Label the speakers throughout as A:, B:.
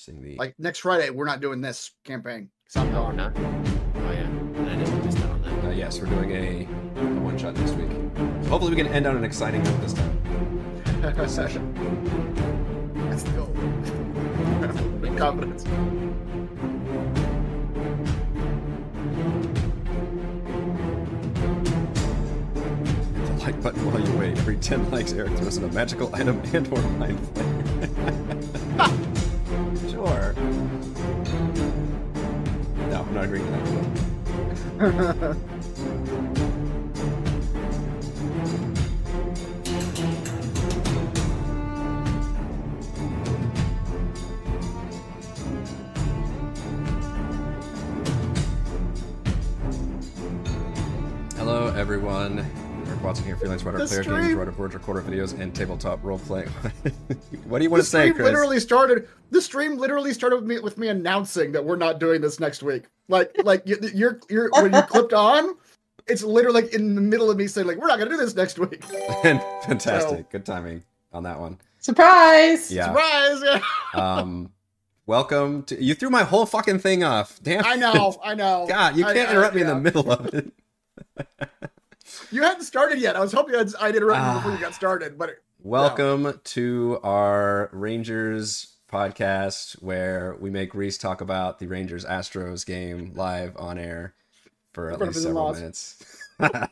A: Sing the
B: Like next Friday, we're not doing this campaign because I'm
C: No, we're
B: gone.
C: not. Oh yeah, and I just missed out on that.
A: Uh, yes, we're doing a, a one shot next week. Hopefully, we can end on an exciting note this time. This session.
B: That's the goal. With confidence.
A: Hit the like button while you wait. Every 10 likes, Eric throws in a magical item and or mind flare. sure. No, I'm not agreeing to that. Hello, everyone. Eric Watson here, freelance writer,
B: The
A: player, games
B: stream-
A: writer, board recorder, videos, and tabletop role playing. what do you want to
B: The
A: say,
B: stream
A: Chris?
B: literally started. The stream literally started with me with me announcing that we're not doing this next week. Like, like you, you're you're when you clipped on, it's literally like in the middle of me saying like we're not gonna do this next week.
A: Fantastic.
B: So-
A: Good timing on that one.
D: Surprise!
A: Yeah.
B: Surprise! Yeah.
A: um welcome to you threw my whole fucking thing off damn
B: I know, I know.
A: god you
B: I-
A: can't
B: I-
A: interrupt me in
B: yeah.
A: the middle of it
B: You hadn't started yet. I was hoping I'd, I'd interrupt you
A: Ah.
B: before you got started, but
A: welcome to our rangers podcast where we make reese talk about the rangers astros game live on air for at
B: Front of
A: least
B: his
A: several
B: in-laws.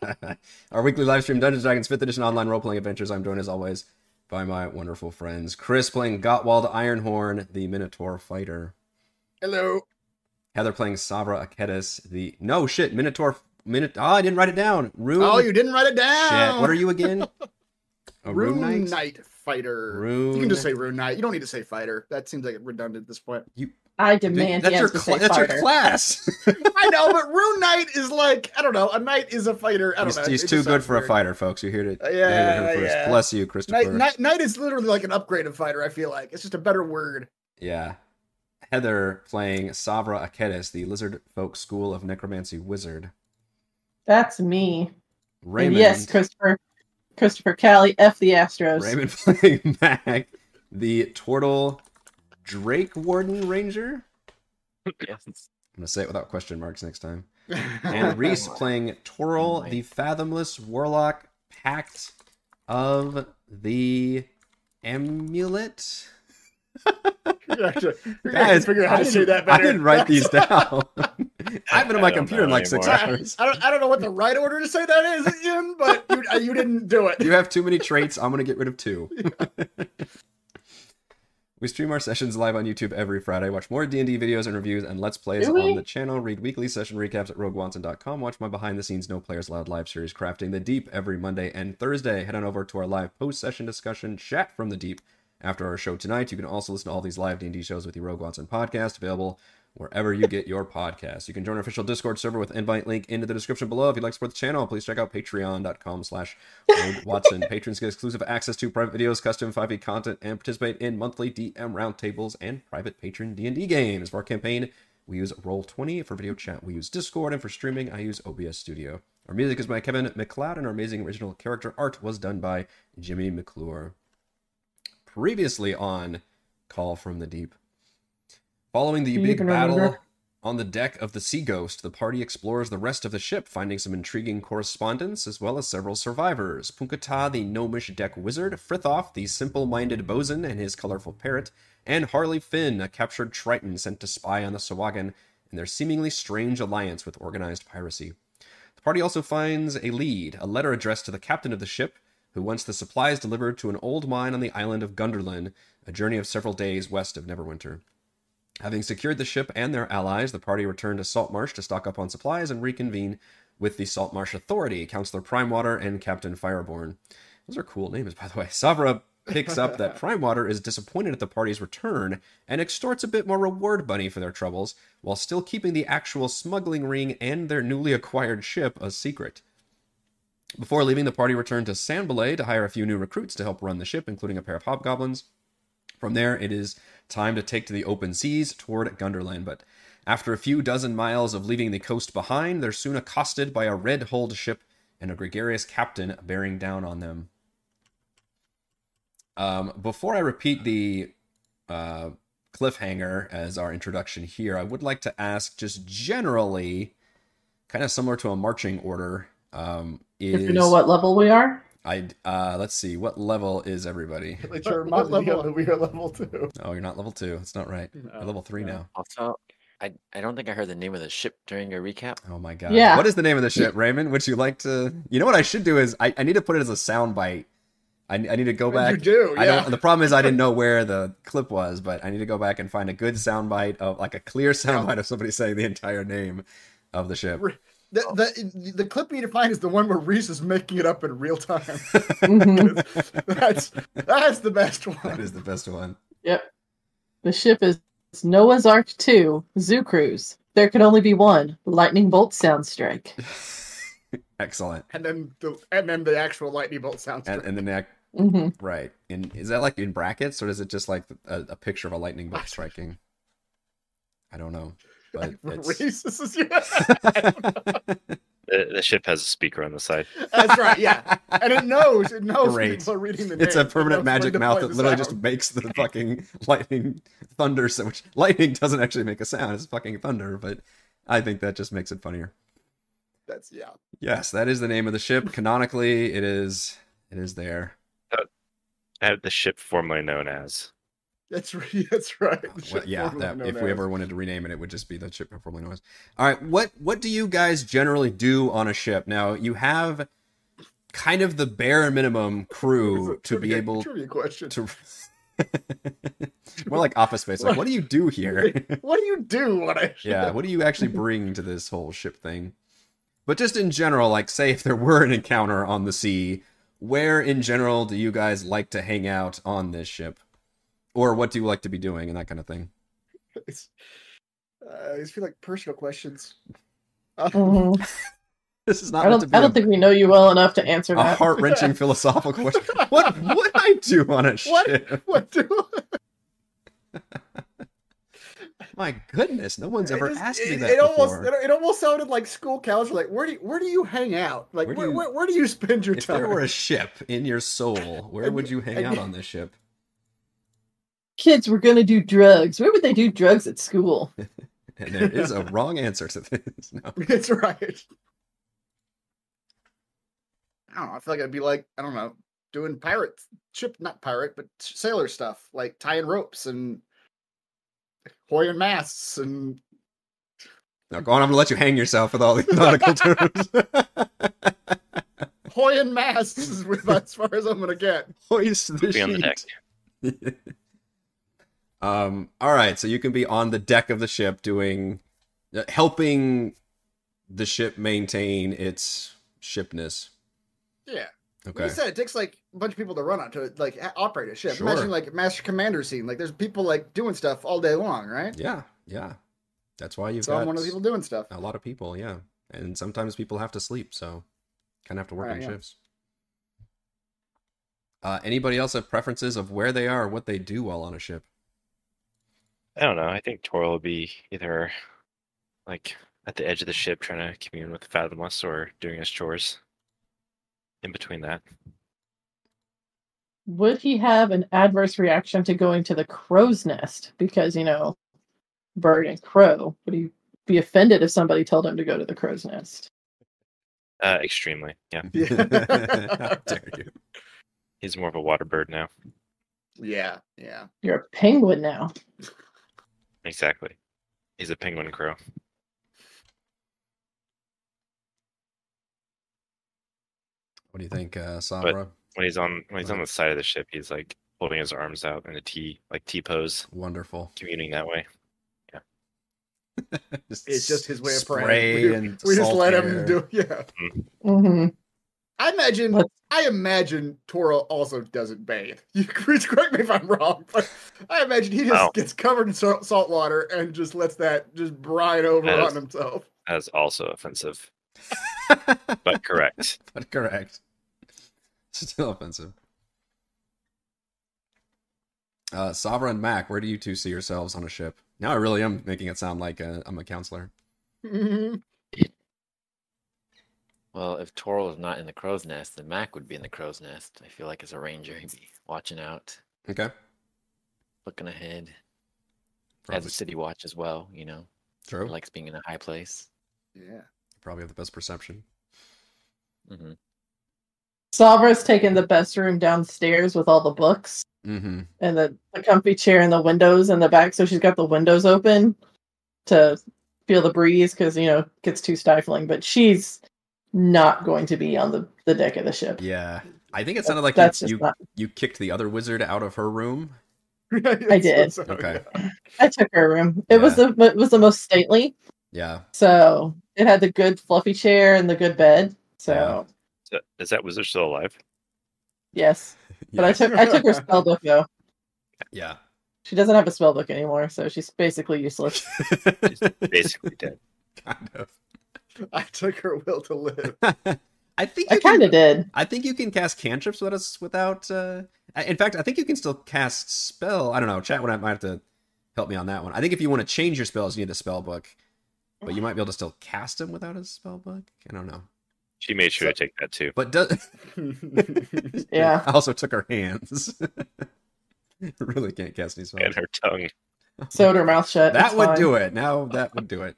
A: minutes our weekly live stream dungeons dragons 5th edition online role-playing adventures i'm joined as always by my wonderful friends chris playing gottwald ironhorn the minotaur fighter
B: hello.
A: Heather playing Sabra Aketis, the no shit Minotaur. Minot. Oh, I didn't write it down. Rune.
B: Oh, you didn't write it
A: shit.
B: down.
A: What are you again? A rune, knight.
B: fighter.
A: Rune.
B: You can just say rune knight. You don't need to say fighter. That seems like redundant at this point.
D: I
A: Dude,
D: demand
A: that's your
D: answers
A: cla-
D: to
A: that's your
D: Carter.
A: class.
B: I know, but rune knight is like I don't know. A knight is a fighter. I don't
A: he's
B: know.
A: he's
B: It
A: too
B: just
A: good
B: sounds
A: for a
B: weird.
A: fighter, folks. You heard it.
B: Uh,
A: you heard it
B: yeah,
A: here first.
B: yeah.
A: Bless you, Christopher.
B: Knight, knight, knight is literally like an upgrade of fighter. I feel like it's just a better word.
A: Yeah. Heather playing Sabra Aketis, the Lizard Folk School of Necromancy Wizard.
D: That's me. And
A: Raymond.
D: yes, Christopher. Christopher Callie, F the Astros.
A: Raymond playing Mac, the Tortle Drake Warden Ranger.
C: Yes.
A: I'm gonna say it without question marks next time. And Reese playing Toril, the Fathomless Warlock, Pact of the Amulet.
B: You're gonna have to- you're gonna have to
A: Guys,
B: figure out how
A: I
B: to say
A: didn't-
B: that better.
A: I didn't write these down. I've been on my
C: I don't
A: computer in
C: know
A: like six
C: anymore.
A: hours.
B: I don't, I don't know what the right order to say that is, Ian, but you, uh, you didn't do it.
A: You have too many traits. I'm gonna get rid of two. we stream our sessions live on YouTube every Friday. Watch more D&D videos and reviews and let's plays
D: Do we?
A: on the channel. Read weekly session recaps at RogueWanson.com. Watch my behind-the-scenes No Players Loud live series Crafting the Deep every Monday and Thursday. Head on over to our live post-session discussion chat from the deep after our show tonight. You can also listen to all these live D&D shows with the Rogue Watson podcast available wherever you get your podcast. You can join our official Discord server with invite link into the description below. If you'd like to support the channel, please check out patreon.com slash Rogue Watson. Patrons get exclusive access to private videos, custom 5e content, and participate in monthly DM roundtables and private patron D&D games. For our campaign, we use Roll20. For video chat, we use Discord. And for streaming, I use OBS Studio. Our music is by Kevin McLeod, and our amazing original character art was done by Jimmy McClure previously on Call from the Deep. Following the
D: You
A: big
D: can
A: battle
D: remember.
A: on the deck of the Sea Ghost, the party explores the rest of the ship, finding some intriguing correspondence as well as several survivors. Punkata, the gnomish deck wizard, Frithoff, the simple minded bosun and his colorful parrot, and Harley Finn, a captured triton sent to spy on the Sawagan and their seemingly strange alliance with organized piracy. The party also finds a lead, a letter addressed to the captain of the ship, who wants the supplies delivered to an old mine on the island of Gunderlin, a journey of several days west of Neverwinter. Having secured the ship and their allies, the party returned to Saltmarsh to stock up on supplies and reconvene with the Saltmarsh Authority, Counselor Primewater, and Captain Fireborn. Those are cool names, by the way. Savra picks up that Primewater is disappointed at the party's return and extorts a bit more reward money for their troubles, while still keeping the actual smuggling ring and their newly acquired ship a secret. Before leaving, the party returned to Sanbalay to hire a few new recruits to help run the ship, including a pair of hobgoblins. From there, it is time to take to the open seas toward Gunderland, but after a few dozen miles of leaving the coast behind, they're soon accosted by a red-hulled ship and a gregarious captain bearing down on them. Um, before I repeat the uh, cliffhanger as our introduction here, I would like to ask just generally, kind of similar to a marching order, um,
D: If
A: is
D: you know what level we are,
A: I uh, let's see what level is everybody?
E: Like
B: What-
E: you're
B: what
E: reminded me
B: level? Uh,
E: of that we are level two.
A: Oh, you're not level two. That's not right.
B: Oh,
A: You're level three
B: no.
A: now.
C: Also, I I don't think I heard the name of the ship during your recap.
A: Oh my god.
D: Yeah.
A: What is the name of the ship, Raymond? Would you like to? You know what I should do is I, I need to put it as a sound bite. I, I need to go back.
B: You do,
A: I
B: yeah.
A: don't. The problem is I didn't know where the clip was, but I need to go back and find a good soundbite of like a clear soundbite of somebody saying the entire name of the ship. Oh.
B: The, the the clip you need to find is the one where Reese is making it up in real time.
D: Mhm.
B: that's that's the best one.
A: That is the best one.
D: the ship is Noah's Ark 2, Zoo Cruise. There could only be one. Lightning bolt sound strike.
A: Excellent.
B: and then the and then the actual lightning bolt sounds.
A: And, and the neck,
D: hmm
A: right? And is that like in brackets, or is it just like a, a picture of a lightning bolt striking? I don't know, but uh, it's.
B: Reese this is yeah.
F: The, the ship has a speaker on the side.
B: That's right, yeah. And it knows it knows when
A: Great.
B: people are reading the name.
A: It's a
B: It
A: permanent
B: knows when
A: magic
B: to
A: mouth
B: play
A: that
B: the
A: literally
B: sound.
A: just makes the fucking lightning thunder. So which lightning doesn't actually make a sound; it's fucking thunder. But I think that just makes it funnier.
B: that's yeah.
A: Yes, that is the name of the ship. Canonically, it is. It is there.
F: Uh, the ship formerly known as.
B: That's right. That's right. The
A: Well,
B: ship
A: yeah,
B: formerly
A: that,
B: known
A: if we
B: as.
A: ever wanted to rename it, it would just be the ship formerly known as. All right, what what do you guys generally do on a ship? Now you have kind of the bare minimum
B: It's a
A: crew to be
B: trivia-
A: able
B: trivia question.
A: to. More like office space. Like, what do you do here?
B: what do you do when I
A: yeah what do you actually bring to this whole ship thing but just in general like say if there were an encounter on the sea where in general do you guys like to hang out on this ship or what do you like to be doing and that kind of thing
B: It's- uh, these feel like personal questions. Uh,
A: this is not
D: mm-hmm. I
A: meant to
D: don't,
A: be
D: I don't
A: a,
D: think we know you well enough to answer
A: a
D: that.
A: heart-wrenching philosophical question what would i do on a ship
B: What? what do
A: my goodness no one's ever
B: it is-
A: asked me
B: it-
A: that
B: It almost
A: before.
B: it, it almost sounded like school counselor. Like where do you, where do you hang out? Like
A: Where
B: where
A: do
B: where,
A: you-
B: where, do you spend your
A: if
B: time?
A: there were a ship in your soul where
B: And-
A: would you hang
B: and-
A: out on this ship
D: Kids were going to do drugs. Where would they do drugs at school?
A: and there is a wrong answer to this no
B: That's right. I don't know. I feel like I'd be like I don't know, doing pirate ship, not pirate, but s- sailor stuff, like tying ropes and hoying masts and
A: Now go on, oh, I'm gonna let you hang yourself with all these nautical terms.
B: hoying masts is about as far as I'm gonna get.
A: Hoist the
F: Be on the deck.
A: sheet. um. All right, so you can be on the deck of the ship doing, uh, helping the ship maintain its shipness.
B: Yeah. Like
A: Okay.
B: You said it takes like a bunch of people to run out to like a- operate a ship.
A: Sure.
B: Imagine like a master commander scene. Like there's people like doing stuff all day long, right?
A: Yeah. Yeah. That's why you've
B: so
A: got Oh,
B: I'm one of the people doing stuff.
A: a lot of people. Yeah, and sometimes people have to sleep, so kind of have to work
B: Right,
A: in
B: yeah.
A: shifts. Uh, anybody else have preferences of where they are, or what they do while on a ship?
F: I don't know. I think Tor will be either like at the edge of the ship trying to commune with Fathomless or doing his chores. In between that,
D: Would he have an adverse reaction to going to the crow's nest? Because, you know, bird and crow. Would he be offended if somebody told him to go to the crow's nest?
F: uh, extremely. Yeah,
B: Yeah.
A: How dare you?
F: he's more of a water bird now.
B: Yeah, yeah.
D: You're a penguin now.
F: Exactly. He's a penguin crow.
A: What do you think, uh, Sabra?
F: When he's on when he's on
A: Right.
F: the side of the ship, he's like holding his arms out in a T like T pose,
A: Wonderful.
F: communing that way.
B: It's just his way of praying.
A: spray
B: We-
A: and
B: We just
A: salt
B: let
A: air.
B: him do. Yeah.
D: hmm
B: I imagine.
D: But-
B: I imagine Toro also doesn't bathe. You can correct me if I'm wrong, but I imagine he just
F: Oh.
B: gets covered in salt, salt water and just lets that just brine over
F: That
B: on
F: is-
B: himself.
F: That is also offensive, but correct.
A: but correct. Still offensive. Uh, Sabra and Mac, where do you two see yourselves on a ship? Now I really am making it sound like uh, I'm a counselor.
B: Mhm.
C: Well, if Toro is not in the crow's nest, then Mac would be in the crow's nest. I feel like as a ranger, he'd be watching out,
A: Okay.
C: looking ahead. As a
A: Probably,
C: city watch as well, you know.
A: true.
C: He likes being in a high place.
B: Yeah.
A: Probably have the best perception.
C: hmm
D: Salva's taken the best room downstairs with all the books
A: Mm-hmm.
D: and the, the comfy chair and the windows in the back. So she's got the windows open to feel the breeze because, you know, it gets too stifling. But she's not going to be on the, the deck of the ship.
A: Yeah. I think it sounded like
D: That's
A: you you,
D: just not.
A: you kicked the other wizard out of her room.
D: I did.
B: So-
A: Okay.
D: I took her room. It was the it was the most stately.
A: Yeah.
D: So it had the good fluffy chair and the good bed. So
A: Yeah.
F: Is that, is that wizard still alive?
D: yes, but I
A: Yeah.
D: took I took her spell book though.
A: yeah.
D: She doesn't have a spell book anymore, so she's basically useless.
F: Basically dead.
A: kind of.
B: I took her will to live.
A: I think
D: I
A: you can-
D: kind of did.
A: I think you can cast cantrips without us without. Uh, I- in fact, I think you can still cast spell. I don't know. Chat would have- might have to help me on that one. I think if you want to change your spells, you need a spell book, but you might be able to still cast them without a spell book. I don't know.
F: She made sure to take that too.
A: But does
D: Yeah.
A: I also took her hands. really can't cast any spells.
F: And her tongue.
D: Sewed her mouth shut.
A: that would do it. Now that would do it.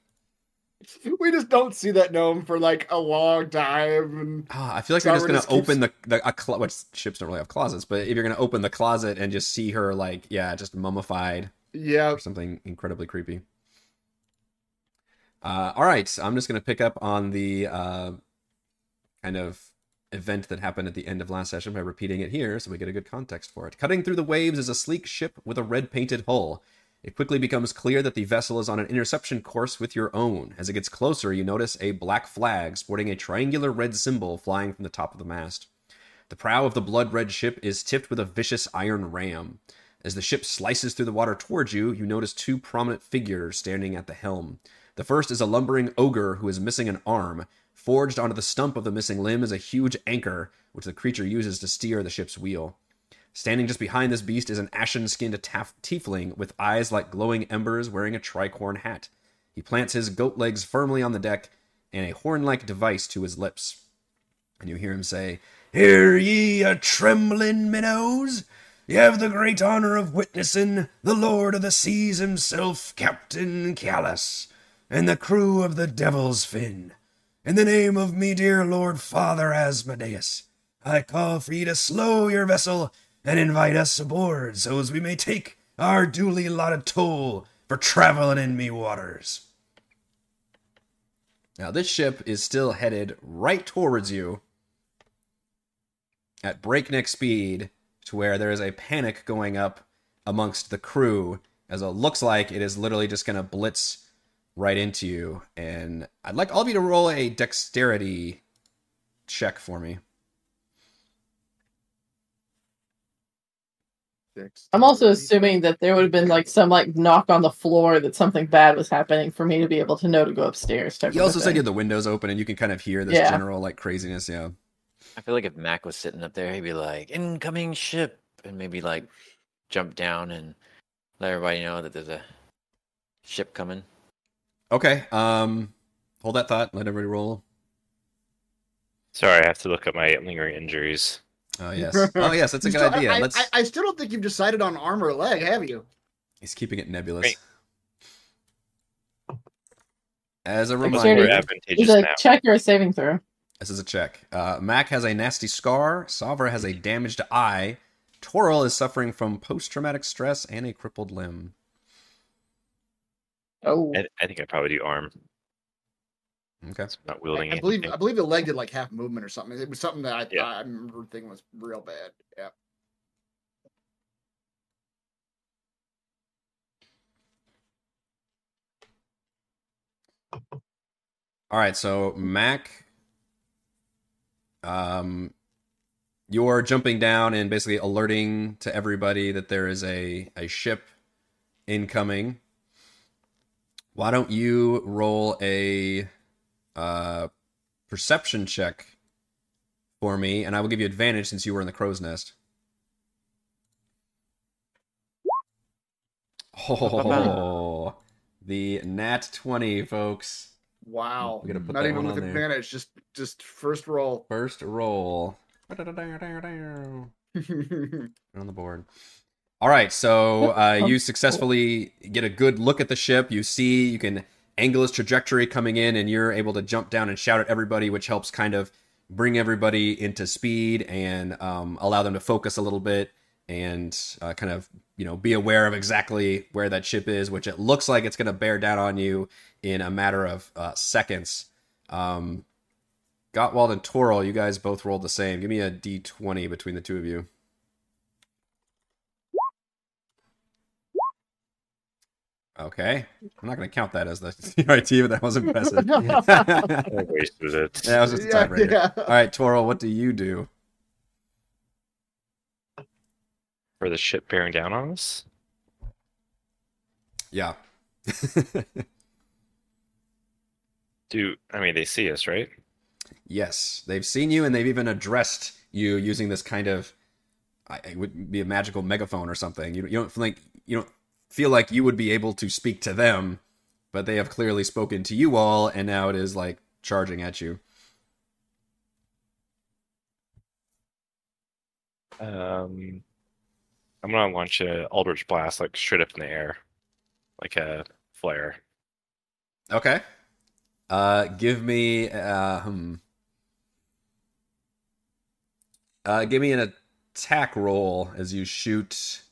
B: we just don't see that gnome for like a long time. And
A: Ah, I feel like they're just
B: Robert
A: gonna
B: just keeps-
A: open the the a clo- which ships don't really have closets, but if you're gonna open the closet and just see her like yeah, just mummified
B: yeah,
A: or something incredibly creepy. Uh, all right, I'm just going to pick up on the uh, kind of event that happened at the end of last session by repeating it here so we get a good context for it. Cutting through the waves is a sleek ship with a red painted hull. It quickly becomes clear that the vessel is on an interception course with your own. As it gets closer, you notice a black flag sporting a triangular red symbol flying from the top of the mast. The prow of the blood red ship is tipped with a vicious iron ram. As the ship slices through the water towards you, you notice two prominent figures standing at the helm. The first is a lumbering ogre who is missing an arm. Forged onto the stump of the missing limb is a huge anchor, which the creature uses to steer the ship's wheel. Standing just behind this beast is an ashen skinned taf- tiefling with eyes like glowing embers wearing a tricorn hat. He plants his goat legs firmly on the deck and a horn like device to his lips. And you hear him say, Hear ye a trembling minnows! You have the great honor of witnessing the Lord of the Seas himself, Captain Callus, and the crew of the Devil's Fin. In the name of me dear Lord Father Asmodeus, I call for you to slow your vessel and invite us aboard so as we may take our duly allotted toll for traveling in me waters. Now, this ship is still headed right towards you at breakneck speed to where there is a panic going up amongst the crew as it looks like it is literally just going to blitz right into you. And I'd like all of you to roll a dexterity check for me.
D: I'm also assuming that there would have been like some like knock on the floor that something bad was happening for me to be able to know to go upstairs. Type
A: You
D: of a
A: also said
D: thing.
A: you had the windows open and you can kind of hear this
D: Yeah.
A: general like craziness. Yeah.
C: I feel like if Mac was sitting up there, he'd be like, "Incoming ship," and maybe like jump down and let everybody know that there's a ship coming.
A: Okay. Um, hold that thought. Let everybody roll.
F: Sorry, I have to look up my lingering injuries.
A: Oh, yes. Oh, yes. That's a
B: You
A: good
B: still-
A: idea.
B: I,
A: Let's.
B: I, I still don't think you've decided on arm or leg, have you?
A: He's keeping it nebulous.
F: Great.
A: As a
F: Those
D: Dexterity.
A: reminder,
F: were
D: Jared-
F: advantageous
D: Is it a
F: now.
D: check or a saving throw?
A: This is a check. Uh, Mac has a nasty scar. Savra has a damaged eye. Toril is suffering from post traumatic stress and a crippled limb.
D: Oh,
F: I, I think I probably do arm.
A: Okay.
F: So I'm not
B: I-
F: wielding
B: I, believe
F: anything.
B: I believe the leg did like half movement or something. It was something that I,
F: Yeah.
B: I remember thinking was real bad. Yeah.
A: All right. So, Mac, um, you're jumping down and basically alerting to everybody that there is a, a ship incoming. Why don't you roll a uh, perception check for me? And I will give you advantage since you were in the crow's nest. Oh, the nat 20, folks.
B: Wow.
A: We gotta put
B: Not
A: that
B: even
A: one
B: with
A: on there.
B: advantage. Just just first roll.
A: First roll. On the board. All right, so uh,
D: Oh,
A: you successfully get a good look at the ship. You see, you can angle its trajectory coming in, and you're able to jump down and shout at everybody, which helps kind of bring everybody into speed and um, allow them to focus a little bit and uh, kind of you know be aware of exactly where that ship is, which it looks like it's going to bear down on you in a matter of uh, seconds. Um, Gottwald and Toral, you guys both rolled the same. Give me a d20 between the two of you. Okay. I'm not going to count that as the CRT, but that was impressive. that
F: I wasted it.
A: was just a
B: yeah,
A: tiebreaker.
B: yeah.
A: All right, Toral, what do you do?
F: For the ship bearing down on us?
A: Yeah.
F: Do I mean they see us, right?
A: yes, they've seen you and they've even addressed you using this kind of I it would be a magical megaphone or something. You, you don't think you don't feel like you would be able to speak to them, but they have clearly spoken to you all and now it is like charging at you.
F: Um, I'm gonna launch a Aldrich blast like straight up in the air, like a flare.
A: Okay. Uh, give me uh, hmm. uh, give me an attack roll as you shoot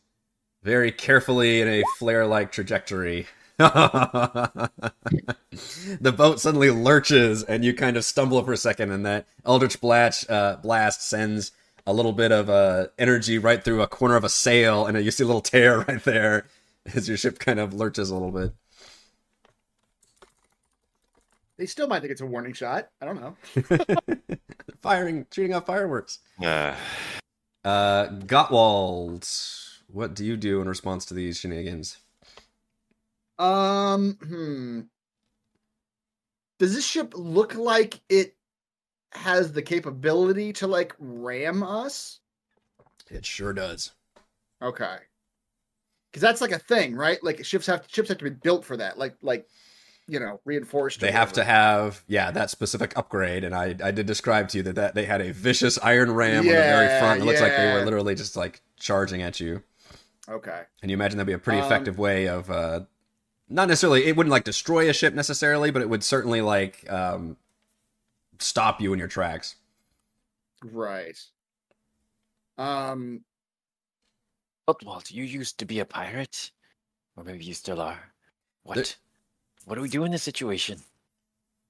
A: very carefully in a flare-like trajectory. the boat suddenly lurches, and you kind of stumble for a second, and that eldritch blast uh, blast sends a little bit of uh, energy right through a corner of a sail, and you see a little tear right there as your ship kind of lurches a little bit.
B: They still might think it's a warning shot. I don't know.
A: firing, shooting off fireworks.
F: Uh,
A: Uh, Gottwald, what do you do in response to these shenanigans?
B: Um, hmm. Does this ship look like it has the capability to like ram us?
A: It sure does.
B: Okay. Cuz that's like a thing, right? Like ships have ships have to be built for that. Like like you know, reinforced. or
A: They have to
B: whatever.
A: have, yeah, that specific upgrade, and I, I did describe to you that, that they had a vicious iron ram on the very
B: Yeah,
A: front. It looks like they
B: yeah.
A: were literally just like charging at you,
B: Okay.
A: and you imagine that'd be a pretty
B: Um,
A: effective way of, uh, not necessarily, it wouldn't like destroy a ship necessarily, but it would certainly like um, stop you in your tracks.
B: Right. Um
C: But Walt, you used to be a pirate, or maybe you still are. What? What do we do in this situation?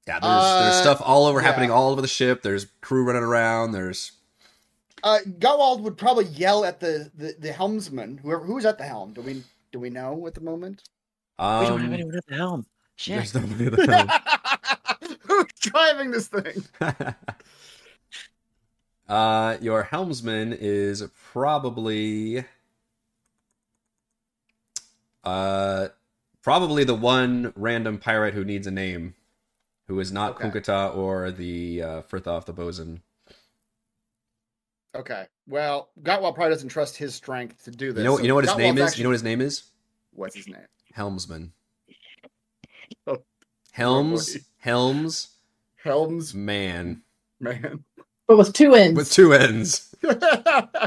A: Yeah, there's there's
B: Uh,
A: stuff all over happening
B: yeah.
A: all over the ship. There's crew running around. There's
B: uh Gowald would probably yell at the the, the helmsman, whoever who's at the helm. Do we do we know at the moment?
A: um,
C: we don't have anyone at the helm. Shit.
A: there's nobody at the
B: Who's driving this thing?
A: helm. uh, your helmsman is probably uh probably the one random pirate who needs a name, who is not
B: Okay.
A: Kunkata or the uh, Frithoff the bosun.
B: Okay. Well, Gottwald probably doesn't trust his strength to do this.
A: You know
B: so
A: you know what his
B: Gottwald's
A: name is.
B: actually-
A: You know what his name is.
B: what's his name?
A: Helmsman.
B: Oh,
A: Helms.
B: boy.
A: Helms.
B: Helmsman.
A: Man.
D: But with two N's.
A: With two ends.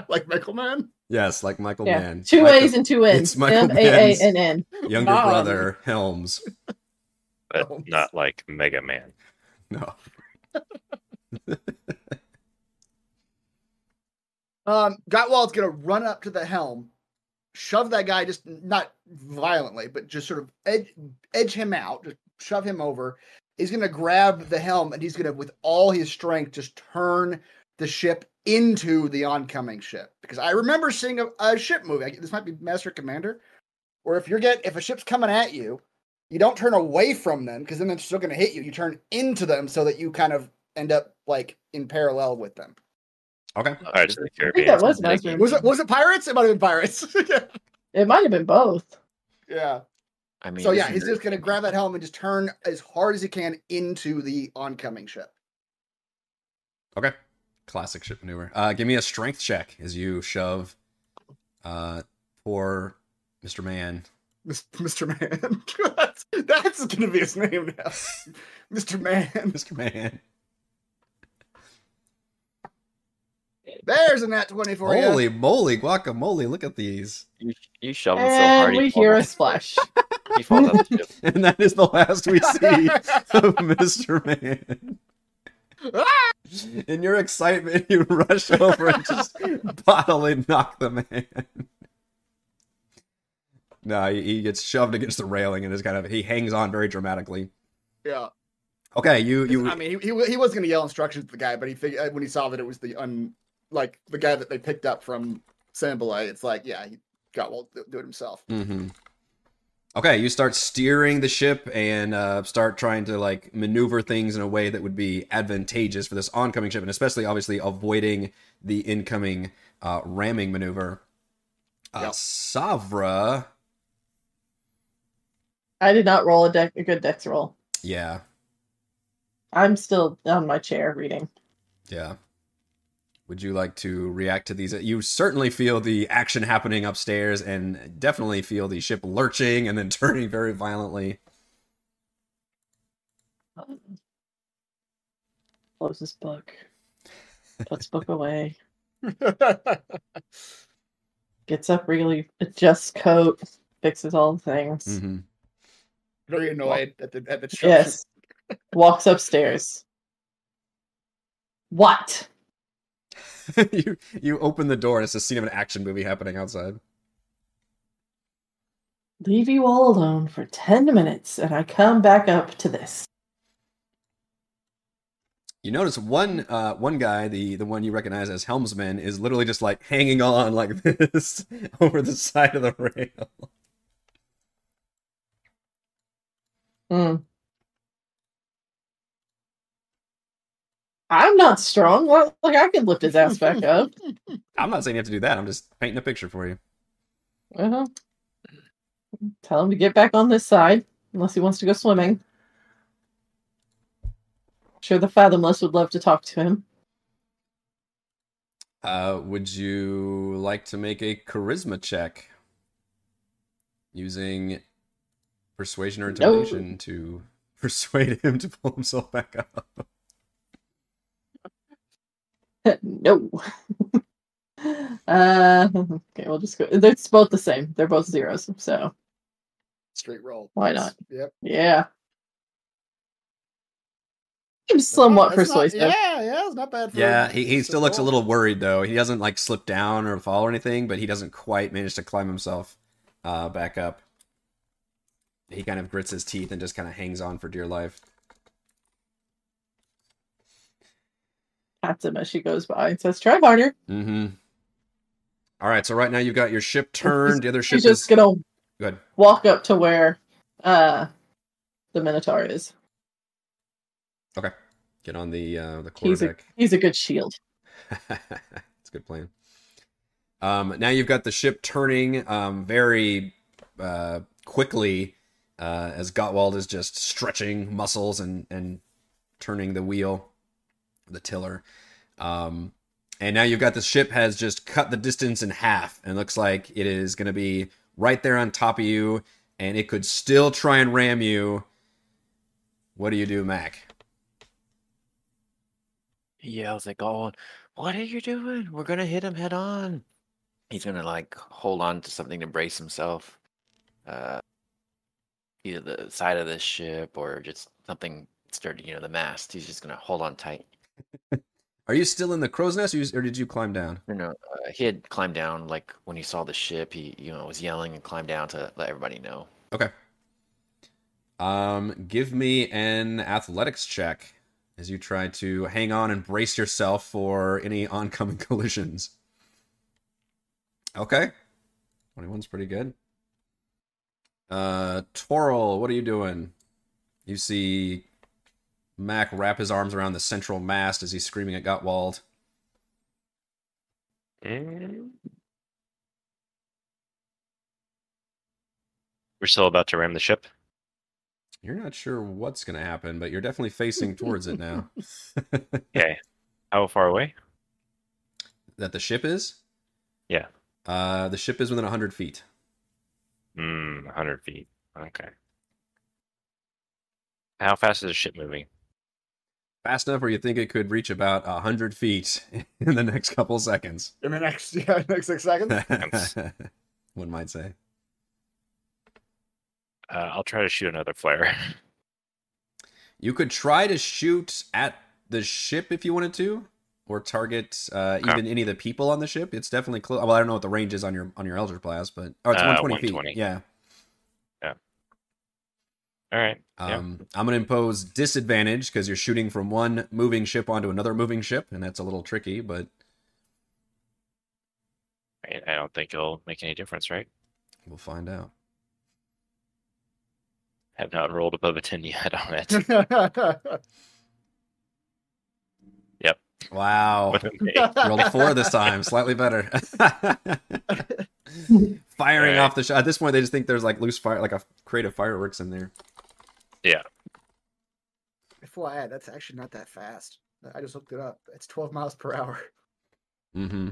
B: like Michael Man?
A: Yes, like Michael
D: yeah.
A: Mann.
D: Two
A: Michael-
D: A's and two
A: It's
D: N's.
A: Michael
D: M A A
A: Mann's.
D: N N.
A: Younger
B: Mom.
A: brother, Helms.
F: but
B: Oh.
F: not like Mega Man.
A: No.
B: Um, Gottwald's gonna run up to the helm, shove that guy just not violently, but just sort of edge edge him out, just shove him over. He's gonna grab the helm and he's gonna, with all his strength, just turn the ship into the oncoming ship. Because I remember seeing a, a ship movie. I, this might be Master Commander, where if you're get if a ship's coming at you, you don't turn away from them because then they're still gonna hit you. You turn into them so that you kind of end up like in parallel with them.
A: Okay.
F: Pirates of the
D: I think
F: Caribbean.
D: that was my
C: Caribbean.
B: Was it was it pirates? It might have been pirates. yeah.
D: It might have been both.
B: yeah.
C: I mean,
B: So yeah,
C: isn't
B: he's
C: it-
B: just gonna grab that helm and just turn as hard as he can into the oncoming ship.
A: Okay. Classic ship maneuver. Uh, give me a strength check as you shove uh, poor Mr. Man.
B: Mis- Mr. Man. that's, that's gonna be his name now. Mr. Man.
A: Mr. Man.
B: There's a nat 20 for you.
A: Holy moly, guacamole! Look at these.
C: You, you shoveling so hard.
D: And
C: he
D: Eh, we
C: falls
D: hear a
C: off-
D: splash.
C: He falls off the ship.
A: And that is the last we see of Mr. Man. In your excitement, you rush over and just bodily knock the man. No, he- he gets shoved against the railing and is kind of he hangs on very dramatically.
B: Yeah.
A: Okay, you you
B: I mean, he, he, he was going to yell instructions to the guy, but he figured when he saw that it was the un like the guy that they picked up from Sambalay, it's like, yeah, he got well do do it himself.
A: Mm-hmm. Okay, you start steering the ship and uh, start trying to like maneuver things in a way that would be advantageous for this oncoming ship, and especially obviously avoiding the incoming uh, ramming maneuver. Uh,
B: Yep.
A: Savra,
D: I did not roll a deck a good dex roll.
A: yeah,
D: I'm still on my chair reading.
A: yeah. Would you like to react to these? You certainly feel the action happening upstairs, and definitely feel the ship lurching and then turning very violently.
D: Close this book. Put this book away. Gets up really adjusts coat, fixes all the things.
A: Mm-hmm.
B: Very annoyed at the at the instructions.
D: Yes. Walks upstairs. What?
A: you you open the door, and it's a scene of an action movie happening outside.
D: Leave you all alone for 10 minutes and I come back up to this.
A: You notice one uh, one guy, the the one you recognize as helmsman, is literally just like hanging on like this over the side of the rail.
D: Mm. I'm not strong. Well, Like, I could lift his ass back up.
A: I'm not saying you have to do that. I'm just painting a picture for you.
D: Uh-huh. Tell him to get back on this side, unless he wants to go swimming. Sure, the Fathomless would love to talk to him.
A: Uh, would you like to make a charisma check using persuasion or
D: No.
A: intimidation to persuade him to pull himself back up?
D: no. uh, okay, we'll just go. It's both the same. They're both zeros. So,
B: Straight roll.
D: Why not?
B: Yep.
D: yeah. I'm somewhat
B: That's not-
D: persuasive.
B: yeah, yeah, it's not bad. For
A: Yeah, he, he
B: for
A: still looks a
B: roll.
A: little worried though. He doesn't like slip down or fall or anything, but he doesn't quite manage to climb himself uh, back up. He kind of grits his teeth and just kind of hangs on for dear life.
D: pats him as she goes by and says, "Try harder."
A: Mm-hmm. All right, so right now you've got your ship turned. The other ship
D: She's just
A: is
D: gonna
A: good.
D: walk up to where uh the Minotaur is.
A: Okay, get on the uh, the
D: He's a
A: quarterdeck.
D: he's a good shield.
A: It's a good plan. Um, now you've got the ship turning um, very uh, quickly uh, as Gottwald is just stretching muscles and, and turning the wheel, the tiller. Um, and now you've got the ship has just cut the distance in half and looks like it is going to be right there on top of you and it could still try and ram you. What do you do, Mac?
C: He yells at Gawain, What are you doing? We're gonna hit him head on. He's gonna like hold on to something to brace himself. Uh either the side of the ship or just something sturdy, you know, the mast. He's just gonna hold on tight.
A: Are you still in the crow's nest or you- or did you climb down?
C: You know, uh, he had climbed down like when he saw the ship, he you know was yelling and climbed down to let everybody know.
A: Okay. Um, give me an athletics check as you try to hang on and brace yourself for any oncoming collisions. Okay. 21's pretty good. Uh Toril, what are you doing? You see Mac wrap his arms around the central mast as he's screaming at Gottwald.
F: Mm. We're still about to ram the ship.
A: You're not sure what's gonna happen, but you're definitely facing towards it now.
F: Okay. How far away?
A: that the ship is?
F: Yeah.
A: Uh, the ship is within 100 feet.
F: Mm, 100 feet. Okay. How fast is the ship moving?
A: Fast enough where you think it could reach about a hundred feet in the next couple seconds.
B: in the next yeah, next six seconds.
A: One might say.
F: Uh, I'll try to shoot another flare.
A: You could try to shoot at the ship if you wanted to, or target uh,
F: Okay.
A: even any of the people on the ship. It's definitely close. Well, I don't know what the range is on your on your Elder Blast, but oh, it's
F: Uh,
A: 120 feet.
F: 120.
A: Yeah.
F: All right. Yeah.
A: Um, I'm going to impose disadvantage because you're shooting from one moving ship onto another moving ship, and that's a little tricky. But
F: I- I don't think it'll make any difference, right?
A: we'll find out.
F: Have not rolled above a ten yet on it.
A: Wow.
F: With an eight.
A: Rolled a four this time, slightly better. Firing
F: Alright.
A: off the shot. At this point, they just think there's like loose fire, like a crate of fireworks in there.
B: FYI, that's actually not that fast. I just looked it up. It's 12 miles per hour,
A: hmm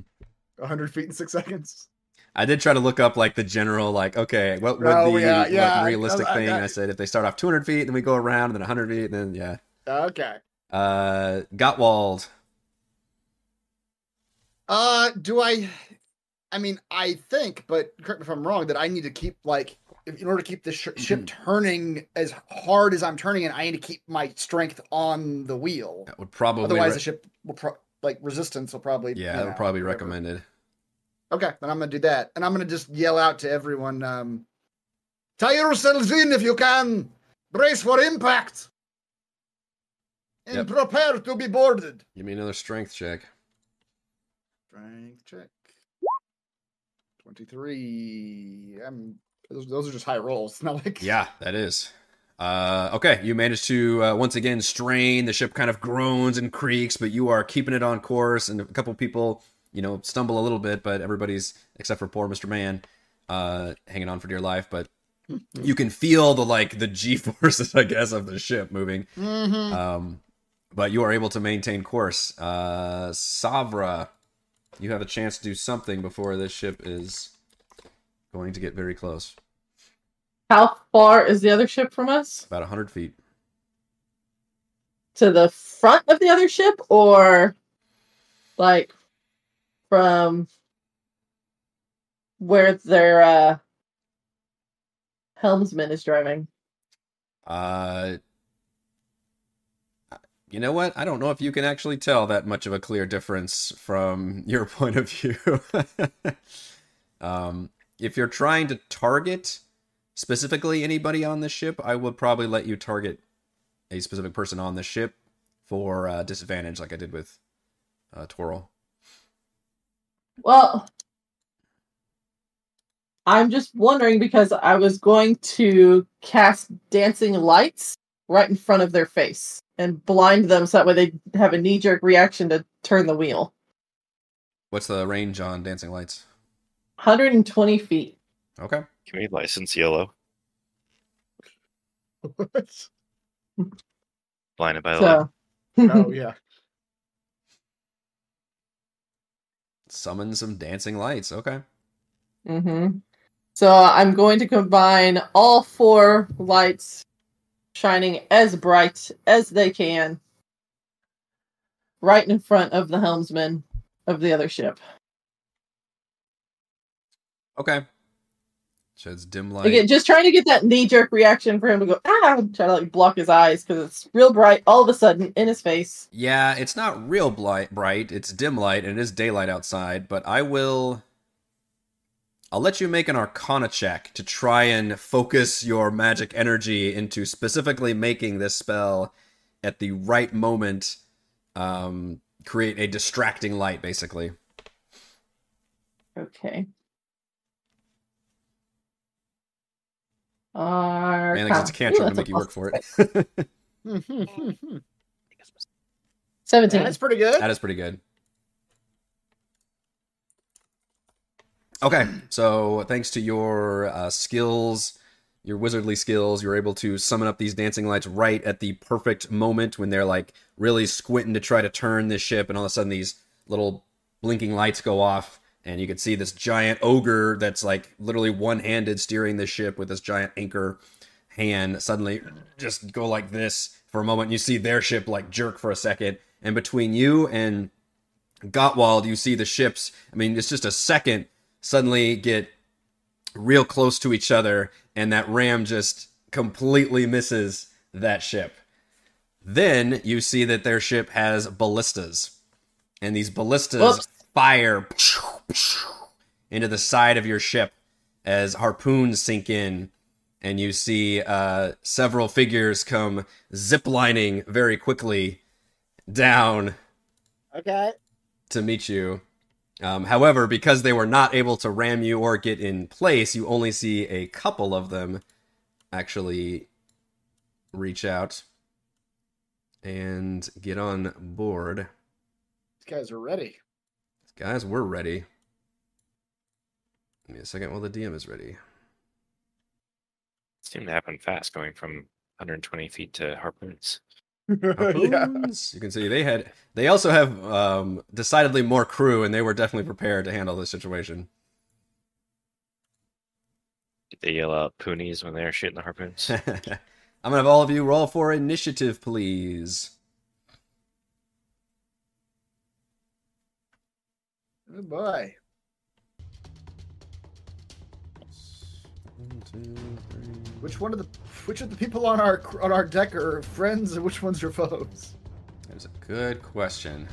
B: 100 feet in six seconds.
A: I did try to look up like the general, like okay, what would
B: Oh,
A: the
B: yeah,
A: like,
B: yeah, I-
A: realistic
B: I- I-
A: thing? I said if they start off 200 feet, then we go around, and then 100 feet, and then yeah.
B: Okay.
A: Uh, Gottwald.
B: Uh, do I? I mean, I think, but correct me if I'm wrong, that I need to keep like if- in order to keep the sh- ship
A: Mm-hmm.
B: turning as hard as I'm turning it, I need to keep my strength on the wheel.
A: That would probably
B: Otherwise,
A: re-
B: the ship will pro- like resistance will probably
A: yeah,
B: you
A: that
B: know,
A: would probably be
B: whatever.
A: recommended.
B: Okay, then I'm gonna do that, and I'm gonna just yell out to everyone: um, "Tie yourselves in if you can, brace for impact, and
A: Yep.
B: prepare to be boarded."
A: Give me another strength check.
B: Strength check. Twenty-three. I'm. Those, those are just high rolls. It's not like
A: Yeah, that is. Uh, okay, you manage to uh, once again strain. The ship kind of groans and creaks, but you are keeping it on course. And a couple people, you know, stumble a little bit, but everybody's except for poor Mister Man, uh, hanging on for dear life. But you can feel the like the g forces, I guess, of the ship moving.
B: Mhm.
A: Um, but you are able to maintain course. Uh, Savra, you have a chance to do something before this ship is going to get very close,
D: How far is the other ship from us?
A: about hundred feet.
D: To the front of the other ship, or like from where their uh, helmsman is driving?
A: Uh, you know what? I don't know if you can actually tell that much of a clear difference from your point of view. um, if you're trying to target specifically anybody on the ship, I would probably let you target a specific person on the ship for uh, disadvantage, like I did with uh, Twirl.
D: Well, I'm just wondering because I was going to cast dancing lights right in front of their face and blind them so that way they have a knee jerk reaction to turn the wheel.
A: What's the range on dancing lights?
D: 120 feet.
A: Okay.
F: Can we license yellow? Blinded by the light.
D: So,
B: oh yeah.
A: Summon some dancing lights. Okay.
D: hmm so I'm going to combine all four lights shining as bright as they can right in front of the helmsman of the other ship.
A: Okay. Sheds dim light.
D: Again, just trying to get that knee jerk reaction for him to go ah, and try to like block his eyes because it's real bright all of a sudden in his face.
A: Yeah, it's not real bli- bright. It's dim light, and it is daylight outside. But I will. I'll let you make an Arcana check to try and focus your magic energy into specifically making this spell at the right moment um, create a distracting light, basically.
D: Okay. Arcana.
A: Mainly 'cause it's a cantrip
D: Ooh,
A: to
D: that's
A: make
D: a
A: you work
D: plus
A: for it.
B: yeah,
D: Seventeen.
B: Mm-hmm. that's pretty good.
A: That is pretty good. Okay, so thanks to your uh, skills, your wizardly skills, you're able to summon up these dancing lights right at the perfect moment when they're like really squinting to try to turn this ship, and all of a sudden these little blinking lights go off, and you can see this giant ogre that's like literally one handed steering the ship with this giant anchor hand suddenly just go like this for a moment. And you see their ship like jerk for a second, and between you and Gottwald, you see the ships. I mean, it's just a second. Suddenly get real close to each other, and that ram just completely misses that ship. Then you see that their ship has ballistas, and these ballistas
D: Whoops.
A: fire into the side of your ship as harpoons sink in, and you see uh, several figures come ziplining very quickly down
E: Okay.
A: to meet you. Um, however, because they were not able to ram you or get in place, you only see a couple of them actually reach out and get on board.
B: These guys are ready.
A: Guys, we're ready. Give me a second while the DM is ready.
F: Seemed to happen fast going from 120 feet to harpoons.
A: Harpoons. You can see they had. They also have um, decidedly more crew, and they were definitely prepared to handle this situation.
F: Did they yell out poonies when they were shooting the harpoons?
A: I'm gonna have all of you roll for initiative, please.
B: Oh boy.
A: One, two, three.
B: Which one of the which of the people on our on our deck are friends and which ones are foes?
A: That is a good question.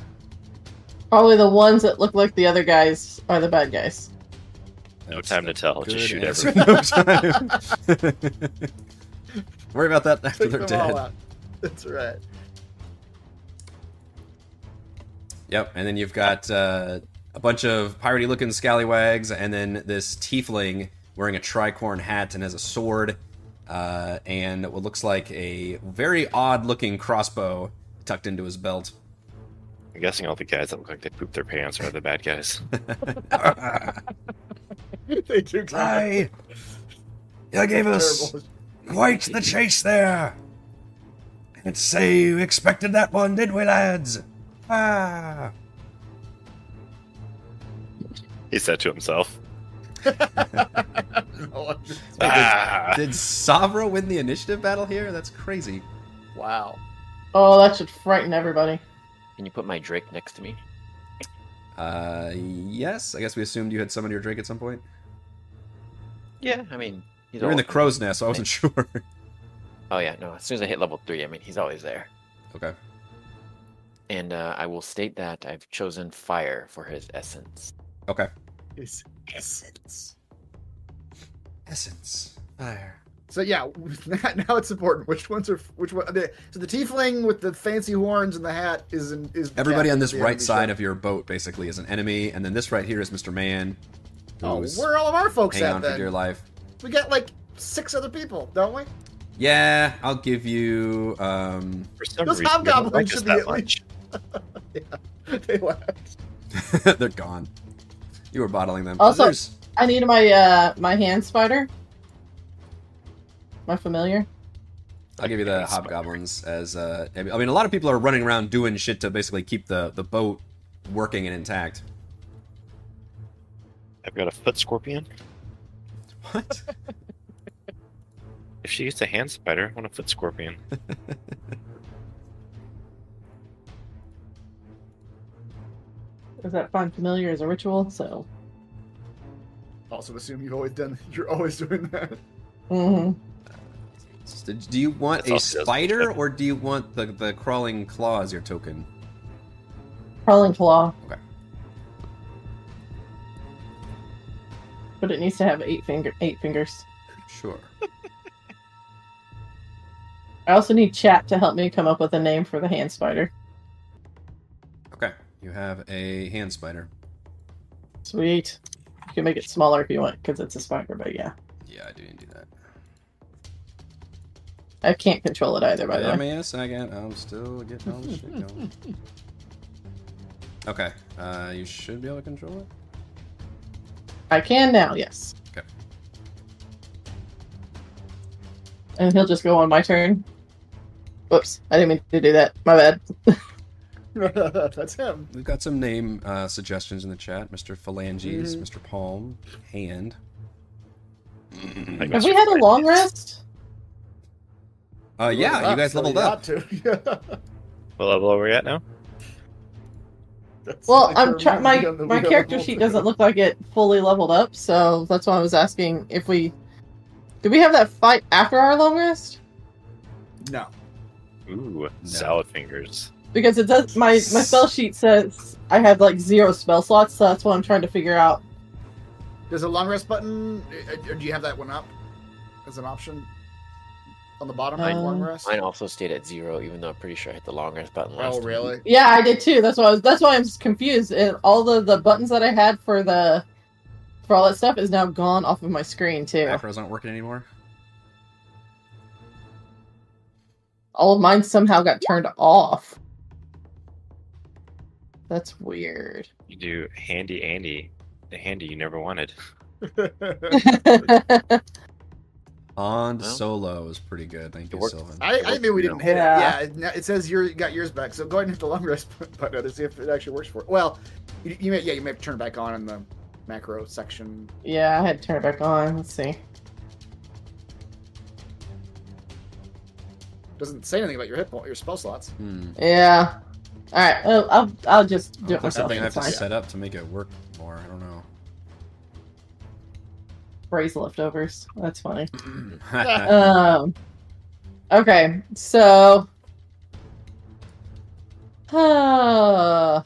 D: Probably the ones that look like the other guys are the bad guys.
F: No
A: That's
F: time
A: a
F: to tell. Just
A: good
F: shoot
A: answer. no time. Worry about that after
B: Take
A: they're
B: them all
A: dead.
B: out. That's right.
A: Yep, and then you've got uh, a bunch of piratey looking scallywags, and then this tiefling wearing a tricorn hat and has a sword, uh, and what looks like a very odd looking crossbow tucked into his belt.
F: I'm guessing all the guys that look like they pooped their pants are the bad guys.
B: they do kind
A: you gave
B: of terrible.
A: quite the chase there. Let's say you expected that one, did we, lads? Ah.
F: he said to himself.
B: Oh,
F: Ah!
A: Did Savra win the initiative battle here? That's crazy.
B: wow.
D: Oh, that should frighten everybody.
C: Can you put my Drake next to me?
A: Uh, yes. I guess we assumed you had summoned your Drake at some point.
C: Yeah, I mean, he's
A: You were in the
C: always-
A: crow's nest, so I wasn't sure.
C: Oh yeah, no. As soon as I hit level three, I mean, he's always there.
A: okay.
C: And uh, I will state that I've chosen fire for his essence.
A: Okay.
B: His essence.
A: Essence. Fire.
B: So yeah, now it's important. Which ones are which one? The, so the tiefling with the fancy horns and the hat is in, is
A: Everybody on this right side of your boat basically is an enemy, and then this right here is Mr. Man.
B: Oh,
A: who's
B: where are all of our folks
A: hanging
B: at
A: on for
B: then?
A: dear life.
B: We got like six other people, don't we?
A: Yeah, I'll give you. Um,
F: For some
B: Those
F: reason, they don't
B: hobgoblins
F: like us
B: should be
F: that
B: at least-
F: much.
B: they left.
A: they're gone. You were bottling them.
D: Also-
A: There's-
D: I need my uh my hand spider. My familiar.
A: I'll give you the
F: Yes.
A: hobgoblins as. Uh, I mean, I mean, a lot of people are running around doing shit to basically keep the the boat working and intact.
F: I've got a foot scorpion.
A: What?
F: If she gets a hand spider, I want a foot scorpion.
D: Is that find familiar as a ritual? So.
B: Also, assume you've always done. You're always doing that.
D: hmm
A: So do you want
F: That's
A: a
F: also-
A: spider or do you want the the crawling claw as your token?
D: Crawling claw.
A: Okay.
D: But it needs to have eight finger eight fingers.
A: Sure.
D: I also need chat to help me come up with a name for the hand spider.
A: Okay. You have a hand spider.
D: Sweet. You can make it smaller if you want, because it's a spider, but yeah.
A: Yeah, I didn't do that.
D: I can't control it either, by the
A: Give
D: way.
A: me a second. I'm still getting all this shit going. Okay. Uh, you should be able to control it.
D: I can now, yes.
A: Okay.
D: And he'll just go on my turn. Whoops, I didn't mean to do that. My bad.
B: That's him.
A: We've got some name uh, suggestions in the chat. Mr. Phalanges,
D: Mm-hmm.
B: Mhm.
A: Mr. Palm, Hand. Uh,
F: Like
D: Have
F: Mr. Mm-hmm.
D: we had a long
F: Phalanges.
D: rest?
A: Uh, yeah, you guys leveled up.
F: What level are we at now?
D: Well, I'm try- my my character sheet doesn't look like it fully leveled up, so that's why I was asking if we did we have that fight after our long rest
B: No.
F: Ooh, salad fingers.
D: because it does. My my spell sheet says I have like zero spell slots, so that's what I'm trying to figure out.
B: There's a long rest button. uh, uh, Do you have that one up as an option on the bottom? like long
D: Um,
B: rest.
C: Mine also stayed at zero, even though I'm pretty sure I hit the long rest button last.
B: Oh,
C: time.
B: really?
D: Yeah, I did too. That's why I was, that's why I'm just confused. And all the the buttons that I had for the for all that stuff is now gone off of my screen too.
A: Macros aren't working anymore.
D: All of mine somehow got turned off. That's weird.
F: You do handy Andy, the handy you never wanted.
A: On to
C: Well.
A: solo is pretty good. Thank you,
C: worked.
A: Sylvan.
B: I, I mean, we didn't hit
D: Yeah.
B: it. Yeah, it- it says you got yours back. So go ahead and hit the long rest button to see if it actually works for it. Well, you, you may, yeah, you may have to turn it back on in the macro section.
D: yeah, I had to turn it back on. Let's see.
B: Doesn't say anything about your hit point, your spell slots.
A: Hmm.
D: Yeah. All right. I'll I'll, I'll just do it
A: There's
D: myself.
A: something I have
D: It's
A: to
D: fine.
A: set up to make it work more. I don't know.
D: Braise leftovers. That's funny.
A: I
D: um okay so all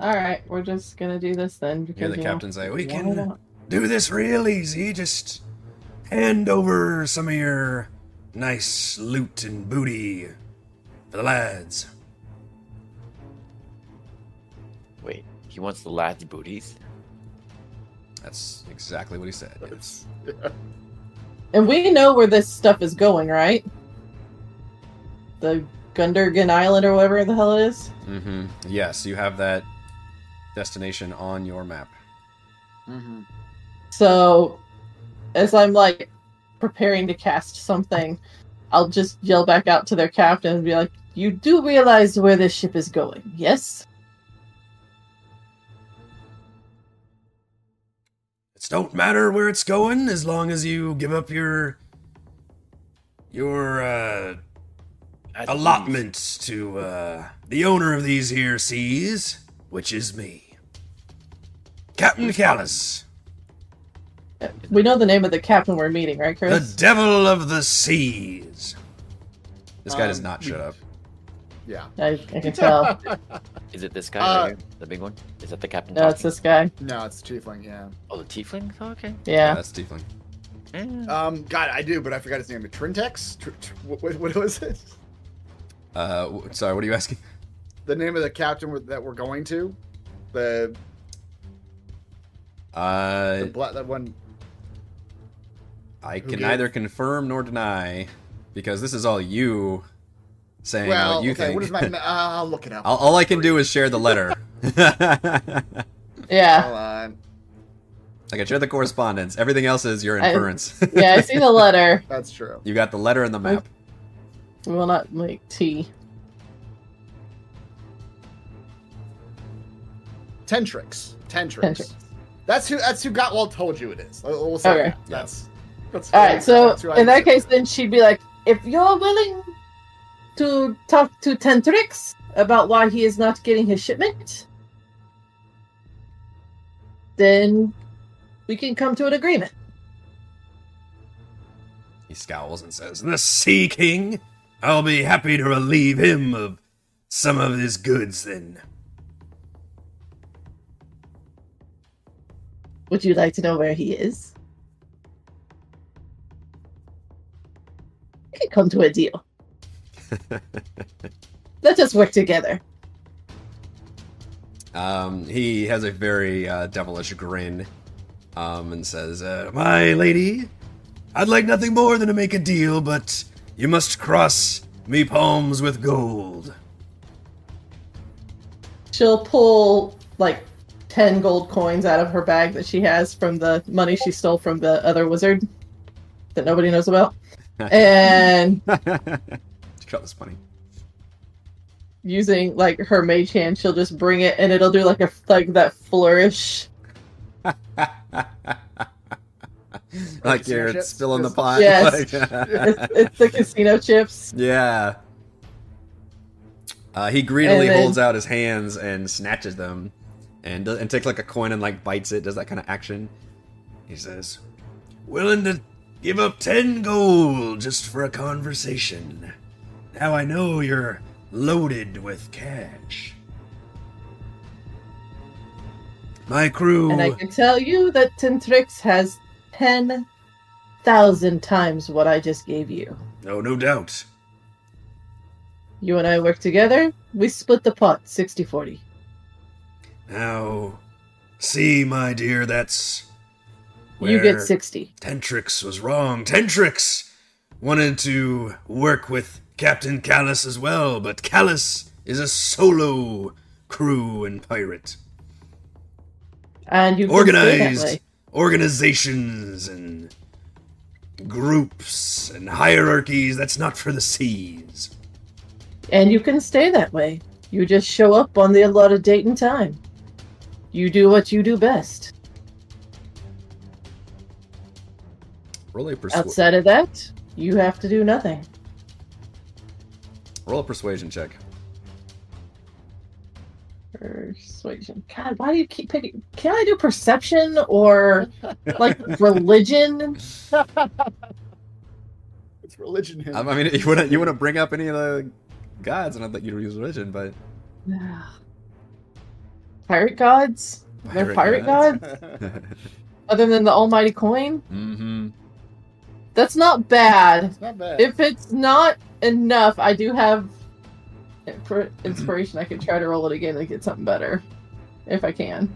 D: right we're just gonna do this then
A: hear
D: because
A: the
D: you know,
A: captain say, "We
D: why
A: can
D: not?"
A: do this real easy. Just hand over some of your nice loot and booty for the lads."
C: Wait, he wants the lads' booties.
A: That's exactly what he said. yes.
B: It's, yeah.
D: and we know where this stuff is going right the gundergan island or whatever the hell it is
A: Mm-hmm. Yes, you have that destination on your map.
B: Mm-hmm.
D: so as i'm like preparing to cast something i'll just yell back out to their captain and be like you do realize where this ship is going yes
A: It don't matter where it's going as long as you give up your your uh,
C: Lads'
A: allotment to uh, the owner of these here seas, which is me, Captain Callus,
D: We know the name of the captain we're meeting, right,
A: the
D: Chris?
A: devil of the seas. This guy does
B: Um,
A: not
B: we-
A: shut up.
B: yeah.
D: I, I can tell.
C: booties. Is it this guy?
B: Uh,
C: right here? The big one? Is that the captain?
D: No, it's
C: talking?
D: this guy.
B: No, it's tiefling. Yeah.
C: Oh, the tiefling. Oh, okay.
D: Yeah.
A: that's Tiefling.
C: Eh,
B: Um, God, I do, but I forgot his name. Trintex. Tr- tr- what, what- what was it?
A: Uh, w- sorry, what are you asking?
B: The name of the captain with- that we're going to. The
A: Uh,
B: the black that one.
A: I
B: Who
A: can
B: gave-
A: neither confirm nor deny because this is all you saying
B: Well,
A: what you
B: okay.
A: think.
B: What is my? ma- Uh, I'll look it up.
A: all, all I can do is share the letter.
D: Yeah.
B: Hold on.
A: I can share the correspondence. Everything else is your
D: I-
A: inference.
D: Yeah, I see the letter.
B: That's true.
A: you got the letter and the map.
D: We will not make tea.
B: Tentrix. Tentrix.
D: Tentrix.
B: That's who. That's who Gottwald told you it is. I- We'll say
D: Okay.
B: that. That's. That's
D: All right, so
B: that's who I
D: in that case,
B: consider.
D: then she'd be like, if you're willing to talk to Tentrix about why he is not getting his shipment, then we can come to an agreement.
A: He scowls and says, The Sea King? I'll be happy to relieve him of some of his goods then.
D: Would you like to know where he is? We can come to a deal. Let us work together.
A: Um, he has a very uh, devilish grin um, and says, uh, My lady, I'd like nothing more than to make a deal, but you must cross me palms with gold.
D: She'll pull like 10 gold coins out of her bag that she has from the money she stole from the other wizard that nobody knows about. and
A: Cut this money.
D: using like her mage hand, she'll just bring it and it'll do like a like that flourish
A: like
B: casino
A: you're
B: chips?
A: spilling the
B: Yes.
A: pot. Like-
D: Yes. it's, it's the casino chips.
A: yeah. Uh, he greedily
D: And then-
A: holds out his hands and snatches them, and does- and takes like a coin and like bites it. Does that kind of action. He says, "Willing to give up ten gold just for a conversation. Now I know you're loaded with cash." My crew.
D: And I can tell you that Tintrix has 10,000 times what I just gave you.
A: Oh, no doubt.
D: You and I work together, we split the pot 60 40.
A: Now, see, my dear, that's
D: You
A: Where-
D: get 60.
A: Tentrix was wrong. Tentrix wanted to work with Captain Callus as well, but Callus is a solo crew and pirate.
D: And you can stay that
A: Organized
D: way.
A: organizations and groups and hierarchies, that's not for the seas.
D: And you can stay that way. You just show up on the allotted date and time. You do what you do best.
A: Roll a,
D: Outside of that, you have to do nothing.
A: Roll a persuasion check.
D: Persuasion. God, why do you keep picking? Can I do perception or like religion?
B: It's religion here.
A: Um, I mean, you wouldn't you wouldn't bring up any of the gods, and I'd let you use religion, but
D: Pirate gods? They're pirate gods? Other than the almighty coin?
A: mm-hmm.
D: That's not bad.
B: it's not bad.
D: If it's not enough, I do have for inspiration. I could try to roll it again to get something better, if I can.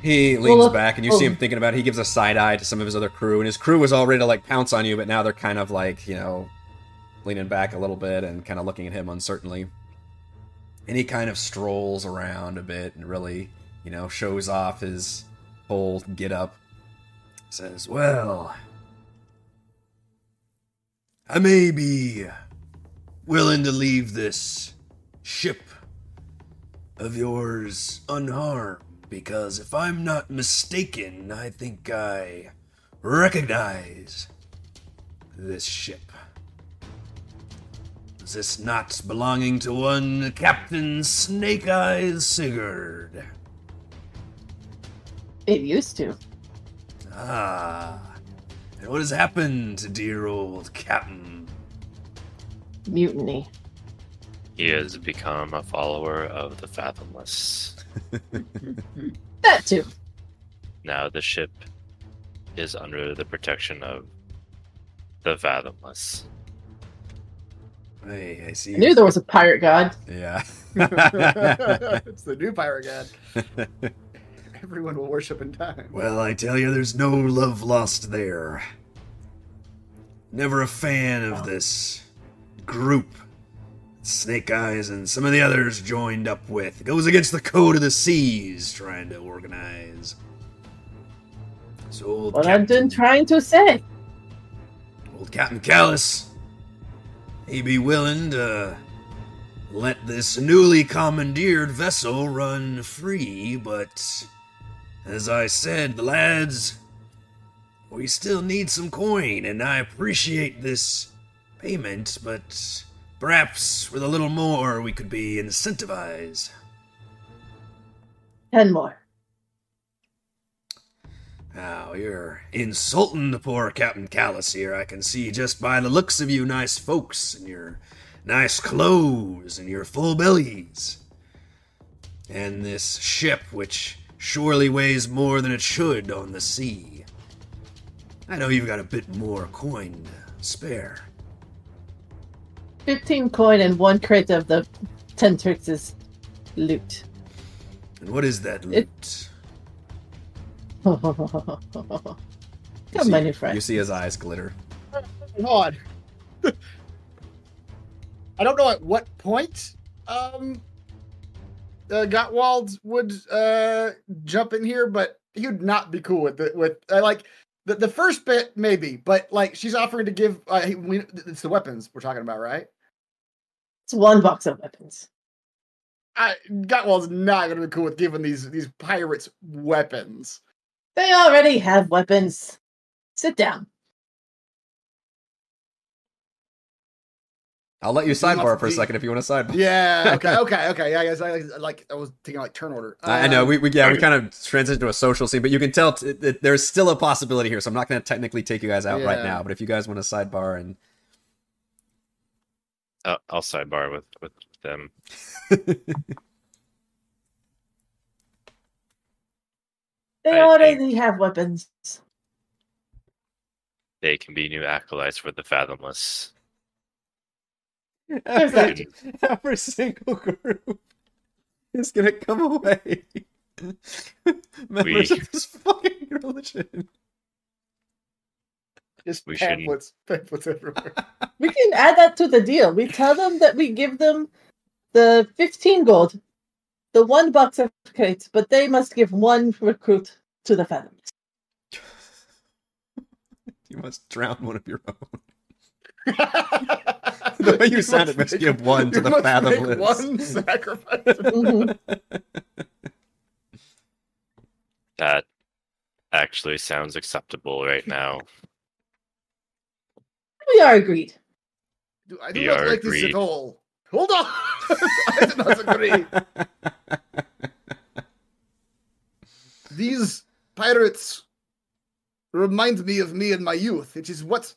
A: He leans
D: Well,
A: back, and you see him thinking about it. He gives a side eye to some of his other crew, and his crew was all ready to like pounce on you, but now they're kind of like you know leaning back a little bit and kind of looking at him uncertainly. And he kind of strolls around a bit and really, you know, shows off his whole get up. Says, "Well, I may be willing to leave this ship of yours unharmed because if I'm not mistaken, I think I recognize this ship. Is this not belonging to one Captain Snake Eyes Sigurd?
D: It used to.
A: Ah, and what has happened to dear old Captain?
D: Mutiny.
F: He has become a follower of the Fathomless.
D: That too.
F: Now the ship is under the protection of the Fathomless.
A: Hey, I see.
D: I knew there was a pirate god.
A: Yeah.
B: it's the new pirate god. Everyone will worship in time.
A: Well, I tell you, there's no love lost there. Never a fan of this group. Snake Eyes and some of the others joined up with. It goes against the code of the seas trying to organize. So old
D: What I've
A: Captain-
D: been trying to say.
A: Old Captain Callus, he be willing to let this newly commandeered vessel run free, but as I said, the lads, we still need some coin, and I appreciate this payment, but perhaps with a little more we could be incentivized.
D: Ten more.
A: Now, you're insulting the poor Captain Callus here, I can see just by the looks of you nice folks and your nice clothes and your full bellies. And this ship, which surely weighs more than it should on the sea. I know you've got a bit more coin to spare.
D: Fifteen coin and one crate of the Tentrix's loot.
A: And what is that
D: It-
A: loot?
D: Come,
A: see-
D: my new friend.
A: see his eyes glitter.
B: Hold on. I don't know at what point um uh, Gottwald would uh jump in here, but he would not be cool with it. With I like the, the first bit maybe, but like she's offering to give. Uh, he- we, it's the weapons we're talking about, right?
D: It's one box of weapons.
B: I Gottwald's not going to be cool with giving these these pirates weapons.
D: They already have weapons. Sit down.
A: I'll let you sidebar for a
B: Must be-
A: second if you want to sidebar.
B: Yeah. Okay. okay. Okay. Yeah. I guess I like- like I was thinking like turn order.
A: I I know
B: Um,
A: we, we yeah we kind of transitioned to a social scene, but you can tell t- that there's still a possibility here. So I'm not going to technically take you guys out right
B: Yeah.
A: now, but if you guys want to sidebar and
F: Uh, I'll sidebar with with them.
D: They
F: I- I-
D: already have weapons.
F: They can be new acolytes for the Fathomless.
D: There's that.
A: every, every single group is going to come away members
F: We-
A: of this fucking religion.
B: Just
F: We shouldn't.
B: pamphlets, pamphlets everywhere.
D: We can add that to the deal. We tell them that we give them the 15 gold, the one box of crates, but they must give one recruit to the Phantom.
A: You must drown one of your own. The way you sounded makes me give one to
B: you
A: the
B: must make
A: fathomless.
B: One sacrifice.
D: Mhm.
F: That actually sounds acceptable right now.
D: We are agreed.
B: Do- I do
F: We
B: not
F: are
B: like this
F: agreed.
B: at all. Hold on. I do not agree. These pirates remind me of me in my youth. It is what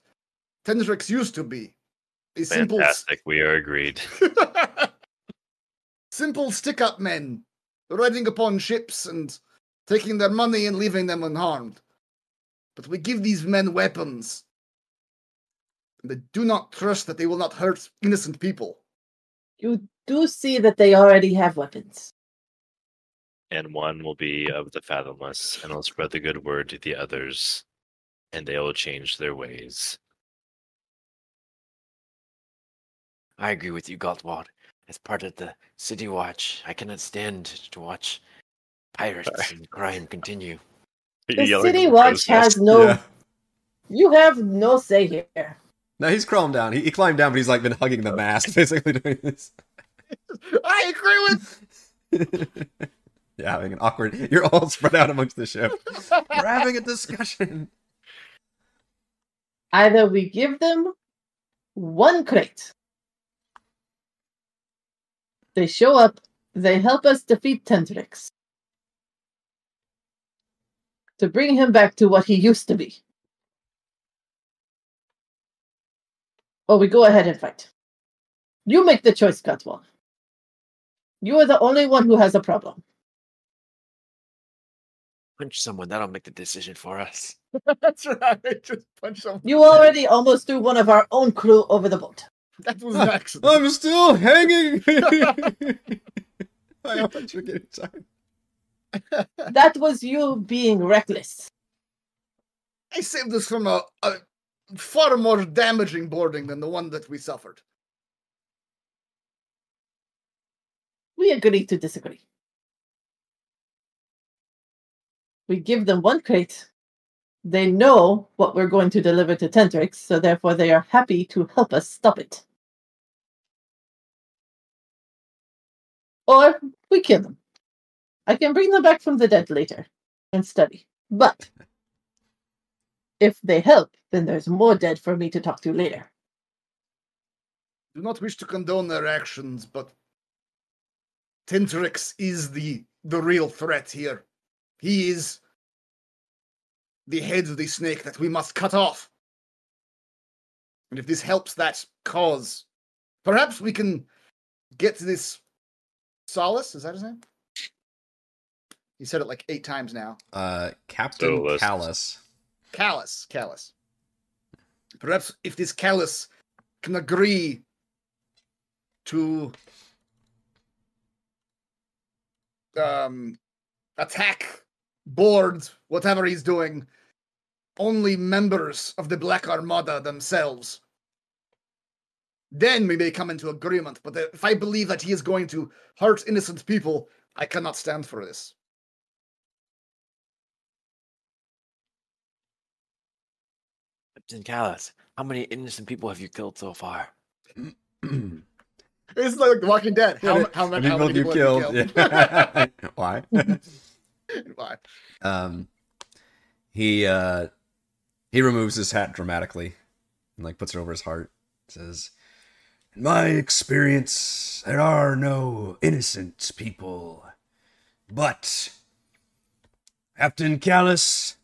B: Tendrix used to be. A simple
F: Fantastic. We are agreed.
B: simple stick up men riding upon ships and taking their money and leaving them unharmed. But we give these men weapons. And they do not trust that they will not hurt innocent people.
D: You do see that they already have weapons.
F: And one will be of the Fathomless, and will spread the good word to the others, and they will change their ways.
C: I agree with you, Galtwald. As part of the City Watch, I cannot stand to watch pirates and crime continue.
F: Are you
D: The
F: yelling
D: City
F: at
D: Watch
F: Rosas?
D: has no.
A: Yeah.
D: You have no say here.
A: No, he's crawling down. He, he climbed down, but he's like been hugging the mast basically doing this.
B: I agree with
A: yeah, having an awkward. You're all spread out amongst the ship. We're having a discussion.
D: Either we give them one crate. They show up, they help us defeat Tendrix. To bring him back to what he used to be. Or Oh, we go ahead and fight. You make the choice, Gutwall. You are the only one who has a problem.
C: Punch someone, that'll make the decision for us.
B: That's right. I just punched someone.
D: You already almost threw one of our own crew over the boat.
B: That was an accident.
A: I'm still hanging. I always forget it's time.
D: That was you being reckless.
B: I saved us from a, a far more damaging boarding than the one that we suffered.
D: We agree to disagree. We give them one crate. They know what we're going to deliver to Tentrix, so therefore they are happy to help us stop it. Or we kill them. I can bring them back from the dead later and study. But if they help, then there's more dead for me to talk to later.
B: Do not wish to condone their actions, but Tentrix is the the real threat here. He is the head of the snake that we must cut off. And if this helps that cause, perhaps we can get this Solace, is that his name? He said it like eight times now.
A: Uh, Captain
F: So, uh,
A: Callus.
B: Callus, Callus. Perhaps if this Callus can agree to um, attack, board, whatever he's doing, only members of the Black Armada themselves. Then we may come into agreement. But if I believe that he is going to hurt innocent people, I cannot stand for this.
C: Captain Callus, how many innocent people have you killed so far?
B: It's like The Walking Dead. How, how, many- how many
A: you
B: people have
A: killed?
B: you killed?
A: Yeah. Why?
B: Why?
A: um, He uh he removes his hat dramatically and like puts it over his heart. Says, "In my experience, there are no innocent people, but Captain Callus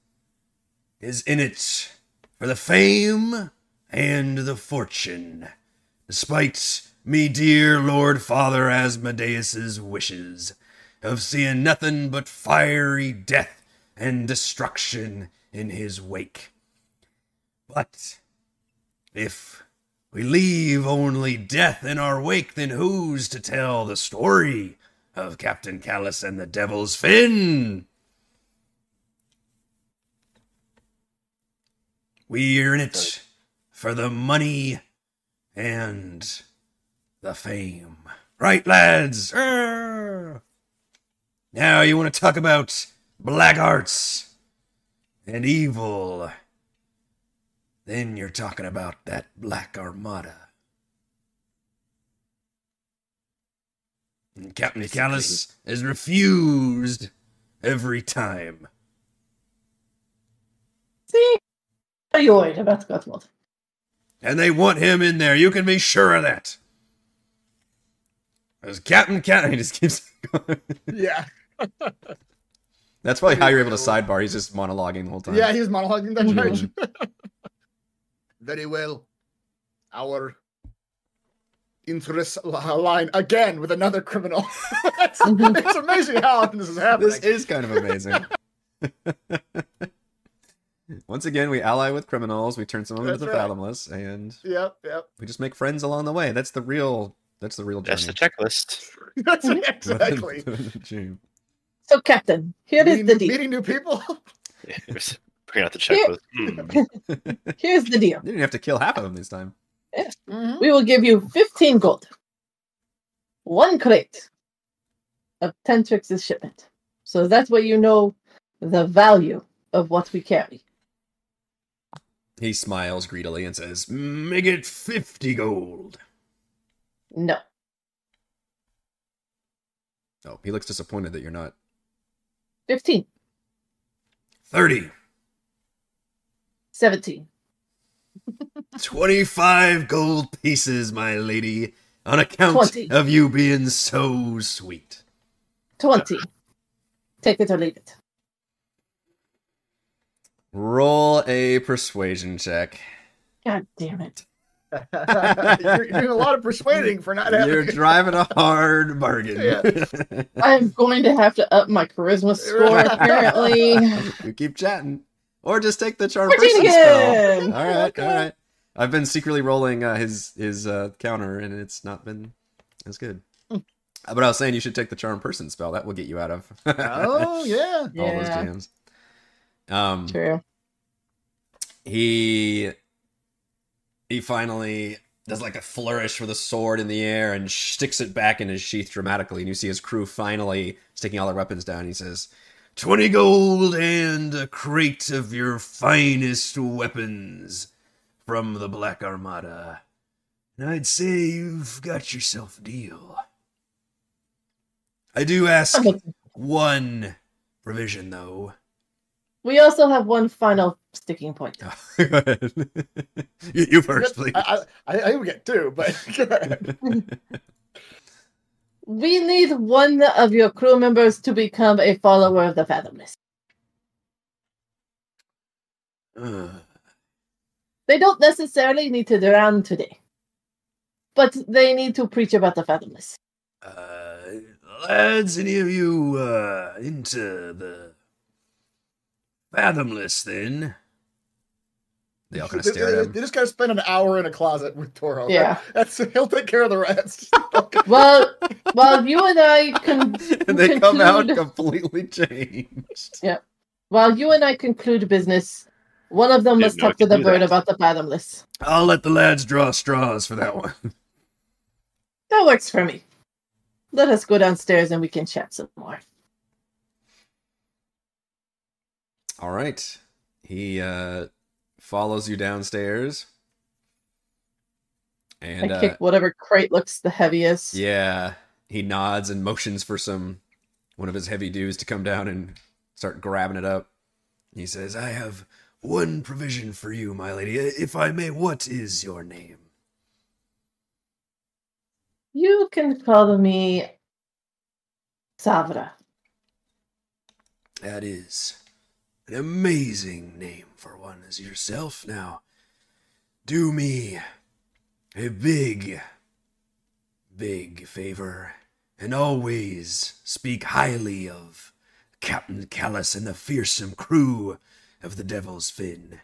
A: is in it for the fame and the fortune, despite me, dear Lord Father Asmodeus's wishes." of seeing nothing but fiery death and destruction in his wake. But if we leave only death in our wake, then who's to tell the story of Captain Callus and the Devil's Fin? We're in it for the money and the fame. Right, lads? Arr! Now you want to talk about black arts and evil. Then you're talking about that black armada. And Captain
C: Basically.
A: Callus is refused every time.
D: See? Are you worried about the God's world?
A: And they want him in there. You can be sure of that. As Captain Callus, he just keeps going.
B: Yeah.
A: That's probably how you're able to sidebar. He's just monologuing the whole time.
B: Yeah, he was monologuing that church. Very well. Our interests li- align again with another criminal. it's, it's amazing how often this is happening.
A: this is kind of amazing. Once again, we ally with criminals. We turn some of them into the
B: That's right.
A: fathomless, and
B: yep, yep.
A: we just make friends along the way. That's the real. That's the real.
F: That's the
A: journey.
F: checklist.
B: That's
D: Mhm.
B: exactly.
A: June.
D: So, Captain, here is
B: meeting,
D: the deal.
B: meeting new people.
F: Bring out the checklist. Hmm.
D: Here's the deal.
A: you didn't have to kill half of them this time.
B: Mhm.
D: We will give you 15 gold. One crate of 10 Trix's shipment. So that's what you know the value of what we carry.
A: He smiles greedily and says, "Make it fifty gold."
D: No.
A: Oh, he looks disappointed that you're not
D: 15,
A: thirty.
D: 17.
A: 25 gold pieces, my lady, on account
D: Twenty.
A: of you being so sweet.
D: 20. Take it or leave it.
A: Roll a persuasion check.
D: God damn it.
B: you're, you're doing a lot of persuading for not having.
A: You're driving a hard bargain.
D: I'm going to have to up my charisma score,
B: Right.
D: apparently.
A: you keep chatting. Or just take the charm
D: 14
A: person spell.
D: again!
A: All right, all right. I've been secretly rolling uh, his his uh, counter, and it's not been as good. Uh, But I was saying you should take the charm person spell. That will get you out of
B: oh yeah.
A: all those
D: Yeah,
A: jams. Um,
D: true.
A: he he finally does like a flourish with a sword in the air and sticks it back in his sheath dramatically and you see his crew finally sticking all their weapons down he says 20 gold and a crate of your finest weapons from the black armada and i'd say you've got yourself a deal i do ask
D: Okay.
A: one provision though
D: We also have one final sticking point.
A: Go ahead. you, you first, please.
B: I, I, I think we get two, but go ahead.
D: We need one of your crew members to become a follower of the Fathomless.
A: Ugh.
D: They don't necessarily need to drown today, but they need to preach about the fathomless.
A: uh, lads, any of you uh, into the fathomless? Then they all kind of
B: They-
A: stare
B: they-
A: at him.
B: They just gotta spend an hour in a closet with Toro.
D: Yeah.
B: That's he'll take care of the rest.
D: Well, while you and I con-
A: and they come out
D: conclude-
A: completely changed.
D: while you and I conclude business, one of them
F: Didn't
D: must
F: know I
D: talk to
F: could
D: the
F: do
D: bird
F: that.
D: about the fathomless.
A: I'll let the lads draw straws for that one.
D: That works for me. Let us go downstairs and we can chat some more.
A: All right. He uh, follows you downstairs. And
D: I
A: uh,
D: kick whatever crate looks the heaviest.
A: Yeah. He nods and motions for some one of his heavy dudes to come down and start grabbing it up. He says, I have one provision for you, my lady. If I may, what is your name?
D: You can call me Savra.
A: That is an amazing name for one as yourself. Now, do me a big, big favor and always speak highly of Captain Callus and the fearsome crew of the Devil's Fin.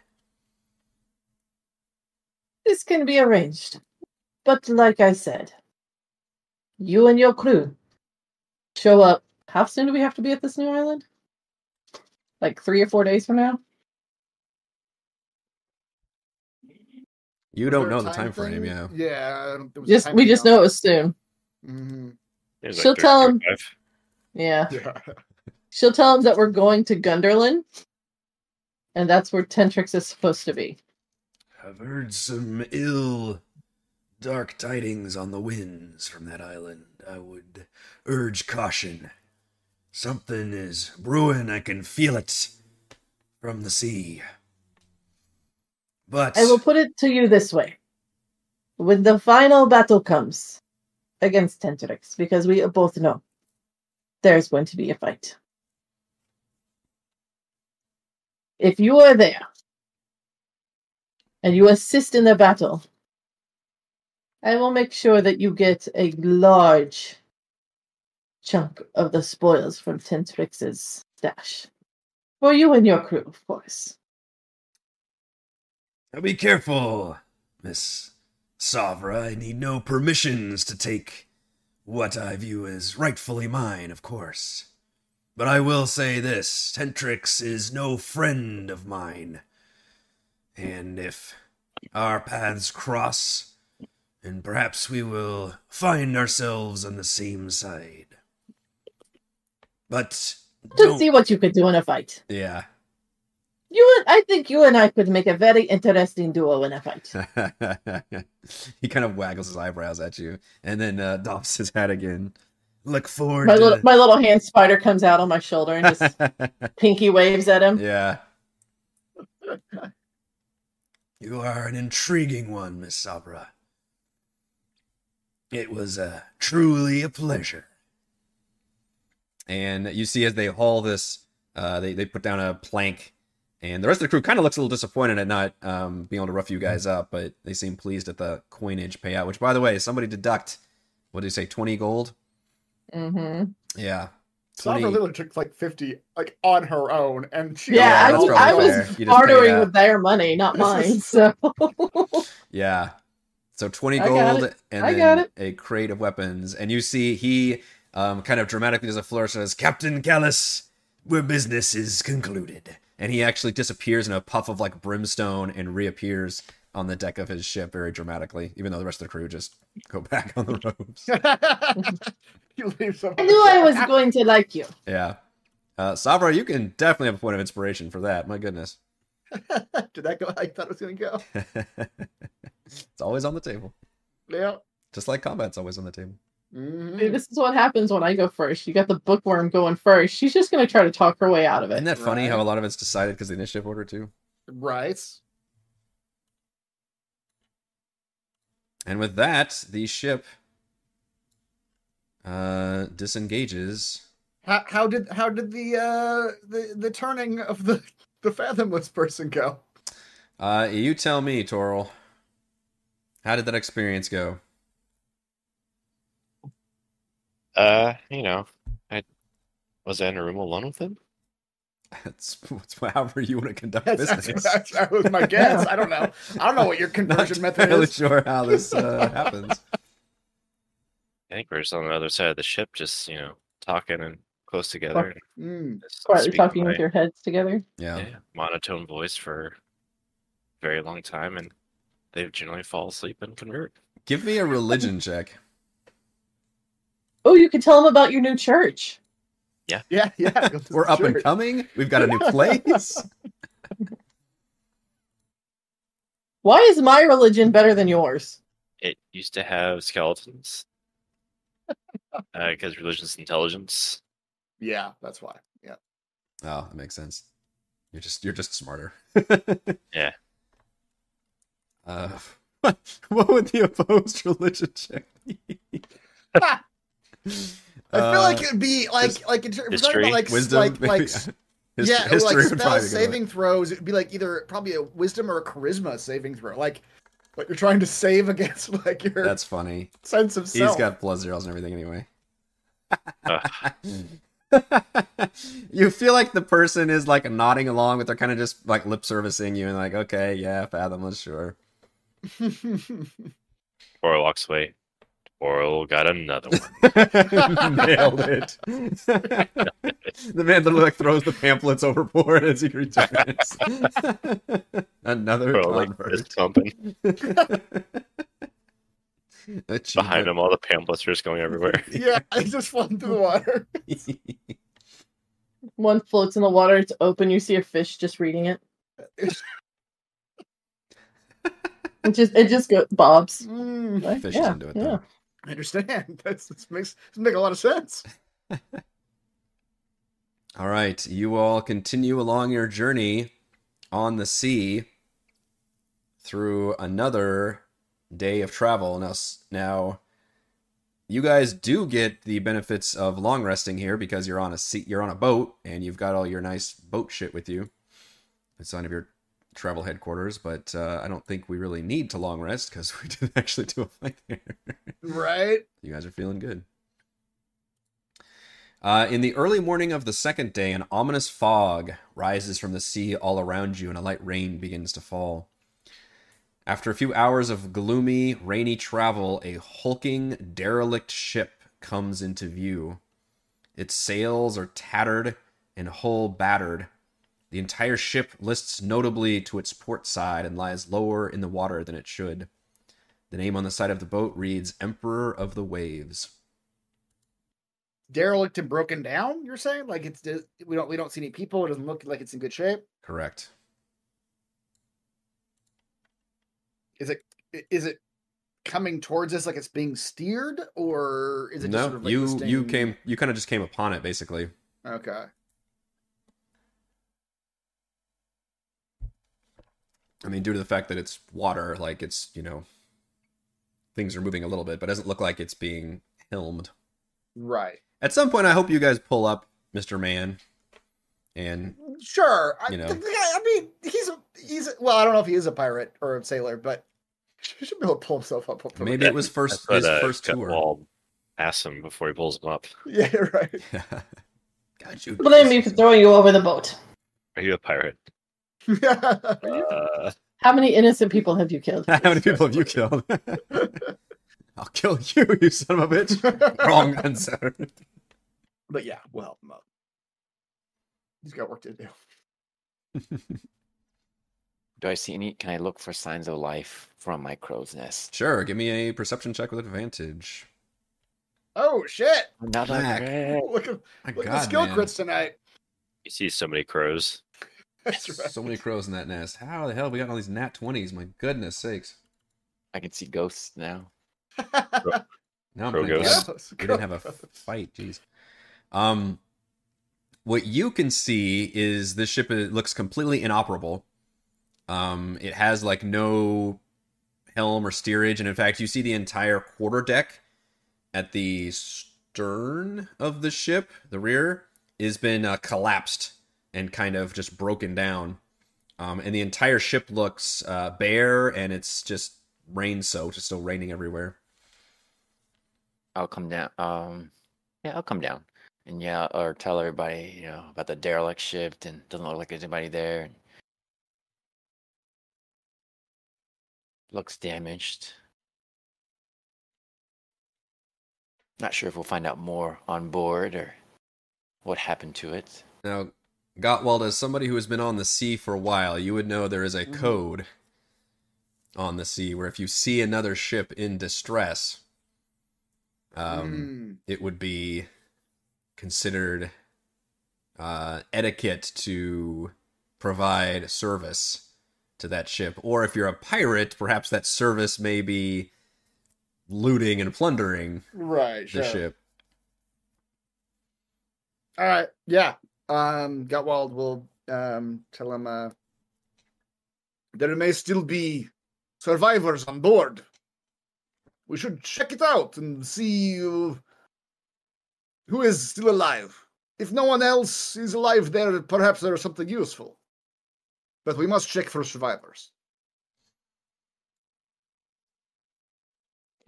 D: This can be arranged. But like I said, you and your crew show up. How soon do we have to be at this new island? Like three or four days from now?
A: You don't know the time frame,
B: thing?
A: yeah.
B: Yeah. I don't- there was a
D: Just
B: time
D: we
B: thing
D: just
B: on
D: know it was soon.
B: Mhm.
F: There's like
D: She'll tell
F: 30,
D: him.
F: 35.
D: Yeah.
B: Yeah.
D: She'll tell him that we're going to Gunderlin. And that's where Tentrix is supposed to be.
A: I've heard some ill, dark tidings on the winds from that island. I would urge caution. Something is brewing, I can feel it from the sea. But
D: I will put it to you this way. When the final battle comes against Tentrix, because we both know there's going to be a fight. If you are there and you assist in the battle, I will make sure that you get a large chunk of the spoils from Tentrix's stash. For you and your crew, of course.
A: Now be careful, Miss Savra. I need no permissions to take what I view as rightfully mine, of course. But I will say this Tentrix is no friend of mine. And if our paths cross, and perhaps we will find ourselves on the same side. But
D: Just
A: don't.
D: see what you could do in a fight.
A: yeah.
D: You, and- I think you and I could make a very interesting duo in a fight.
A: he kind of waggles his eyebrows at you and then uh, doffs his hat again. Look forward
D: My
A: to
D: little, my little hand spider comes out on my shoulder and just pinky waves at him.
A: yeah. You are an intriguing one, Miss Sabra. It was uh, truly a pleasure. And you see, as they haul this, uh, they they put down a plank, and the rest of the crew kind of looks a little disappointed at not um, being able to rough you guys up, but they seem pleased at the coinage payout. Which, by the way, somebody deduct what did you say, twenty gold?
D: Mm-hmm.
A: Yeah,
B: Sovereign literally took like 50 like on her own. And she
D: Yeah, I
A: that's
D: was-
A: probably
D: I was
A: fair. You just paid
D: Bartering
A: out.
D: with their money, not mine. So
A: Yeah. So 20
D: I got
A: gold and
D: I
A: then
D: got it.
A: a crate of weapons. And you see he um, kind of dramatically does a flourish and says, Captain Callus, where business is concluded. And he actually disappears in a puff of like brimstone and reappears on the deck of his ship very dramatically, even though the rest of the crew just go back on the ropes.
B: you leave
D: I knew I was going to like you.
A: yeah. Uh, Savra, you can definitely have a point of inspiration for that. My goodness.
B: Did that go how you thought it was going to go?
A: it's always on the table,
B: Yeah.
A: just like combat's always on the table.
D: Dude,
B: Mhm.
D: This is what happens when I go first. You got the bookworm going first. She's just going to try to talk her way out of
A: Isn't
D: it.
A: that funny
B: Right.
A: how a lot of it's decided because the initiative order, too?
B: Right.
A: And with that, the ship uh, disengages.
B: How, how did how did the uh the the turning of the the fathomless person go?
A: Uh, you tell me, Toril. How did that experience go?
F: Uh, you know, I was I in a room alone with him.
A: That's, that's however you want to conduct
B: That's, that's,
A: business.
B: that's- that was my guess. I don't know. I don't know what your
A: Not
B: conversion method
A: entirely
B: is.
A: sure how this uh, happens.
F: I think we're just on the other side of the ship, just you know, talking and close together. and
B: Mm.
F: just
D: Quietly
F: speaking
D: talking with
F: my-
D: your heads together.
A: Yeah.
F: yeah, monotone voice for a very long time, and they generally fall asleep and convert.
A: Give me a religion check.
D: Oh, you can tell them about your new church.
B: Yeah, yeah.
A: We're up and
B: Sure.
A: coming. We've got a new place.
D: Why is my religion better than yours?
F: It used to have skeletons because religion's intelligence.
B: Yeah, that's why. Yeah.
A: Oh, that makes sense. You're just you're just smarter.
F: Yeah.
A: Uh, what, what would the opposed religion check be?
B: I feel
A: Uh,
B: like it would be like
A: his-
B: like in terms we're talking
F: history,
B: about like s-
A: wisdom,
B: like
A: maybe?
B: like
A: Hist-
B: s- yeah, or like
A: would
B: spell
A: probably be good.
B: saving throws. It'd be like either probably a wisdom or a charisma saving throw. Like what you're trying to save against like your
A: That's funny.
B: sense of self.
A: He's got plus zeros and everything anyway.
F: Ugh.
A: you feel like the person is like nodding along, but they're kind of just like lip servicing you and like, okay, yeah, fathomless, sure.
F: Oral walks away. Oral got another one.
A: Nailed it. the man literally like throws the pamphlets overboard as he returns. Another
F: Oral like
A: convert.
F: fist pumping.
A: Achievement.
F: Behind him, all the pamphlets are just going everywhere.
B: yeah, I just flung through the water.
D: One floats in the water. It's open. You see a fish just reading it. it just it just goes bobs.
B: Mm,
D: Like,
A: Fish
D: yeah,
A: into it.
D: yeah.
A: though.
B: I understand. That's this makes this make a lot of sense.
A: All right, you all continue along your journey on the sea through another day of travel. Now, s- now you guys do get the benefits of long resting here because you're on a sea, you're on a boat, and you've got all your nice boat shit with you. It's none of your travel headquarters, but uh, I don't think we really need to long rest because we did actually do a fight there.
B: Right?
A: You guys are feeling good. Uh, in the early morning of the second day, an ominous fog rises from the sea all around you, and a light rain begins to fall. After a few hours of gloomy, rainy travel, a hulking, derelict ship comes into view. Its sails are tattered and hull battered. The entire ship lists notably to its port side and lies lower in the water than it should. The name on the side of the boat reads Emperor of the Waves.
B: derelict and broken down. You're saying like it's just- we don't we don't see any people. It doesn't look like it's in good shape.
A: Correct.
B: Is it i- is it coming towards us like it's being steered, or is it
A: no,
B: just sort of like
A: you
B: this
A: you
B: thing-
A: came you kind of just came upon it basically.
B: Okay,
A: I mean, due to the fact that it's water, like it's you know things are moving a little bit, but it doesn't look like it's being helmed.
B: right?
A: At some point, I hope you guys pull up Mr. Man, and
B: Sure. I,
A: You know.
B: the guy- I mean, he's a, he's a- well. I don't know if he is a pirate or a sailor, but he should be able to pull himself up.
F: Oh,
B: hopefully.
A: maybe it was first
F: But,
A: his
F: uh,
A: first
F: cut
A: tour.
F: wall, Ask him before he pulls him up.
B: Yeah, right.
A: Got you.
D: Blame me for throwing you over the boat.
F: Are you a pirate? Uh,
D: How many innocent people have you killed?
A: How many people have you killed? I'll kill you, you son of a bitch. Wrong answer.
B: But yeah, well, mo- he's got work to do.
C: Do I see any? Can I look for signs of life from my crow's nest?
A: Sure, give me a perception check with advantage.
B: Oh shit!
C: Another
A: Mac.
C: crit.
B: Look at
A: My
B: look at the
A: Oh, God,
B: skill
A: man.
B: crits tonight.
F: you see so many crows.
B: That's right.
A: So many crows in that nest. How the hell have we gotten all these nat 20s? My goodness sakes.
C: I can see ghosts now.
A: Now I'm
F: Crow
A: pretty
F: ghosts.
A: glad we didn't have a f- fight. Jeez. Um, what you can see is this ship it looks completely inoperable. Um, it has like no helm or steerage, and in fact, you see the entire quarter deck at the stern of the ship, the rear, has been uh, collapsed and kind of just broken down. Um, and the entire ship looks uh, bare, and it's just rain soaked. It's still raining everywhere.
C: I'll come down. Um, yeah, I'll come down, and yeah, or tell everybody you know about the derelict shift and doesn't look like there's anybody there. and Looks damaged. Not sure if we'll find out more on board or what happened to it.
A: Now, Gottwald, as somebody who has been on the sea for a while, you would know there is a
B: Mhm.
A: code on the sea where if you see another ship in distress, um,
B: Mm.
A: it would be considered uh, etiquette to provide service to that ship. Or if you're a pirate, perhaps that service may be looting and plundering
B: right. Sure.
A: the ship.
B: All right. Yeah. Um, Gutwald will um, tell him uh, there may still be survivors on board. We should check it out and see uh, who is still alive. If no one else is alive there, perhaps there is something useful. But we must check for survivors.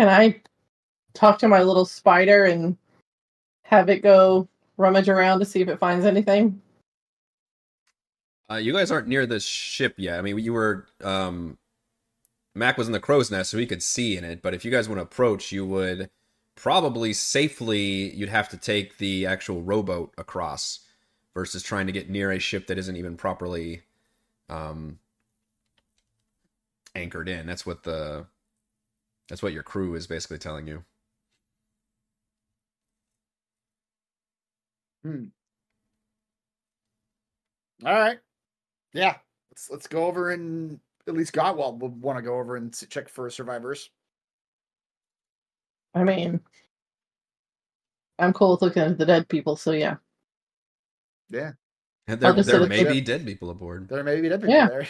D: Can I talk to my little spider and have it go rummage around to see if it finds anything?
A: Uh, you guys aren't near the ship yet. I mean, you were. Um, Mac was in the crow's nest, so he could see in it. But if you guys want to approach, you would probably safely. You'd have to take the actual rowboat across, versus trying to get near a ship that isn't even properly um, anchored in. That's what the. That's what your crew is basically telling you.
B: All right. Yeah. Let's let's go over and at least Gottwald will want to go over and s- check for survivors.
D: I mean, I'm cool with looking at the dead people, so yeah.
A: And there,
D: I'll just
A: there
D: sort of
A: may
B: look-
A: be dead people aboard.
B: There may be dead people
D: Yeah.
B: there.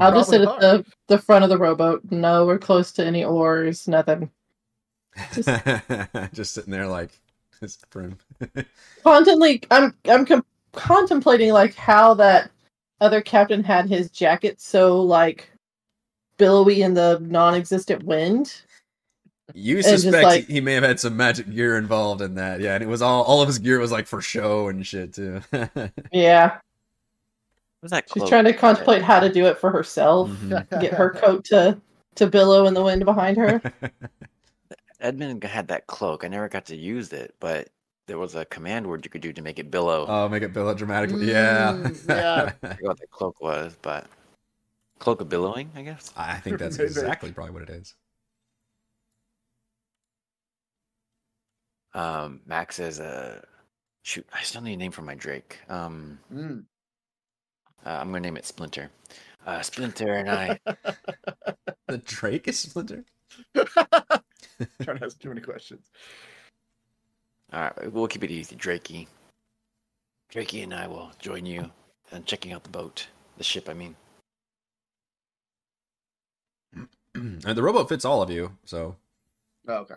D: I'll just sit
B: Probably
D: at the, the front of the rowboat. No, we're close to any oars, nothing.
A: Just sitting there like this broom.
D: Contemplate, I'm I'm com- contemplating like how that other captain had his jacket so like billowy in the non-existent wind.
A: You
D: just
A: suspect
D: like-
A: he may have had some magic gear involved in that, yeah. And it was all all of his gear was like for show and shit too.
D: Yeah,
C: What's that
D: she's
C: cloak?
D: trying to contemplate how to do it for herself.
A: Mhm.
D: Get her coat to to billow in the wind behind her.
C: Edmund had that cloak. I never got to use it, but there was a command word you could do to make it billow.
D: Uh,
A: oh, make it billow dramatically,
B: Mm,
A: yeah.
C: I forgot what the cloak was, but cloak of billowing, I guess.
A: I think that's
B: Maybe.
A: exactly probably what it is.
C: Um, Max says, uh, shoot, I still need a name for my Drake. Um,
B: Mm.
C: uh, I'm gonna name it Splinter. Uh, Splinter and I,
A: The Drake is Splinter.
B: Trying to ask too many questions.
C: all right, we'll keep it easy, Drakey. Drakey and I will join you and checking out the boat, the ship, I mean.
A: and Uh, the robot fits all of you, so
B: Oh, okay.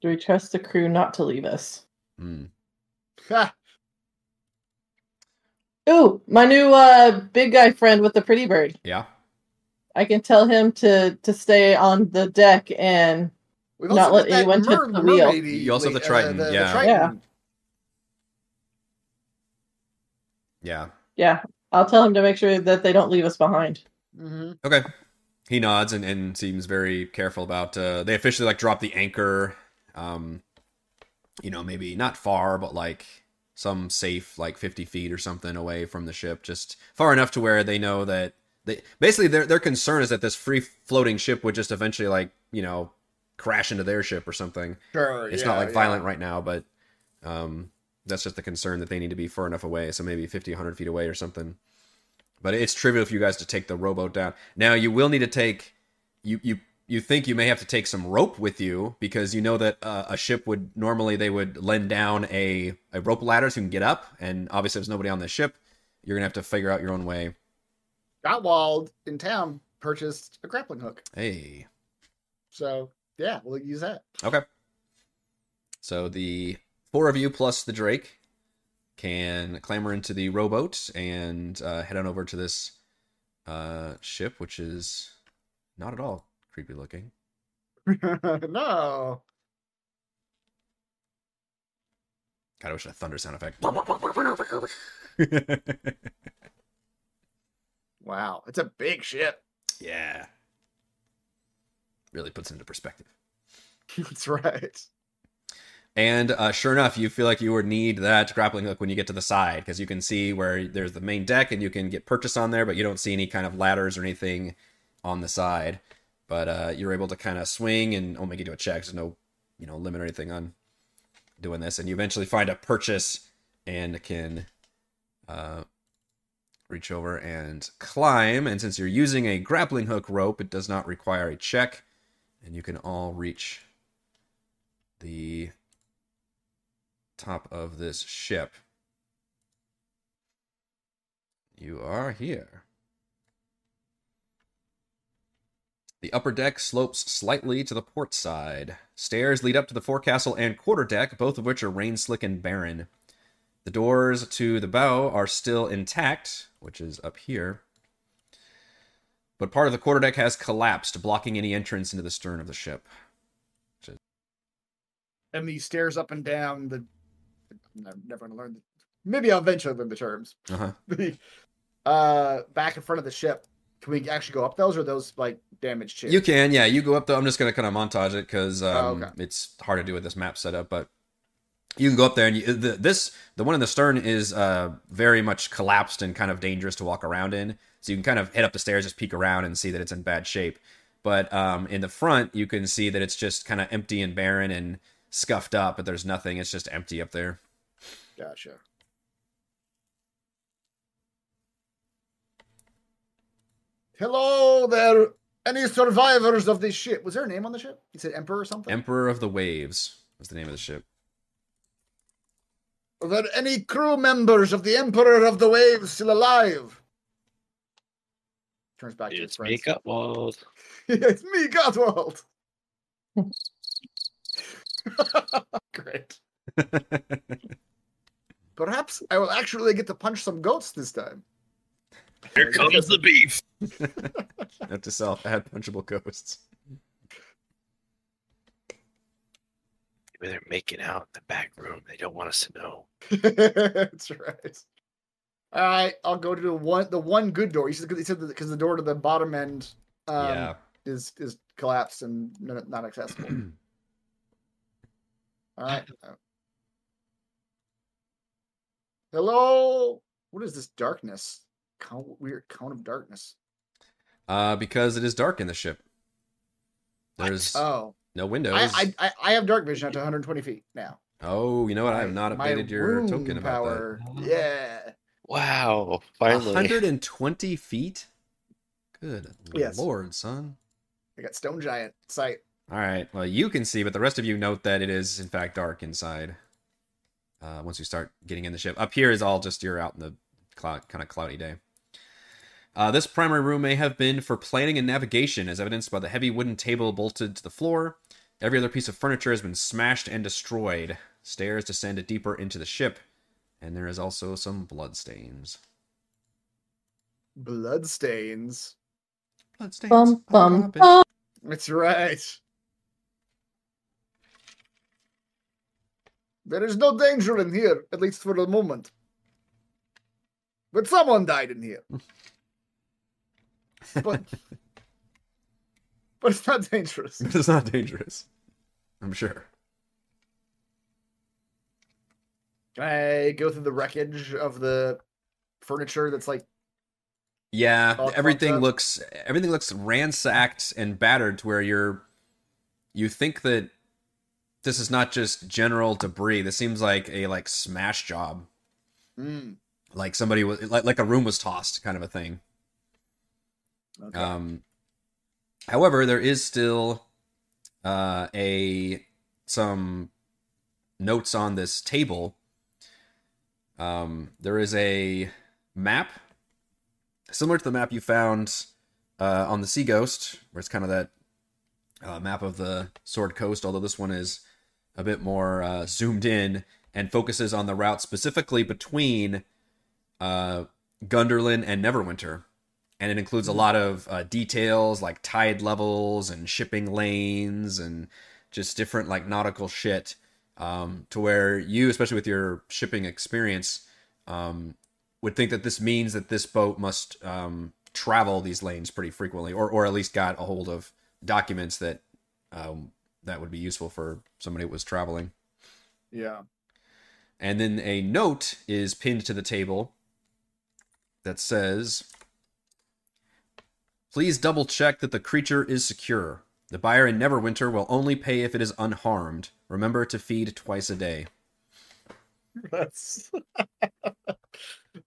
D: Do we trust the crew not to leave us?
A: mm.
B: Ha!
D: Ooh, my new uh big guy friend with the pretty bird.
A: yeah.
D: I can tell him to to stay on the deck and
B: We've
D: Not
B: also
D: let
B: got that
D: anyone touch
B: mer-
D: the wheel.
B: mermaid
A: You also have the
B: la-
A: Triton,
B: the- the
A: yeah.
B: Triton.
A: Yeah.
D: yeah, I'll tell him to make sure that they don't leave us behind.
B: Mhm.
A: Okay. He nods and, and seems very careful about uh they officially like drop the anchor. Um you know, maybe not far, but like some safe like fifty feet or something away from the ship, just far enough to where they know that they basically their their concern is that this free floating ship would just eventually like, you know, crash into their ship or something.
B: Sure.
A: It's
B: yeah,
A: not like
B: yeah.
A: violent right now, but um, that's just the concern that they need to be far enough away. So maybe 50, 100 feet away or something. But it's trivial for you guys to take the rowboat down. Now you will need to take you you you think you may have to take some rope with you because you know that uh, a ship would normally they would lend down a a rope ladder so you can get up, and obviously there's nobody on the ship. You're gonna have to figure out your own way.
B: Gottwald in town purchased a grappling hook.
A: Hey,
B: So yeah, we'll use that.
A: so the four of you plus the Drake can clamber into the rowboat and uh, head on over to this uh, ship, which is not at all creepy looking.
B: no.
A: God, I wish I had a thunder sound effect.
B: Wow. It's a big ship.
A: yeah. Really puts it into perspective.
B: That's right.
A: And uh, sure enough, you feel like you would need that grappling hook when you get to the side because you can see where there's the main deck and you can get purchase on there, but you don't see any kind of ladders or anything on the side. But uh, you're able to kind of swing and I'll make you do a check. There's no, you know, limit or anything on doing this, and you eventually find a purchase and can uh, reach over and climb. And since you're using a grappling hook rope, it does not require a check, and you can all reach the top of this ship. You are here. The upper deck slopes slightly to the port side. Stairs lead up to the forecastle and quarter deck, both of which are rain slick and barren. The doors to the bow are still intact, which is up here. But part of the quarterdeck has collapsed, blocking any entrance into the stern of the ship.
B: and these stairs up and down. The I'm never gonna learn. The, maybe I'll eventually learn the terms.
A: Uh-huh.
B: uh, back in front of the ship. Can we actually go up those, or are those like damaged chairs?
A: You can, yeah, you go up though. I'm just going to kind of montage it because um,
B: Oh, okay.
A: it's hard to do with this map setup, but you can go up there and you, the, this, the one in the stern is uh, very much collapsed and kind of dangerous to walk around in. So you can kind of head up the stairs, just peek around and see that it's in bad shape. But um, in the front, you can see that it's just kind of empty and barren and scuffed up, but there's nothing. It's just empty up there.
B: Gotcha. Hello there. Any survivors of this ship? Was there a name on the ship? You said Emperor or something?
A: Emperor of the Waves was the name of the ship.
B: Are there any crew members of the Emperor of the Waves still alive? Turns back to his
F: It's
B: friends.
F: makeup world.
B: it's me, Godwald. Great. Perhaps I will actually get to punch some goats this time.
F: Here comes the beef.
A: Have to sell add punchable ghosts.
F: Maybe they're making out in the back room. They don't want us to know.
B: That's right. All right, I'll go to the one the one good door. He said he said because the door to the bottom end um,
A: yeah.
B: is is collapsed and n- not accessible. All right. Hello. What is this darkness? Cone, weird cone of darkness.
A: Uh, because it is dark in the ship. There's
B: Oh,
A: no windows.
B: I, I I I have dark vision up to 120 feet now.
A: oh, you know what? I have not
B: My
A: updated your
B: room
A: token about that.
B: power. Yeah.
F: Wow. Finally.
A: 120 feet? Good
B: Yes.
A: lord, son.
B: I got stone giant sight.
A: All right. Well, you can see, but the rest of you note that it is, in fact, dark inside. Uh, once you start getting in the ship, up here is all just you're out in the cloud, kind of cloudy day. Uh, this primary room may have been for planning and navigation, as evidenced by the heavy wooden table bolted to the floor. Every other piece of furniture has been smashed and destroyed. Stairs descend deeper into the ship, and there is also some bloodstains.
B: Bloodstains.
A: Bloodstains.
D: Bum, bum,
A: poppin'.
D: bum.
B: That's right. There is no danger in here, at least for the moment. But someone died in here. but but it's not dangerous.
A: it's not dangerous. I'm sure.
B: I go through the wreckage of the furniture that's like
A: Yeah,
B: All
A: everything
B: fucked up.
A: looks everything looks ransacked and battered to where you're you think that this is not just general debris. This seems like a like smash job.
B: mm,
A: Like somebody was like like a room was tossed kind of a thing.
B: okay.
A: Um however, there is still uh a some notes on this table. Um there is a map similar to the map you found uh, on the Sea Ghost, where it's kind of that uh, map of the Sword Coast, although this one is a bit more uh, zoomed in and focuses on the route specifically between uh, Gunderlin and Neverwinter. And it includes a lot of uh, details like tide levels and shipping lanes and just different like nautical shit um, to where you, especially with your shipping experience, um, would think that this means that this boat must um, travel these lanes pretty frequently, or or at least got a hold of documents that um, that would be useful for somebody that was traveling.
B: yeah.
A: And then a note is pinned to the table that says, "Please double check that the creature is secure. The buyer in Neverwinter will only pay if it is unharmed. Remember to feed twice a day."
B: That's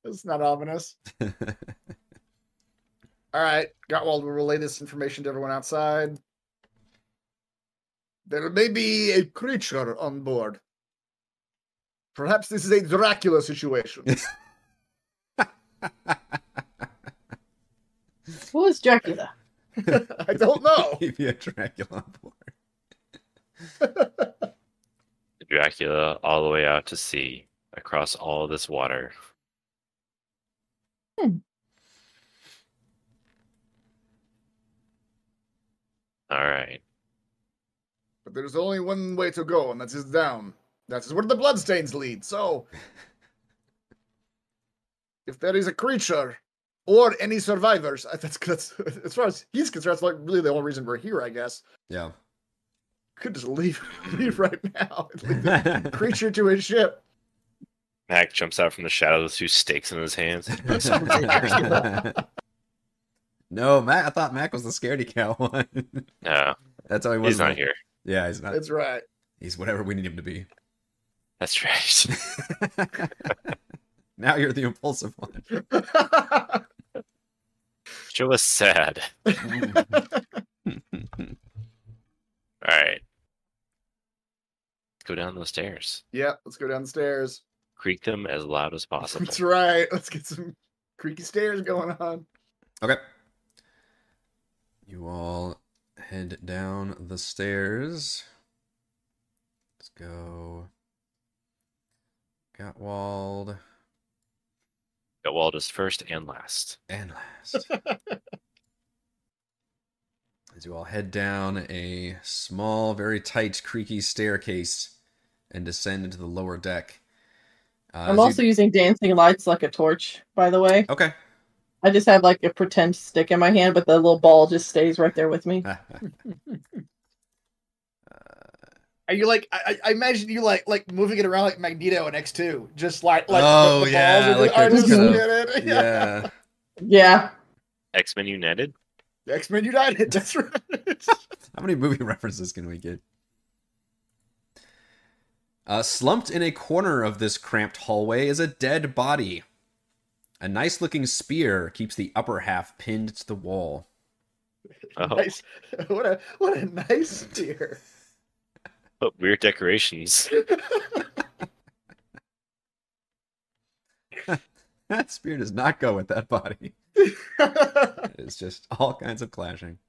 B: that's not ominous. All right, Gottwald will relay this information to everyone outside. There may be a creature on board. Perhaps this is a Dracula situation.
D: Who is Dracula?
B: I don't know.
A: Give you a Dracula on board.
F: Dracula all the way out to sea across all this water.
D: Hmm.
F: All right.
B: But there's only one way to go, and that is down. That is where the bloodstains lead. So, if there is a creature or any survivors, I- that's, that's as far as he's concerned, that's like really the only reason we're here, I guess.
A: Yeah.
B: Could just leave, leave right now. and leave the creature to his ship.
F: Mac jumps out from the shadows with two stakes in his hands.
A: no, Mac. I thought Mac was the scaredy cat one.
F: No,
A: That's how he was.
F: he's not here.
A: Yeah, he's not.
B: That's right.
A: He's whatever we need him to be.
F: That's right.
A: now you're the impulsive one.
F: Show us sad. All right. Go down those stairs.
B: yeah, let's go downstairs.
F: Creak them as loud as possible.
B: That's right. Let's get some creaky stairs going on.
A: Okay. You all head down the stairs. Let's go. Gottwald
F: Got Waldo's first and last.
A: and last. As you all head down a small, very tight, creaky staircase and descend into the lower deck. Uh, as
D: I'm
A: you-
D: also using dancing lights like a torch, by the way.
A: Okay.
D: I just have like a pretend stick in my hand, but the little ball just stays right there with me.
A: Uh,
B: Are you like? I, I I imagine you like like moving it around like Magneto in X two, just like like
A: Oh,
B: balls
A: yeah,
B: are just-
A: like they're
B: are just
A: kind of-
B: in it. Yeah.
A: yeah.
D: Yeah.
F: X Men United.
B: X Men United. That's right.
A: How many movie references can we get? Uh, slumped in a corner of this cramped hallway is a dead body. A nice looking spear keeps the upper half pinned to the wall.
F: Oh,
B: nice. What a what a nice deer.
F: what Oh, weird decorations.
A: That spear does not go with that body.
B: That's
A: It's just all kinds of clashing.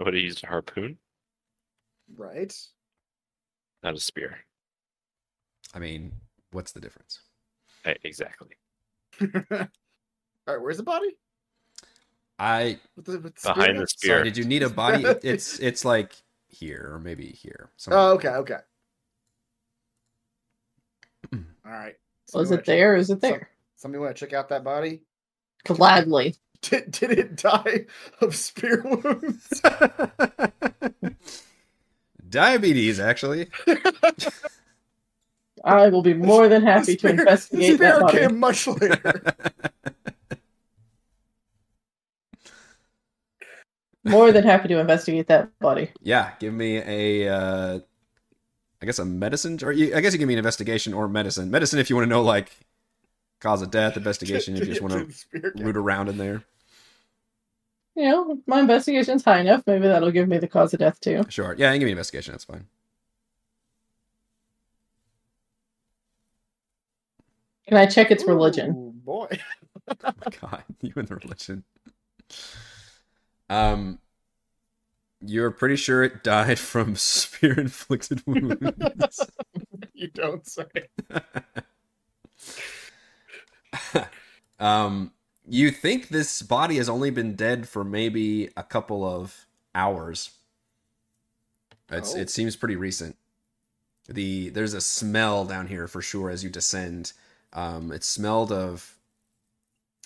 F: I would have used a harpoon,
B: right.
F: not a spear.
A: I mean, what's the difference?
F: Right, Eh, exactly.
B: All right. Where's the body?
A: I
B: With the, with
F: Behind
B: spear?
F: the spear.
A: sorry, did you need a body? It- It's it's like here or maybe here.
B: Oh,
A: somewhere.
B: okay. Okay. All right.
D: Was
B: Somebody
D: it
B: wanna-
D: there? Is it there?
B: Somebody want to check out that body?
D: Gladly.
B: Did, did it die of spear wounds?
A: Diabetes, actually.
D: I will be more than happy to
B: Spear-
D: investigate
B: spear
D: that body.
B: came much later.
D: More than happy to investigate that body.
A: Yeah, give me a, uh, I guess a medicine, or you, I guess you give me an investigation or medicine. Medicine if you want to know like cause of death. Investigation if you just want to
B: spear
A: root around in there.
D: You know, my investigation's high enough. Maybe that'll give me the cause of death too.
A: Sure. Yeah, and give me investigation. That's fine.
D: Can I check its religion?
B: Ooh, boy.
A: Oh my god, you and the religion. Um, you're pretty sure it died from spear inflicted wounds.
B: You don't say.
A: um, you think this body has only been dead for maybe a couple of hours. It's
B: Oh.
A: it seems pretty recent. The there's a smell down here for sure as you descend. Um, it smelled of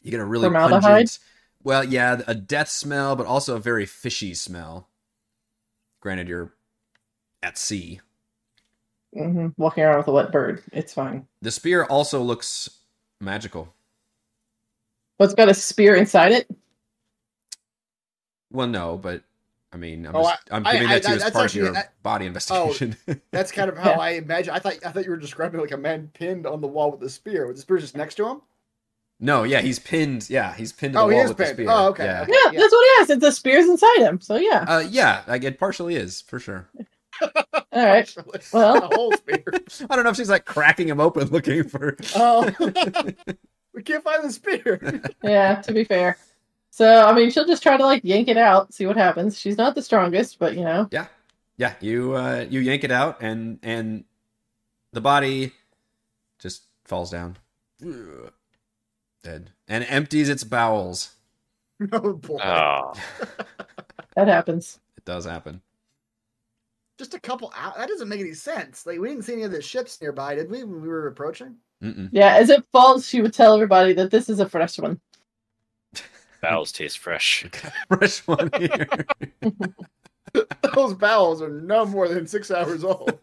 A: you get a really
D: Formaldehyde?
A: pungent. Well, yeah, a death smell, but also a very fishy smell. Granted, you're at sea.
D: hmm Walking around with a wet bird. It's fine.
A: The spear also looks magical.
D: Well, it's got a spear inside it.
A: Well, no, but I mean, I'm,
B: Oh,
A: just, I, am
B: I-
A: giving
B: I-
A: that to you as
B: that's
A: part
B: actually- Oh.
A: of your
B: I-
A: body investigation.
B: That's kind of how
D: Yeah.
B: I imagine. I thought I thought you were describing like a man pinned on the wall with a spear. With the spear just next to him.
A: no, yeah, he's pinned. Yeah, he's pinned to the
B: Oh,
A: wall
B: he is
A: with
B: pinned.
A: the spear.
B: Oh, okay,
A: Yeah,
D: Yeah,
B: Yeah.
D: that's what it is. It's a spear's inside him. So yeah,
A: uh, yeah like, it partially is for sure.
D: All right.
B: Specialist.
D: Well.
B: The whole spear.
A: I don't know if she's like cracking him open looking for.
D: Oh,
B: we can't find the spear.
D: yeah. To be fair, so I mean, she'll just try to like yank it out, see what happens. She's not the strongest, but you know,
A: Yeah, yeah. You uh, you yank it out, and and the body just falls down, Ugh. dead, and empties its bowels.
B: oh boy.
A: Uh.
F: Oh,
D: that happens.
A: It does happen.
B: Just a couple out. That doesn't make any sense. Like we didn't see any of the ships nearby, did we? When we were approaching.
A: Mm-mm.
D: Yeah. As it falls, she would tell everybody that this is a fresh one.
F: bowels taste fresh.
A: Fresh one here.
B: Those bowels are no more than six hours old.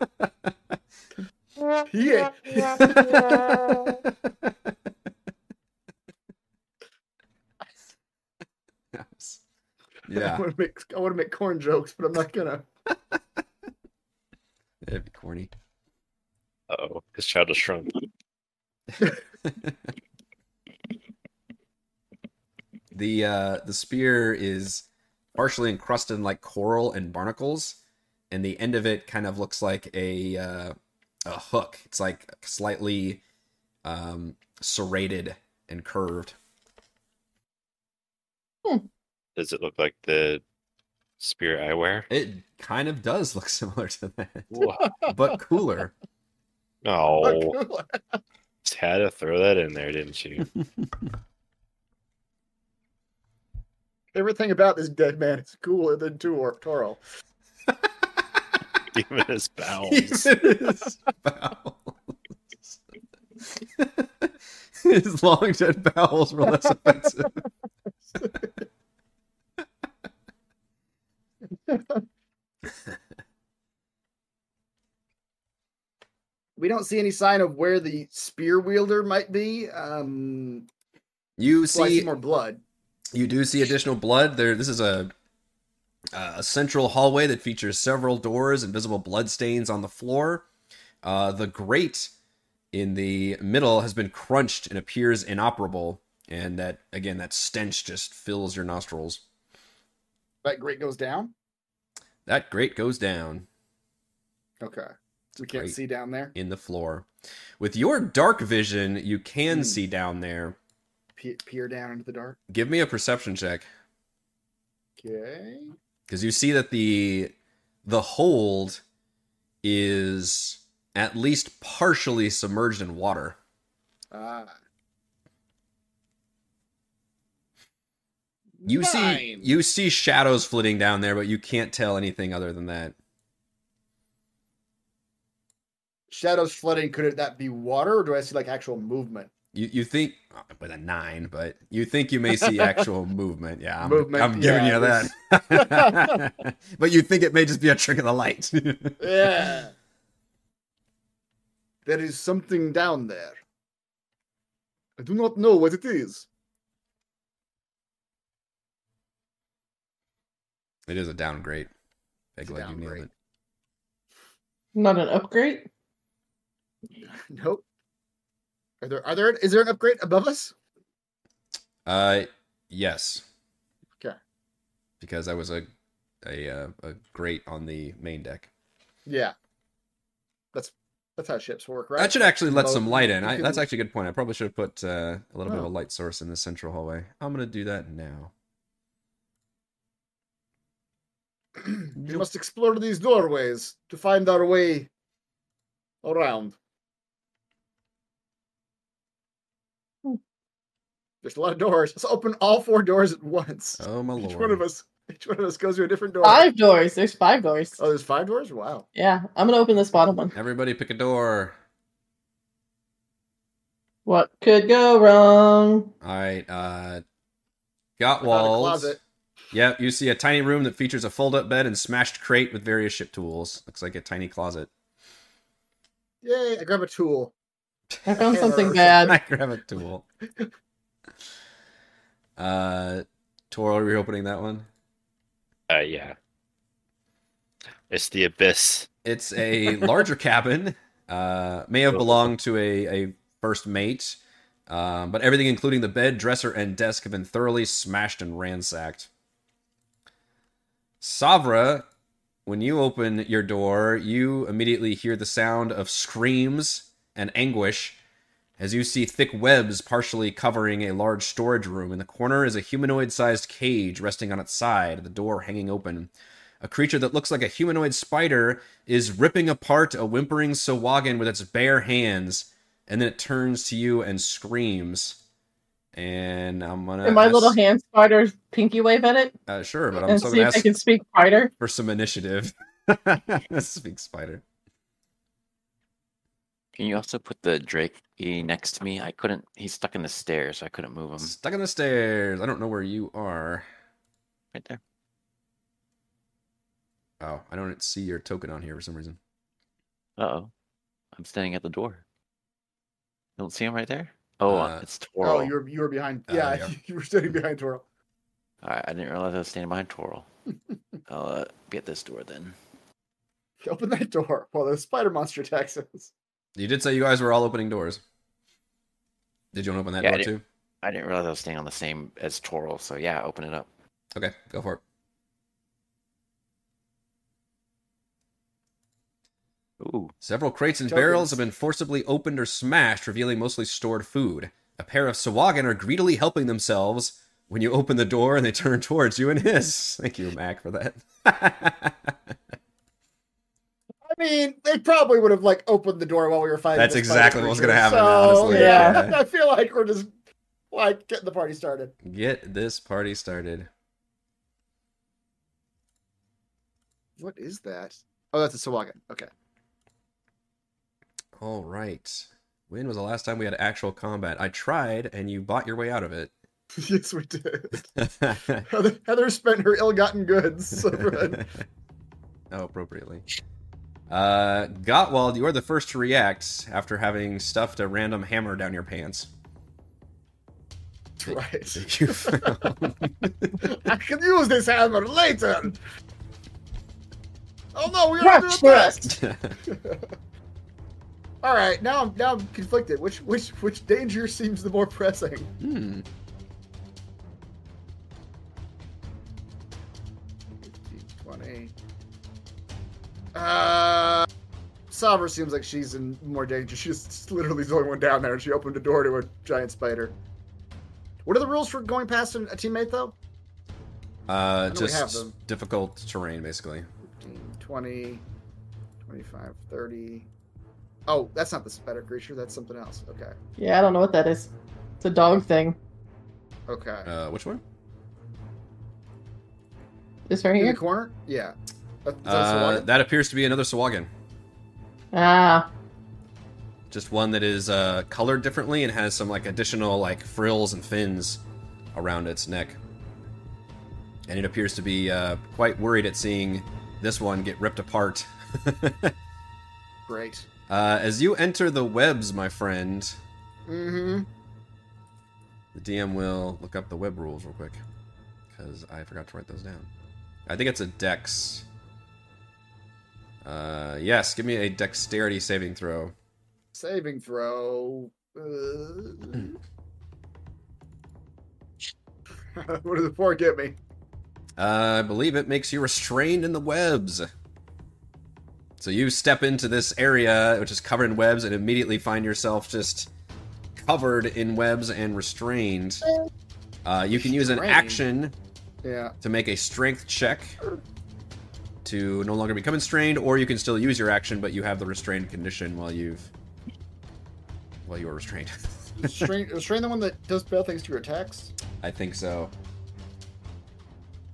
B: yeah. I
A: yeah,
B: want to make I want to make corn jokes, but I'm not gonna.
A: that'd be corny.
F: Oh, his child has shrunk.
A: the uh the spear is partially encrusted in like coral and barnacles and the end of it kind of looks like a uh a hook it's like slightly um serrated and curved
F: Does it look like the spear I wear?
A: it kind of does look similar to that
F: Wha-
A: but cooler
F: No,
B: Oh.
F: just had to throw that in there, didn't you?
B: Everything about this dead man is cooler than Tor- Toro.
F: Even his bowels.
A: his bowels his long dead bowels were less offensive
B: We don't see any sign of where the spear wielder might be. Um,
A: you
B: well, I see
A: see
B: more blood.
A: You do see additional blood. There, this is a a central hallway that features several doors and visible blood stains on the floor. Uh, the grate in the middle has been crunched and appears inoperable. And that again, that stench just fills your nostrils.
B: That grate goes down.
A: That grate goes down
B: Okay, we can't
A: Great.
B: see down there.
A: in the floor. With your dark vision, you can
B: Hmm.
A: see down there.
B: Pe- peer down into the dark.
A: Give me a perception check.
B: Okay.
A: because you see that the the hold is at least partially submerged in water.
B: Uh,
A: You see you see shadows flitting down there, but you can't tell anything other than that.
B: shadows flooding. Could it, that be water, or do I see like actual movement?
A: You you think uh, with a nine, but you think you may see actual movement. Yeah, I'm,
B: Movement,
A: I'm giving
B: yeah,
A: you that. but you think it may just be a trick of the light.
B: Yeah. there is something down there. I do not know what it is.
A: it is a downgrade. Big
B: It's a
A: leg, you nailed
B: downgrade.
A: it.
D: Not an upgrade.
B: Nope. Are there? Are there? Is there an upgrade above us?
A: Uh, yes.
B: Okay.
A: Because that was a a uh, a grate on the main deck.
B: Yeah. That's that's how ships work, right?
A: That should actually let
B: Well,
A: some light in.
B: you
A: I,
B: can-
A: that's actually a good point. I probably should have put uh, a little bit of a
B: Oh.
A: light source in the central hallway. I'm gonna do that now.
B: we must explore these doorways to find our way around.
D: Hmm.
B: There's a lot of doors. Let's open all four doors at once.
A: Oh my lord!
B: each one of us, each one of us goes through a different
A: Oh.
B: door.
D: Five doors. There's five doors.
B: Oh, there's five doors. Wow.
D: Yeah. I'm gonna open this bottom one.
A: Everybody pick a door.
D: What could go wrong?
A: All right. Uh, got
B: Without a
A: walls.
B: closet.
A: Yep. You see a tiny room that features a fold-up bed and smashed crate with various ship tools. Looks like a tiny closet.
B: Yay! I grab a tool.
D: I found something
B: Error.
A: I
D: bad.
A: grab a tool. Uh, Toro, are we opening that one?
F: Uh, yeah. It's the abyss.
A: It's a larger cabin. Uh, may have belonged to a, a first mate, um, but everything, including the bed, dresser, and desk, have been thoroughly smashed and ransacked. Savra When you open your door, you immediately hear the sound of screams and anguish as you see thick webs partially covering a large storage room. In the corner is a humanoid sized cage resting on its side, the door hanging open. A creature that looks like a humanoid spider is ripping apart a whimpering Sawagan with its bare hands, and then it turns to you and screams. And I'm gonna.
D: Can my little
A: ask-
D: hand spider pinky wave at it
A: Uh, sure, but I'm
D: and
A: still
D: see
A: gonna
D: if I
A: ask
D: can speak spider?
A: for some initiative. Speak spider.
C: Can you also put the Drake E next to me? I couldn't. He's stuck in the stairs, so I couldn't move him.
A: Stuck on the stairs. I don't know where you are.
C: Right there.
A: Oh, I don't see your token on here for some reason.
C: Uh oh. I'm standing at the door. Don't see him right there? Oh,
A: Uh,
C: it's
B: Oh,
C: Toro.
B: you were you were behind.
A: Uh,
B: Yeah,
A: yeah.
B: you were standing behind Toro.
C: All right, I didn't realize I was standing behind Toro. I'll uh, be at this door then.
B: Open that door while the spider monster attacks us.
A: You did say you guys were all opening doors. Did you want to open that
C: Yeah, I
A: door
C: did.
A: too?
C: I didn't realize I was staying on the same as Toro, so yeah, open it up.
A: Okay, go for it.
C: Ooh.
A: Several crates and
B: Tokens.
A: barrels have been forcibly opened or smashed, revealing mostly stored food. A pair of Sawagan are greedily helping themselves when you open the door and they turn towards you and hiss. Thank you, Mac, for that.
B: I mean, they probably would have like opened the door while we were fighting.
A: That's
B: the spider
A: exactly what was
B: creature,
A: gonna happen,
B: So,
A: honestly,
B: yeah,
A: yeah.
B: I feel like we're just like getting the party started.
A: Get this party started.
B: What is that? Oh, that's a Sawagan. Okay.
A: All right. When was the last time we had actual combat? I tried, and you bought your way out of it.
B: yes, we did. Heather, Heather spent her ill-gotten goods. over-
A: oh, appropriately. Uh, Gottwald, you are the first to react after having stuffed a random hammer down your pants.
B: right.
A: that you found.
B: I can use this hammer later. Oh no, we are
D: Rock
B: doing
D: thrust.
B: this. All right, now I'm now I'm conflicted. Which which which danger seems the more pressing?
A: hmm.
B: Twenty. Uh, Sovereign seems like she's in more danger. She's literally the only one down there, and she opened a door to a giant spider. What are the rules for going past an- a teammate though?
A: Uh,
B: know we have
A: just
B: them.
A: difficult terrain, basically.
B: 15, 20, 25, 30. Oh, that's not the spider creature. That's something else. Okay.
D: Yeah, I don't know what that is. It's a dog thing.
B: Okay.
A: Uh, which one?
D: This right
B: In the
D: here.
B: corner? Yeah. That- that's
A: Uh,
B: the one.
A: that appears to be another Sawagan.
D: Ah,
A: Just one that is uh, colored differently and has some like additional like frills and fins around its neck. And it appears to be uh, quite worried at seeing this one get ripped apart.
B: Great.
A: Uh, as you enter the webs, my friend,
B: Mm-hmm.
A: the DM will look up the web rules real quick because I forgot to write those down. I think it's a dex. Uh, yes, give me a dexterity saving throw.
B: Saving throw. Uh... what did the four get me?
A: Uh, I believe it makes you restrained in the webs. So you step into this area, which is covered in webs, and immediately find yourself just covered in webs and restrained. Uh, you can use an
B: Restrained?
A: action
B: Yeah.
A: to make a strength check to no longer become restrained, or you can still use your action, but you have the restrained condition while you've while you are restrained.
B: Restrain, restrain the one that does bad things to your attacks.
A: I think so.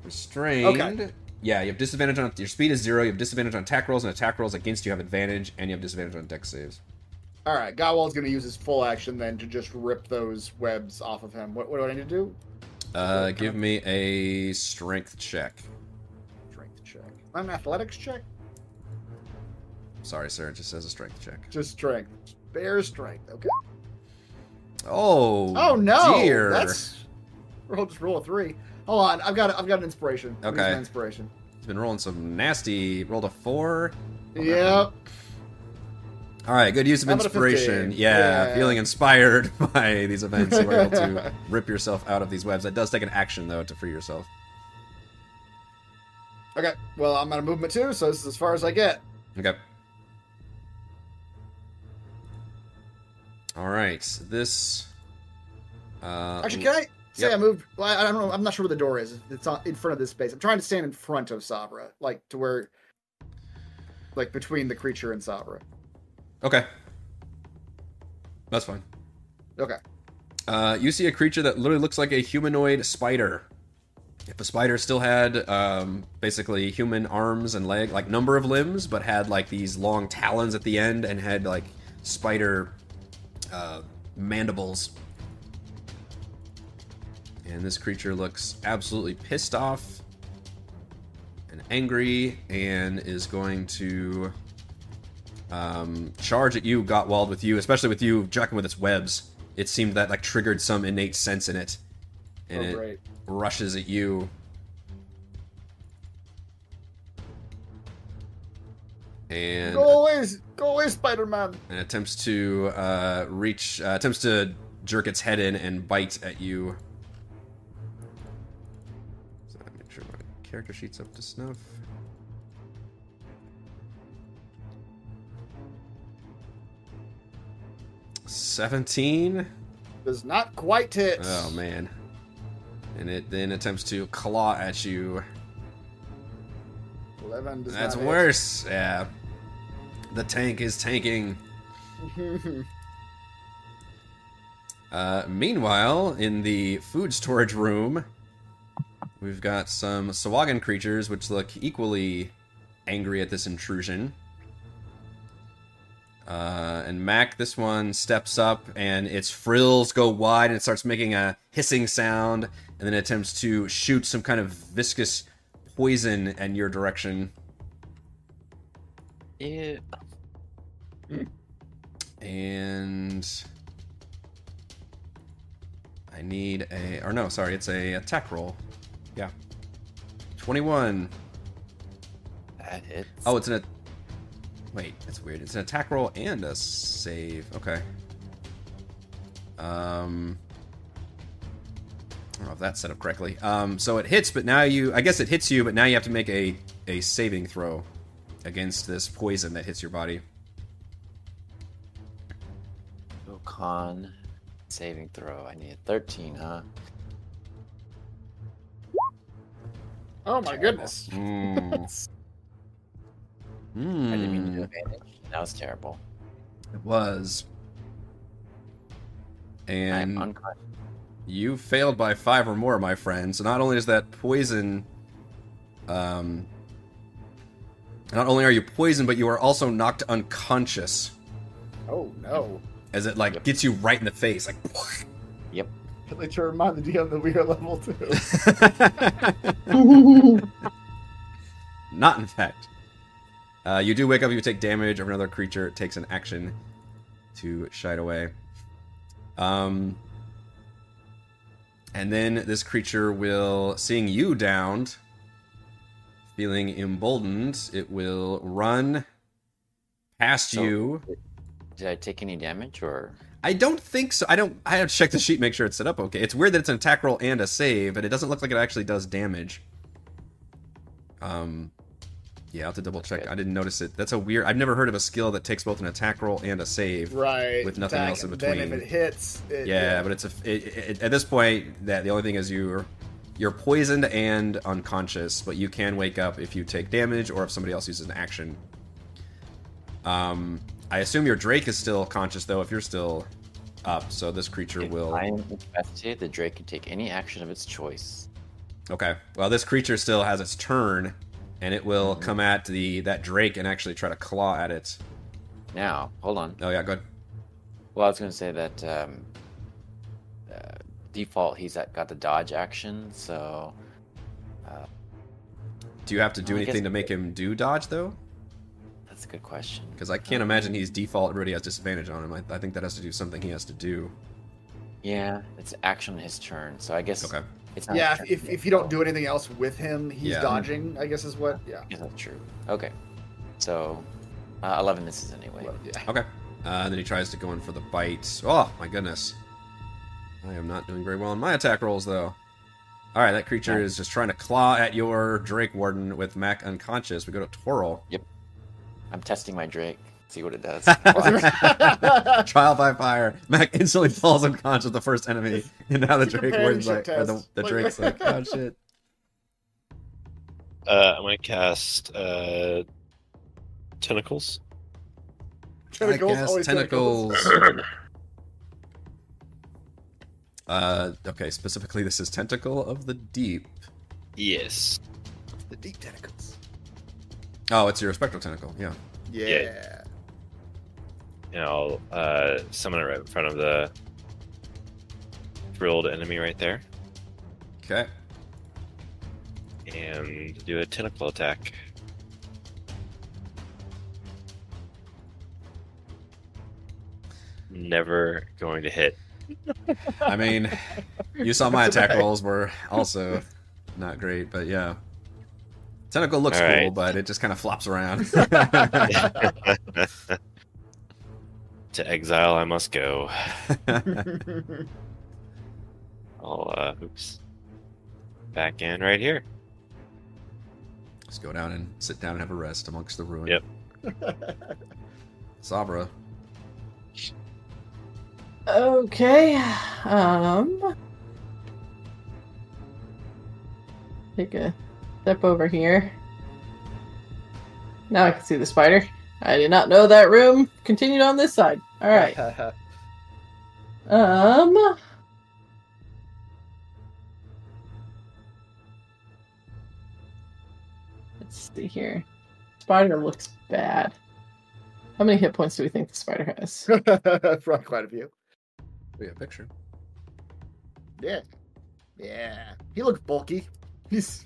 A: Restrained. Yeah, you have disadvantage on your speed is zero. You have disadvantage on attack rolls, and attack rolls against you have advantage, and you have disadvantage on deck saves.
B: All right. Godwall's going to use his full action then to just rip those webs off of him. What, what do I need to do?
A: Uh,
B: Okay.
A: give me a strength check.
B: Strength check. Not an athletics check.
A: Sorry, sir. It just says a strength check.
B: Just strength. Bare strength. Okay.
A: Oh.
B: Oh no!
A: Dear.
B: That's. Roll just roll a three. Hold on. I've got. I've got an inspiration. I'm using
A: Okay.
B: an inspiration.
A: He's been rolling some nasty. Rolled a four.
B: Yep.
A: All right, good use of
B: How about a
A: inspiration.
B: 15?
A: Yeah,
B: Yeah.
A: feeling inspired by these events, you were able to rip yourself out of these webs. That does take an action though to free yourself.
B: Okay. Well, I'm out of movement too, so this is as far as I get.
A: Okay. All right. This. Uh,
B: Actually, can I say
A: Yep.
B: I moved? Well, I I don't know. I'm not sure where the door is. It's on, in front of this space. I'm trying to stand in front of Sabra, like to where, like between the creature and Sabra.
A: Okay. That's fine.
B: Okay.
A: Uh, you see a creature that literally looks like a humanoid spider. If a spider still had um, basically human arms and leg, like number of limbs, but had like these long talons at the end and had like spider uh, mandibles. And this creature looks absolutely pissed off and angry and is going to um, charge at you, Gottwald, with you, especially with you jacking with its webs. It seemed that like triggered some innate sense in it, and
B: oh,
A: it
B: great.
A: rushes at you. And
B: Go away, s- go away, Spider-Man.
A: and attempts to uh, reach, uh, attempts to jerk its head in and bite at you. So I make sure my character sheet's up to snuff. Seventeen.
B: Does not quite hit.
A: Oh man. And it then attempts to claw at you.
B: Eleven. Does
A: That's
B: not
A: worse. Yeah. The tank is tanking.
B: hit.
A: Uh, meanwhile, in the food storage room, we've got some Sawagan creatures which look equally angry at this intrusion. Uh, and Mac, this one steps up and its frills go wide and it starts making a hissing sound and then attempts to shoot some kind of viscous poison in your direction.
C: Yeah.
A: And I need a or no, sorry, it's a attack roll. Yeah. 21.
C: That hits.
A: Oh, it's an a- Wait, that's weird. It's an attack roll and a save. Okay. Um I don't know if that's set up correctly. Um so it hits, but now you I guess it hits you, but now you have to make a a saving throw against this poison that hits your body.
C: Oh, con saving throw. I need a 13, huh?
B: oh my goodness.
A: Hmm.
C: I didn't mean to
A: Hmm.
C: do advantage. That was terrible.
A: It was. And
C: I'm unconscious.
A: you failed by five or more, my friend. So not only is that poison, um, not only are you poisoned, but you are also knocked unconscious
B: Oh no.
A: as it like
C: Yep.
A: gets you right in the face, like.
B: They to remind the DM that we are level two.
A: not in fact. Uh, you do wake up. You take damage of another creature. It takes an action to shy it away. Um, and then this creature will, seeing you downed, feeling emboldened, it will run past
C: So-
A: you.
C: Did I take any damage or?
A: I don't think so. I don't. I have to check the sheet, make sure it's set up okay. It's weird that it's an attack roll and a save, and it doesn't look like it actually does damage. Um, yeah, I'll have to double check.
C: Okay.
A: I didn't notice it. That's a weird. I've never heard of a skill that takes both an attack roll and a save.
B: right.
A: With nothing else in
B: and Then
A: between.
B: if it hits, it,
A: Yeah, but it's a. It, it, at this point, that the only thing is you're you're poisoned and unconscious, but you can wake up if you take damage or if somebody else uses an action. Um, I assume your Drake is still conscious though. If you're still up, so this creature
C: If
A: will.
C: I am incapacitated. The Drake can take any action of its choice.
A: Okay. Well, this creature still has its turn, and it will
C: Mhm.
A: come at the that Drake and actually try to claw at it.
C: Now, hold on.
A: Oh yeah, good.
C: Well, I was going to say that um, uh, default, he's at, got the dodge action, so
A: Do you have to do
C: I guess-
A: anything to make him do dodge though?
C: that's a good question.
A: Because I
C: Uh,
A: can't imagine he's default already has disadvantage on him. I, I think that has to do something he has to do.
C: Yeah, it's action on his turn, so I guess
A: Okay.
C: it's not.
B: Yeah, if, if, if you don't do anything else with him, he's
A: Yeah.
B: dodging. I guess is what. Yeah.
C: Is that true? Okay. So, uh, 11 misses anyway.
B: Yeah.
A: Okay. Uh, and then he tries to go in for the bite. Oh my goodness. I am not doing very well on my attack rolls though. All right, that creature is just trying to claw at your Drake Warden with Mac unconscious. We go to Twirl.
C: I'm testing my Drake. See what it does.
A: Trial by fire. Mac instantly falls unconscious with the first enemy, and now the
B: It's a
A: Drake Warden's like,
B: companionship
A: or the,
B: test.
A: the
B: Like-
A: Drake's like, oh shit.
F: Uh, I'm gonna cast uh, tentacles.
B: Tentacles,
A: I guess
B: always
A: tentacles.
B: tentacles.
A: uh, okay, specifically, this is Tentacle of the Deep.
F: Yes.
B: The deep tentacles.
A: Oh, it's your spectral tentacle. Yeah.
B: Yeah.
F: And I'll uh, summon it right in front of the drilled enemy right there,
A: Okay.
F: and do a tentacle attack. Never going to hit.
A: I mean, you saw my
B: That's
A: attack
B: okay.
A: rolls were also not great, but yeah. Tentacle looks
F: All right.
A: cool, but it just kind of flops around.
F: To exile, I must go. I'll uh, oops, back in right here.
A: Just go down and sit down and have a rest amongst the ruin.
F: Yep.
A: Sabra. Oh,
D: Okay. Um. Take a step over here. Now I can see the spider. I did not know that room continued on this side. All right. Um. Let's see here. Spider looks bad. How many hit points do we think the spider has?
B: From quite a few.
A: We have a picture.
B: Yeah. Yeah. He looks bulky. He's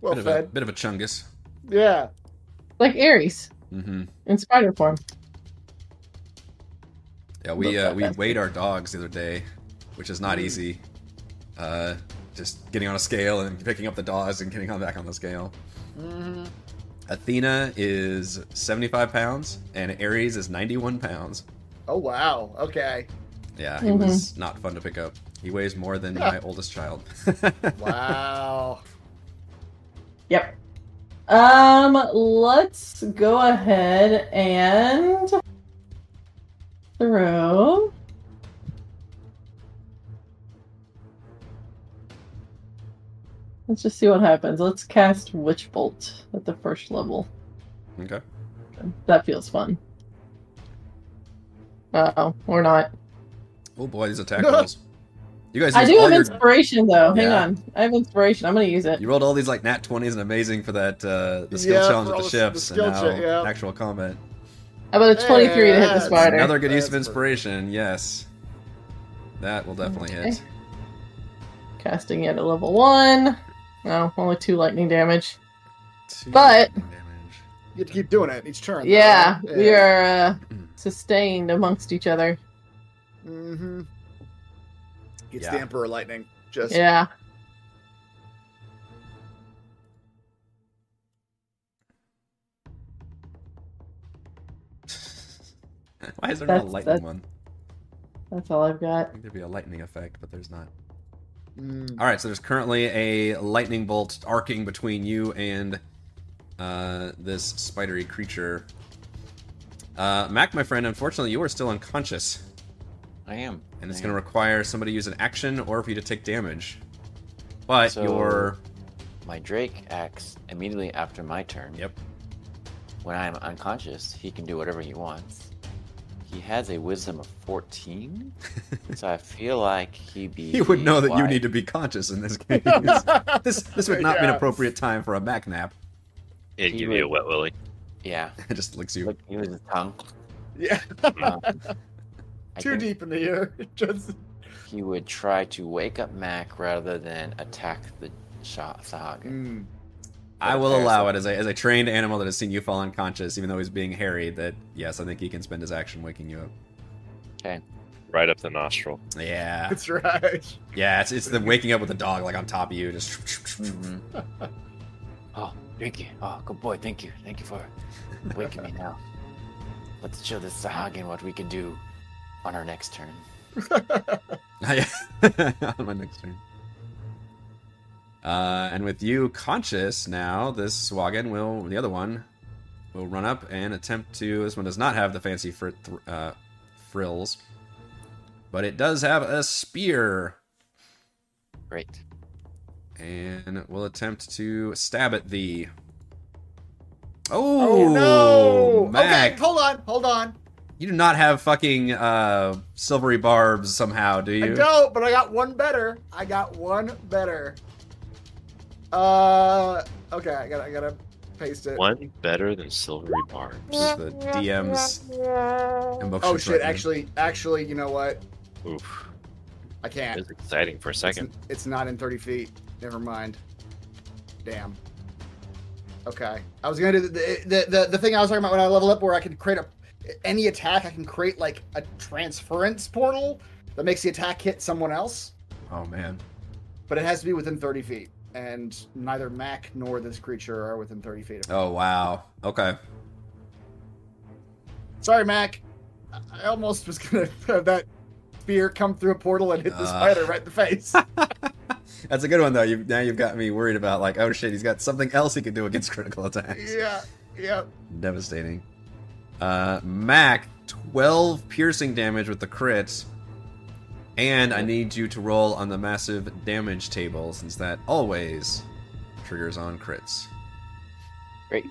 B: well
A: bit, of a,
B: fed.
A: bit of a chungus.
B: Yeah.
D: Like Ares
A: Mm-hmm.
D: in spider form.
A: Yeah, we
D: Looks
A: uh,
D: like
A: we
D: that.
A: weighed our dogs the other day, which is not
B: Mm.
A: easy. Uh, just getting on a scale and picking up the dogs and getting on back on the scale.
B: hmm
A: Athena is 75 pounds and Ares is 91 pounds.
B: Oh wow. Okay.
A: Yeah, he
B: Mm-hmm.
A: was not fun to pick up. He weighs more than my oldest child.
B: Wow.
D: Yep. Um, let's go ahead and throw. Let's just see what happens. Let's cast Witch Bolt at the first level.
A: okay.
D: That feels fun. Uh oh, or not.
A: Oh boy, these attack rolls. You guys
D: I
A: used
D: do
A: all
D: have
A: your
D: inspiration though. Hang
A: Yeah.
D: on. I have inspiration. I'm gonna use it.
A: You rolled all these like nat twenties and amazing for that uh, the skill
B: Yeah, for
A: challenge with
B: all
A: the
B: the- the
A: ships
B: skill
A: and now
B: check, yeah.
A: actual combat.
D: How about a 23 to hit the
B: Yes.
D: spider?
A: Another good use of
B: That's per-
A: inspiration. Yes, that will definitely hit.
D: Okay. Casting it at level one. No, only two lightning damage.
A: Two
D: But-
A: damage.
B: You have to keep doing it each turn. though,
D: Yeah,
B: right?
D: we are uh, sustained amongst each other.
B: Mm-hmm. Gets
A: Yeah.
B: the Emperor Lightning. Just
D: Yeah.
A: Why is there not
D: That's-
A: a lightning
D: that's-
A: one?
D: That's all I've got.
A: I think there'd be a lightning effect, but there's not.
B: Mm.
A: All right, so there's currently a lightning bolt arcing between you and uh, this spidery creature. Uh, Mac, my friend, unfortunately, you are still unconscious,
C: I am.
A: and it's
C: I
A: going to
C: am.
A: require somebody to use an action or for you to take damage. But
C: So-
A: your
C: My Drake acts immediately after my turn.
A: Yep.
C: When I am unconscious, he can do whatever he wants. He has a wisdom of 14, so I feel like he'd be.
A: you would know that you need to be conscious in this case. this this would not be an
B: Yeah.
A: appropriate time for a Mac nap.
F: It'd
C: He
F: give
C: would-
F: you a wet willy.
C: Yeah.
A: It just licks you.
C: Look, he was his tongue.
B: Yeah.
C: I
B: Too
C: think
B: deep in the ear. Just
C: He would try to wake up Mac rather than attack the Sha- Sahagin.
B: Mm.
A: I will allow it as a as a trained animal that has seen you fall unconscious, even though he's being harried. That yes, I think he can spend his action waking you up.
F: Right up the nostril.
A: Yeah.
B: That's right.
A: Yeah, it's, it's the waking up with the dog like on top of you, just
C: Mhm. Oh, thank you. Oh, good boy. Thank you. Thank you for waking me now. Let's show this Sahagin what we can do on our next turn.
A: on my next turn. Uh, and with you conscious now, this Swaggin will, the other one, will run up and attempt to. This one does not have the fancy fr- thr uh, frills, but it does have a spear
C: Great.
A: and will attempt to stab at thee. Oh, Mac,
B: Okay, hold on, hold on.
A: you do not have fucking uh, silvery barbs somehow, do
B: I
A: you?
B: don't, but I got one better. I got one better. Uh, okay, I gotta, I gotta paste
C: Uh,
B: it.
F: One better than silvery barbs.
A: This is the DM's emotion
B: Oh shit!
A: threatening.
B: Actually, actually, you know what?
F: Oof.
B: I
F: That
B: can't.
F: was exciting for a
B: It's,
F: second.
B: it's not in 30 feet. Never mind. Damn. Okay. I was gonna do the the, the the thing I was talking about when I level up, where I can create a any attack. I can create like a transference portal that makes the attack hit someone else,
A: Oh man.
B: but it has to be within 30 feet. And neither Mac nor this creature are within 30 feet. of
A: Oh wow. Okay.
B: Sorry, Mac. I- I almost was gonna have that spear come through a portal and hit the
A: Uh.
B: spider right in the face.
A: That's a good one though. You now you've got me worried about like, oh shit, he's got something else he can do against critical attacks.
B: yeah. Yeah.
A: Devastating. Uh, Mac, twelve piercing damage with the crit, and I need you to roll on the massive damage table since that always triggers on crits.
C: Great.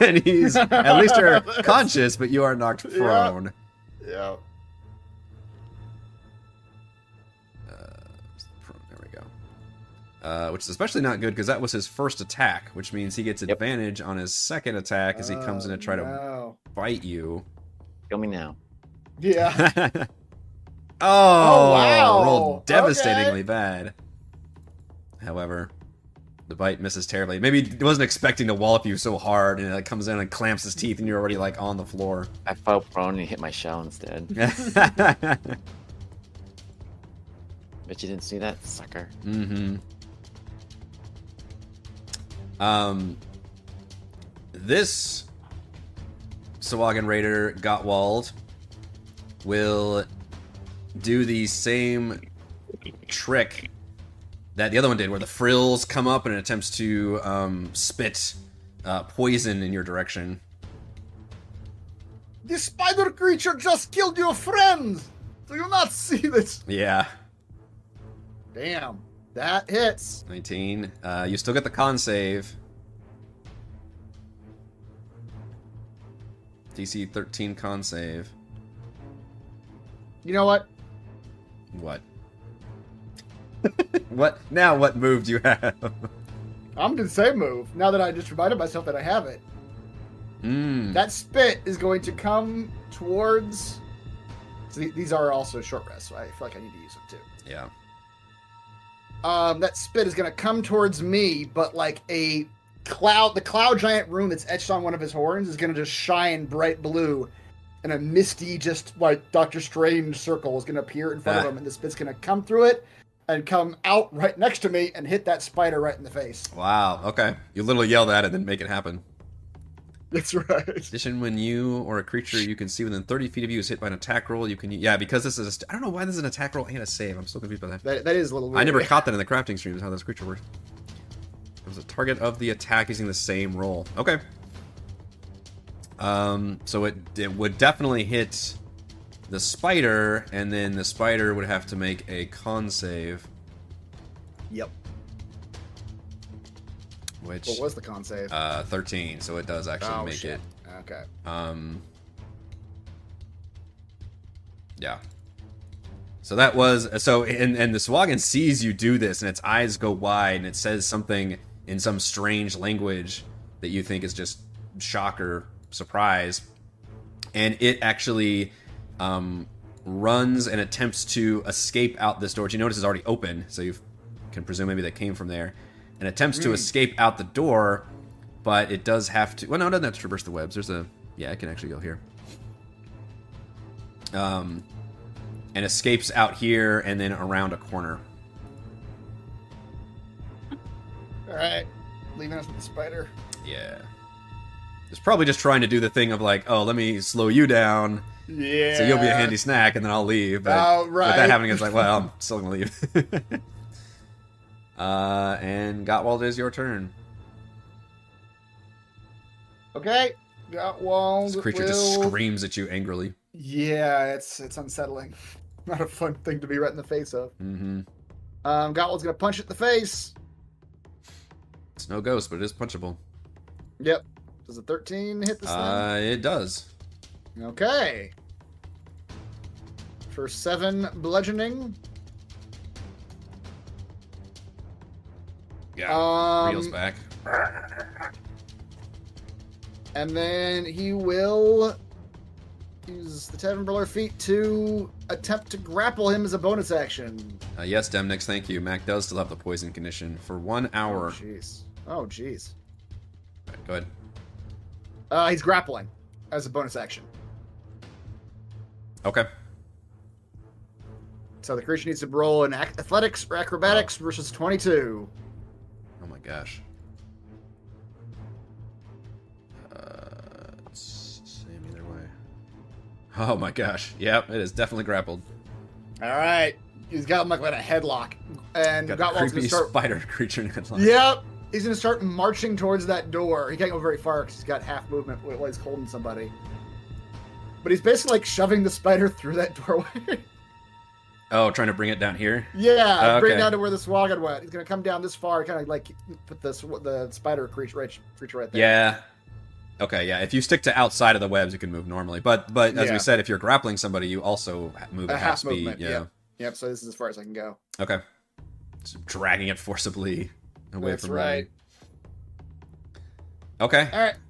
A: and he's at least you're conscious, but you are knocked
B: Yeah.
A: prone.
B: Yeah.
A: Uh, pro- there we go. Uh, which is especially not good because that was his first attack, which means he gets
C: Yep.
A: advantage on his second attack as he comes in to try to
B: Oh, no.
A: bite you.
C: Kill me now.
B: Yeah.
A: oh,
B: Oh, wow.
A: rolled devastatingly
B: Okay.
A: bad. However, the bite misses terribly. Maybe he wasn't expecting to wallop you so hard, and it like, comes in and clamps his teeth, and you're already like on the floor.
C: I fell prone and hit my shell instead.
A: mm-hmm.
C: Bet you didn't see that, sucker.
A: Mm-hmm. Um, this Sawagan Raider Gottwald will do the same trick that the other one did, where the frills come up and it attempts to um, spit uh, poison in your direction.
B: The spider creature just killed your friend. Do you not see this?
A: Yeah,
B: Damn. That hits.
A: 19. Uh, you still get the con save. DC 13 con save.
B: You know what?
A: What? what now? What move do you have?
B: I'm gonna say move. Now that I just reminded myself that I have it,
A: Mm.
B: that spit is going to come towards. So th- these are also short rests, so I feel like I need to use them too.
A: Yeah.
B: um, that spit is going to come towards me, but like a cloud, the cloud giant rune that's etched on one of his horns is going to just shine bright blue, and a misty, just like Doctor Strange circle is going to appear in front
A: Ah.
B: of him, and the spit's going to come through it and come out right next to me and hit that spider right in the face.
A: Wow. Okay. You literally yell that and then make it happen.
B: That's right.
A: Addition when you or a creature you can see within 30 feet of you is hit by an attack roll, you can. Yeah, because this is. A st- I don't know why this is an attack roll and a save. I'm so confused by that.
B: That, that is a little. Weird.
A: I never caught that in the crafting streams, how this creature works. It was a target of the attack using the same roll. Okay. Um, so it, it would definitely hit the spider, and then the spider would have to make a con save,
B: Yep.
A: which
B: What was the con save?
A: uh, 13, so it does actually
B: Oh,
A: make
B: shit. Okay.
A: it. Um, yeah. So that was so, and and the Swagan sees you do this, and its eyes go wide, and it says something in some strange language that you think is just shock or surprise, and it actually um, runs and attempts to escape out this door. Which you notice is already open, so you can presume maybe that came from there, and attempts to
B: Mm.
A: escape out the door, but it does have to. Well, no, it doesn't have to traverse the webs. There's a yeah, it can actually go here. Um, and escapes out here and then around a corner.
B: All right. Leaving us with the spider.
A: Yeah. It's probably just trying to do the thing of like, oh, let me slow you down
B: Yeah.
A: so you'll be a handy snack and then I'll leave. But
B: Oh,
A: with
B: right.
A: that happening, it's like, well, I'm still going to leave. Uh, and Gottwald, it is your turn.
B: Okay, Gottwald.
A: This creature
B: will...
A: just screams at you angrily.
B: Yeah, it's it's unsettling. Not a fun thing to be right in the face of.
A: Mm-hmm.
B: Um, Gottwald's gonna punch it in the face.
A: It's no ghost, but it is punchable.
B: Yep. Does a 13 hit this
A: Uh, it does.
B: thing? Okay. For seven bludgeoning.
A: Yeah, reels
B: Um,
A: back.
B: and then he will use the Tavern Brawler feat to attempt to grapple him as a bonus action.
A: Uh, yes, Demnix, thank you. Mac does still have the poison condition for one
B: Oh,
A: hour.
B: jeez. Oh, jeez.
A: Alright, go ahead.
B: Uh, he's grappling as a bonus action.
A: Okay.
B: So the creature needs to roll in ac- athletics or acrobatics versus 22.
A: Oh my gosh. Uh, it's same either way. Oh my gosh. Yep, it is definitely grappled.
B: All right. He's got him like in a headlock. And
A: Got the
B: Gottwald's going
A: creepy
B: to start.
A: spider creature in the headlock.
B: Yep. He's going to start marching towards that door. He can't go very far because he's got half movement while he's holding somebody. But he's basically like shoving the spider through that doorway.
A: Oh, trying to bring it down here.
B: yeah,
A: Oh,
B: bring it
A: okay.
B: down to where the swaggin went. He's gonna come down this far, kind of like put the sw- the spider creature right, creature right there.
A: Yeah. Okay, yeah. If you stick to outside of the webs, you can move normally. But but as
B: Yeah.
A: we said, if you're grappling somebody, you also ha- move
B: A
A: at half,
B: half
A: speed.
B: movement,
A: yeah.
B: yeah. Yep. So this is as far as I can go.
A: Okay. Just dragging it forcibly away
B: That's
A: from
B: right.
A: Rowan. Okay.
B: All right.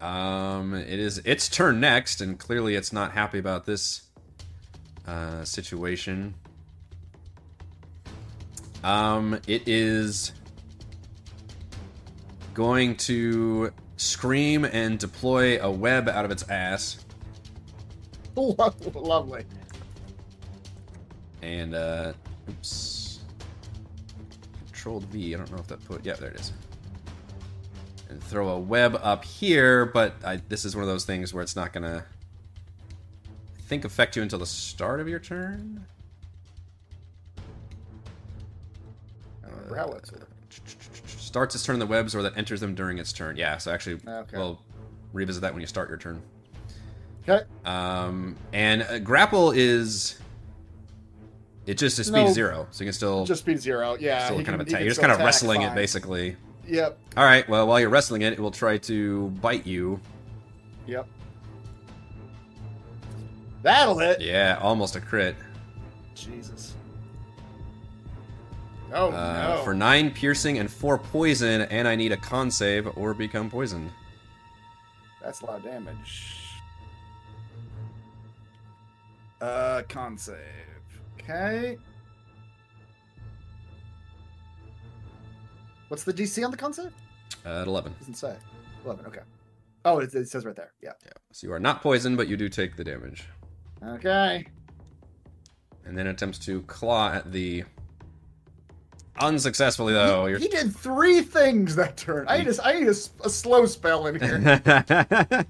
A: Um, it is its turn next, and clearly it's not happy about this uh, situation. Um, it is going to scream and deploy a web out of its ass,
B: Lo- Lovely.
A: and uh, oops, controlled V. I don't know if that put. Yeah, there it is. And throw a web up here, but I, this is one of those things where it's not gonna I think affect you until the start of your turn.
B: Umbrella tool.
A: Uh, Starts its turn in the webs or that enters them during its turn. Yeah, so actually,
B: Okay.
A: we'll revisit that when you start your turn.
B: Okay.
A: Um, and uh, grapple is. It just is speed
B: No.
A: zero, so you can still,
B: Just speed zero. Yeah.
A: still
B: he
A: kind of
B: can- he
A: attack.
B: can
A: You're just
B: still
A: kind of
B: attack
A: wrestling it,
B: fine.
A: basically.
B: Yep.
A: All right. Well, while you're wrestling it, it will try to bite you.
B: Yep. That'll hit.
A: Yeah, almost a crit.
B: Jesus. Oh
A: Uh,
B: no.
A: For nine piercing and four poison, and I need a con save or become poisoned.
B: That's a lot of damage. Uh, con save. Okay. What's the DC on the con save?
A: Uh, at eleven.
B: Doesn't say. Eleven. Okay. Oh, it, it says right there. Yeah.
A: So you are not poisoned, but you do take the damage.
B: Okay.
A: And then attempts to claw at the. Unsuccessfully, though. Oh,
B: he,
A: You're...
B: he did three things that turn. I need a, I need a, s- a slow spell in here.
A: Uh,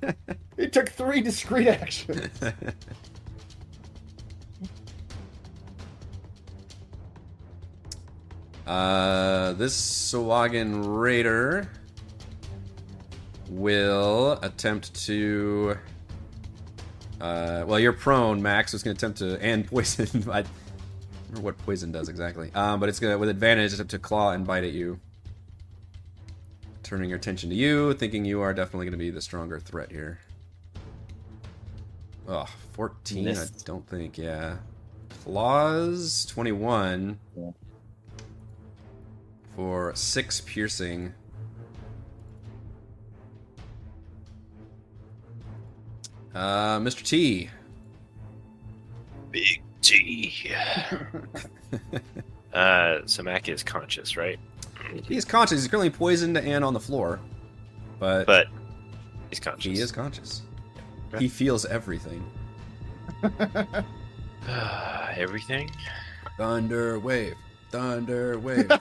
B: he took three discrete actions.
A: uh, this Sawagin Raider will attempt to. Uh, well, you're prone, Max. So it's going to attempt to and poison. I remember what poison does exactly. Um, but it's going to, with advantage, attempt to claw and bite at you, turning your attention to you, thinking you are definitely going to be the stronger threat here. Oh, 14, I
C: Missed.
A: don't think, yeah. Claws 21
C: Yeah.
A: for 6 piercing. Uh, Mr. T.
F: Big T. uh, so Mac is conscious, right?
A: He's conscious. He's currently poisoned and on the floor. But,
F: But he's conscious.
A: he is conscious.
F: Okay.
A: He feels everything.
F: Everything.
A: Thunder wave. Thunder wave.
F: Wait,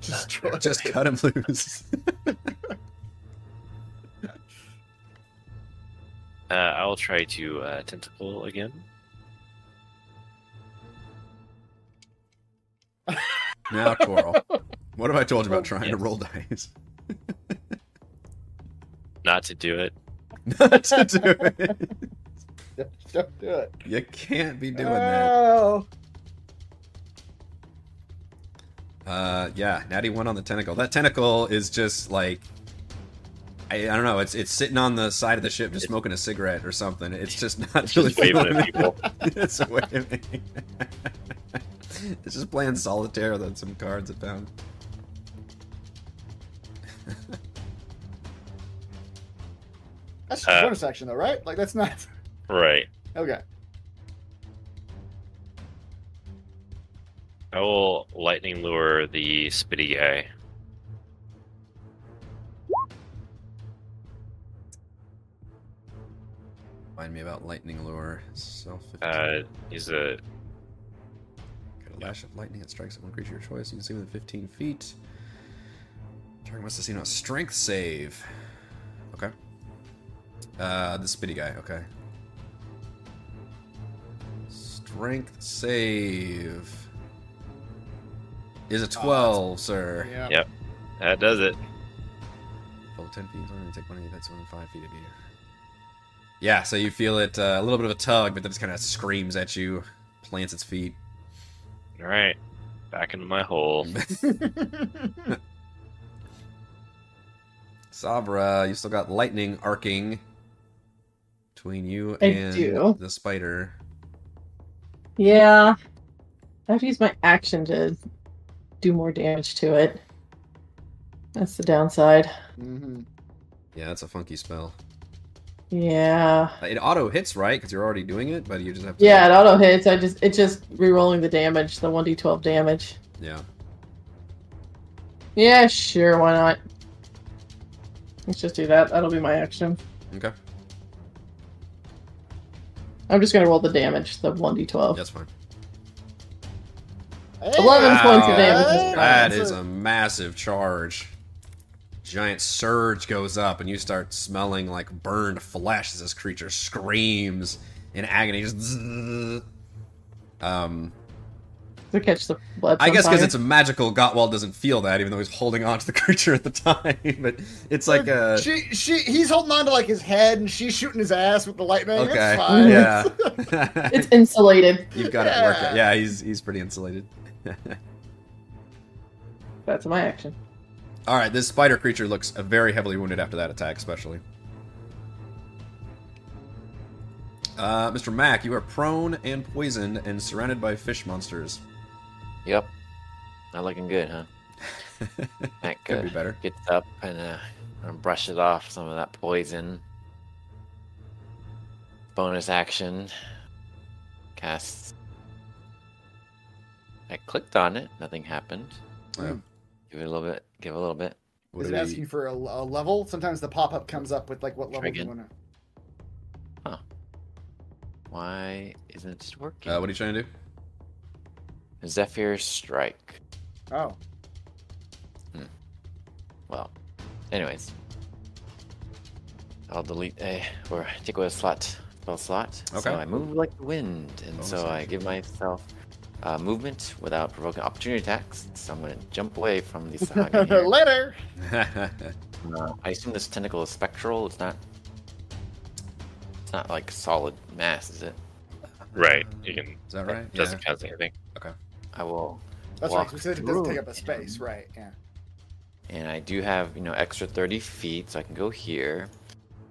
B: Just try.
A: Just cut him loose.
F: uh, I'll try to uh, tentacle again.
A: Now, Toro, what have I told you about trying to
F: Yes.
A: roll dice?
F: Not to do it.
A: Not to do it.
B: Don't do it.
A: You can't be doing that.
B: oh.
A: Uh, yeah, Natty one on the tentacle. That tentacle is just like. I, I don't know. It's it's sitting on the side of the ship, just
F: It's-
A: smoking a cigarette or something. It's just not
F: It's
A: really
F: just waving
A: doing
F: at people.
A: it. It's waving. it's just playing solitaire with some cards it found.
B: That's
F: Uh,
B: just bonus action, though, right? Like that's not
F: Right.
B: okay.
F: I will lightning lure the spitty guy.
A: Remind me about lightning lure. Self.
F: Uh, he's a
A: Got a lash of lightning that strikes at one creature of your choice. You can see within 15 feet. Target must have seen a strength save. Okay. Uh, the spitty guy. Okay. Strength save is a 12, sir.
B: Yeah.
F: Yep. that does it.
A: Level 10 Oh, feet, only take one of the effects within 5 feet of you. Yeah, so you feel it uh, a little bit of a tug, but then it kind of screams at you, plants its feet.
F: All right, back into my hole.
A: Sabra, you still got lightning arcing between you
D: I
A: and
D: do.
A: the spider.
D: Yeah. I have to use my action to do more damage to it. That's the downside.
B: hmm
A: Yeah, that's a funky spell.
D: Yeah.
A: Uh, It auto hits, right? Because you're already doing it, but you just have to.
D: Yeah, it auto hits. I just it's just re-rolling the damage, the one d twelve damage.
A: Yeah.
D: Yeah, sure, why not? Let's just do that. That'll be my action.
A: Okay.
D: I'm just gonna roll the damage, the one d twelve.
A: That's fine.
D: Eleven points of damage.
B: Hey!
A: That
B: That's
A: is
B: a-
A: a massive charge. Giant surge goes up, and you start smelling like burned flesh as this creature screams in agony. Just. zzzz. Um,
D: To catch the blood.
A: I guess because it's magical, Gottwald doesn't feel that, even though he's holding on to the creature at the time. But it's like a
B: she she he's holding on to like his head and she's shooting his ass with the lightning.
A: okay,
B: It's fine.
A: yeah.
D: it's insulated.
A: You've got it worked. out. Yeah, he's he's pretty insulated.
D: That's my action.
A: All right, this spider creature looks very heavily wounded after that attack, especially. Uh, Mr. Mack, you are prone and poisoned and surrounded by fish monsters.
C: Yep. Not looking good, huh? Not
A: Could be
C: good.
A: better.
C: Gets up and uh, i brush it off some of that poison. Bonus action. Casts. I clicked on it. Nothing happened.
A: Oh.
C: Give it a little bit. Give it a little bit.
A: What
B: Is
A: do
B: it
A: we-
B: asking for a, a level? Sometimes the pop up comes up with like what level do you
C: again.
B: want to.
C: Why isn't it working?
A: uh, what are you trying to do?
C: Zephyr Strike.
B: Oh,
C: Well, anyways. I'll delete a or take away a slot spell slot.
A: Okay.
C: So I move like the wind, and
A: Bonus
C: so I
A: action.
C: give myself uh, movement without provoking opportunity attacks. So I'm gonna jump away from the Sahagin here.
B: later.
C: Uh, I assume this tentacle is spectral. It's not. It's not like solid mass, is it?
F: Right, you can.
A: Is that right?
F: Doesn't count as anything.
C: I will
B: That's
C: walk
B: right. 'cause It said it doesn't
C: through
B: take up a
C: it.
B: space, right? Yeah.
C: and I do have you know extra 30 feet, so I can go here.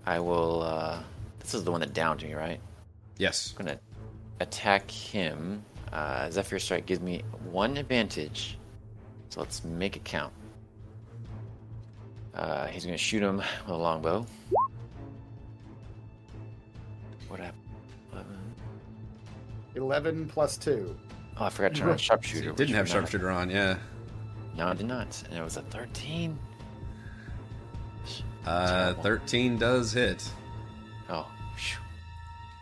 C: I will. uh This is the one that downed me, right?
A: Yes.
C: I'm gonna attack him. Uh, Zephyr Strike gives me one advantage, so let's make it count. Uh, he's gonna shoot him with a longbow. What happened?
B: Eleven plus two.
C: Oh, I forgot to turn on
A: So
C: sharpshooter.
A: you
C: which
A: didn't have
C: would not
A: sharpshooter on, yeah.
C: No, I did not, and it was a 13.
A: Uh,
C: Terrible.
A: 13 does hit.
C: Oh, phew.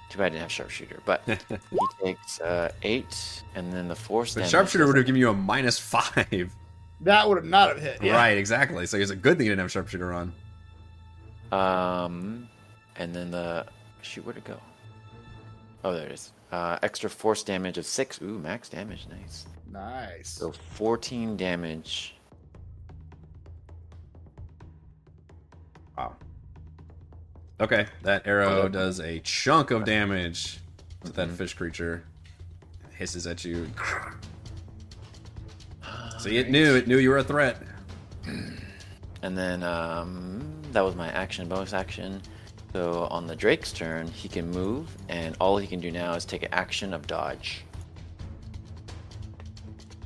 C: too bad I didn't have sharpshooter. But he takes uh, eight, and then the force.
A: But
C: damage
A: sharpshooter
C: is-
A: would have given you a minus five.
B: That would have not have hit. Yeah.
A: Right, exactly. So it's a good thing you didn't have sharpshooter on.
C: Um, and then the shoot, where'd it go? Oh, there it is. Uh, extra force damage of six. Ooh, max damage, nice.
B: Nice.
C: So 14 damage.
A: Wow. Okay, that arrow does a chunk of damage to that
C: Mhm.
A: fish creature. It hisses at you. See, it knew. It knew you were a threat.
C: And then um, that was my action, bonus action. So on the Drake's turn, he can move, and all he can do now is take an action of dodge.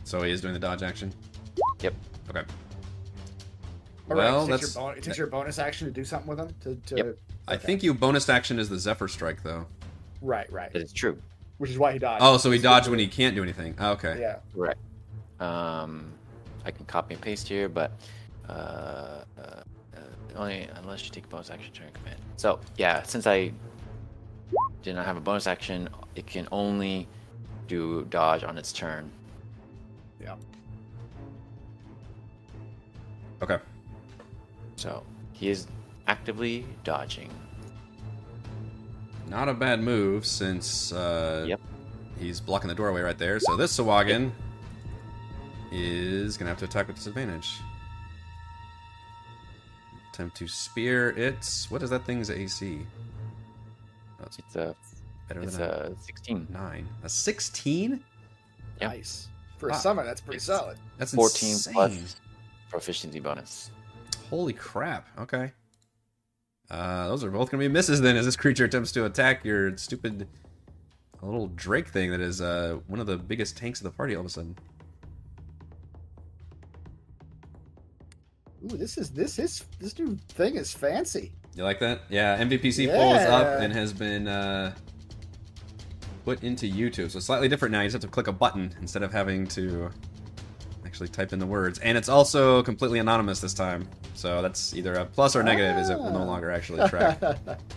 A: So he is doing the dodge action.
C: Yep.
A: Okay.
B: All right,
A: well,
B: it, takes
A: that's.
B: your bon- it takes your bonus action to do something with them. To, to
C: Yep.
A: I
B: okay.
A: think you bonus action is the Zephyr Strike, though.
B: right, right,
C: That is true.
B: which is why he died.
A: Oh, so he dodged when he can't do anything. Oh, okay.
B: Yeah.
C: Correct. Um, I can copy and paste here, but uh, uh, uh, only unless you take a bonus action during command. So yeah, since I did not have a bonus action, it can only do dodge on its turn.
A: Okay.
C: So he is actively dodging.
A: Not a bad move since uh,
C: Yep.
A: he's blocking the doorway right there. So this Sawagin is going to have to attack with disadvantage. Attempt to spear its. What is that thing's AC? That's
C: It's a
A: better
C: it's
A: than a
C: a 16.
A: nine. A 16?
C: Yeah.
B: Nice. For a
A: Wow.
B: summon, that's pretty
C: It's-
B: solid.
A: That's
C: 14
A: insane.
C: plus proficiency bonus.
A: Holy crap. Okay. Uh, those are both going to be misses then as this creature attempts to attack your stupid little Drake thing that is uh, one of the biggest tanks of the party all of a sudden.
B: Ooh, this is this is this new thing is fancy.
A: You like that? Yeah, MVPC poll is up
B: Yeah.
A: and has been uh, put into YouTube. So it's slightly different now. You just have to click a button instead of having to actually type in the words. And it's also completely anonymous this time. So that's either a plus or negative, is it will no
B: Ah.
A: longer actually track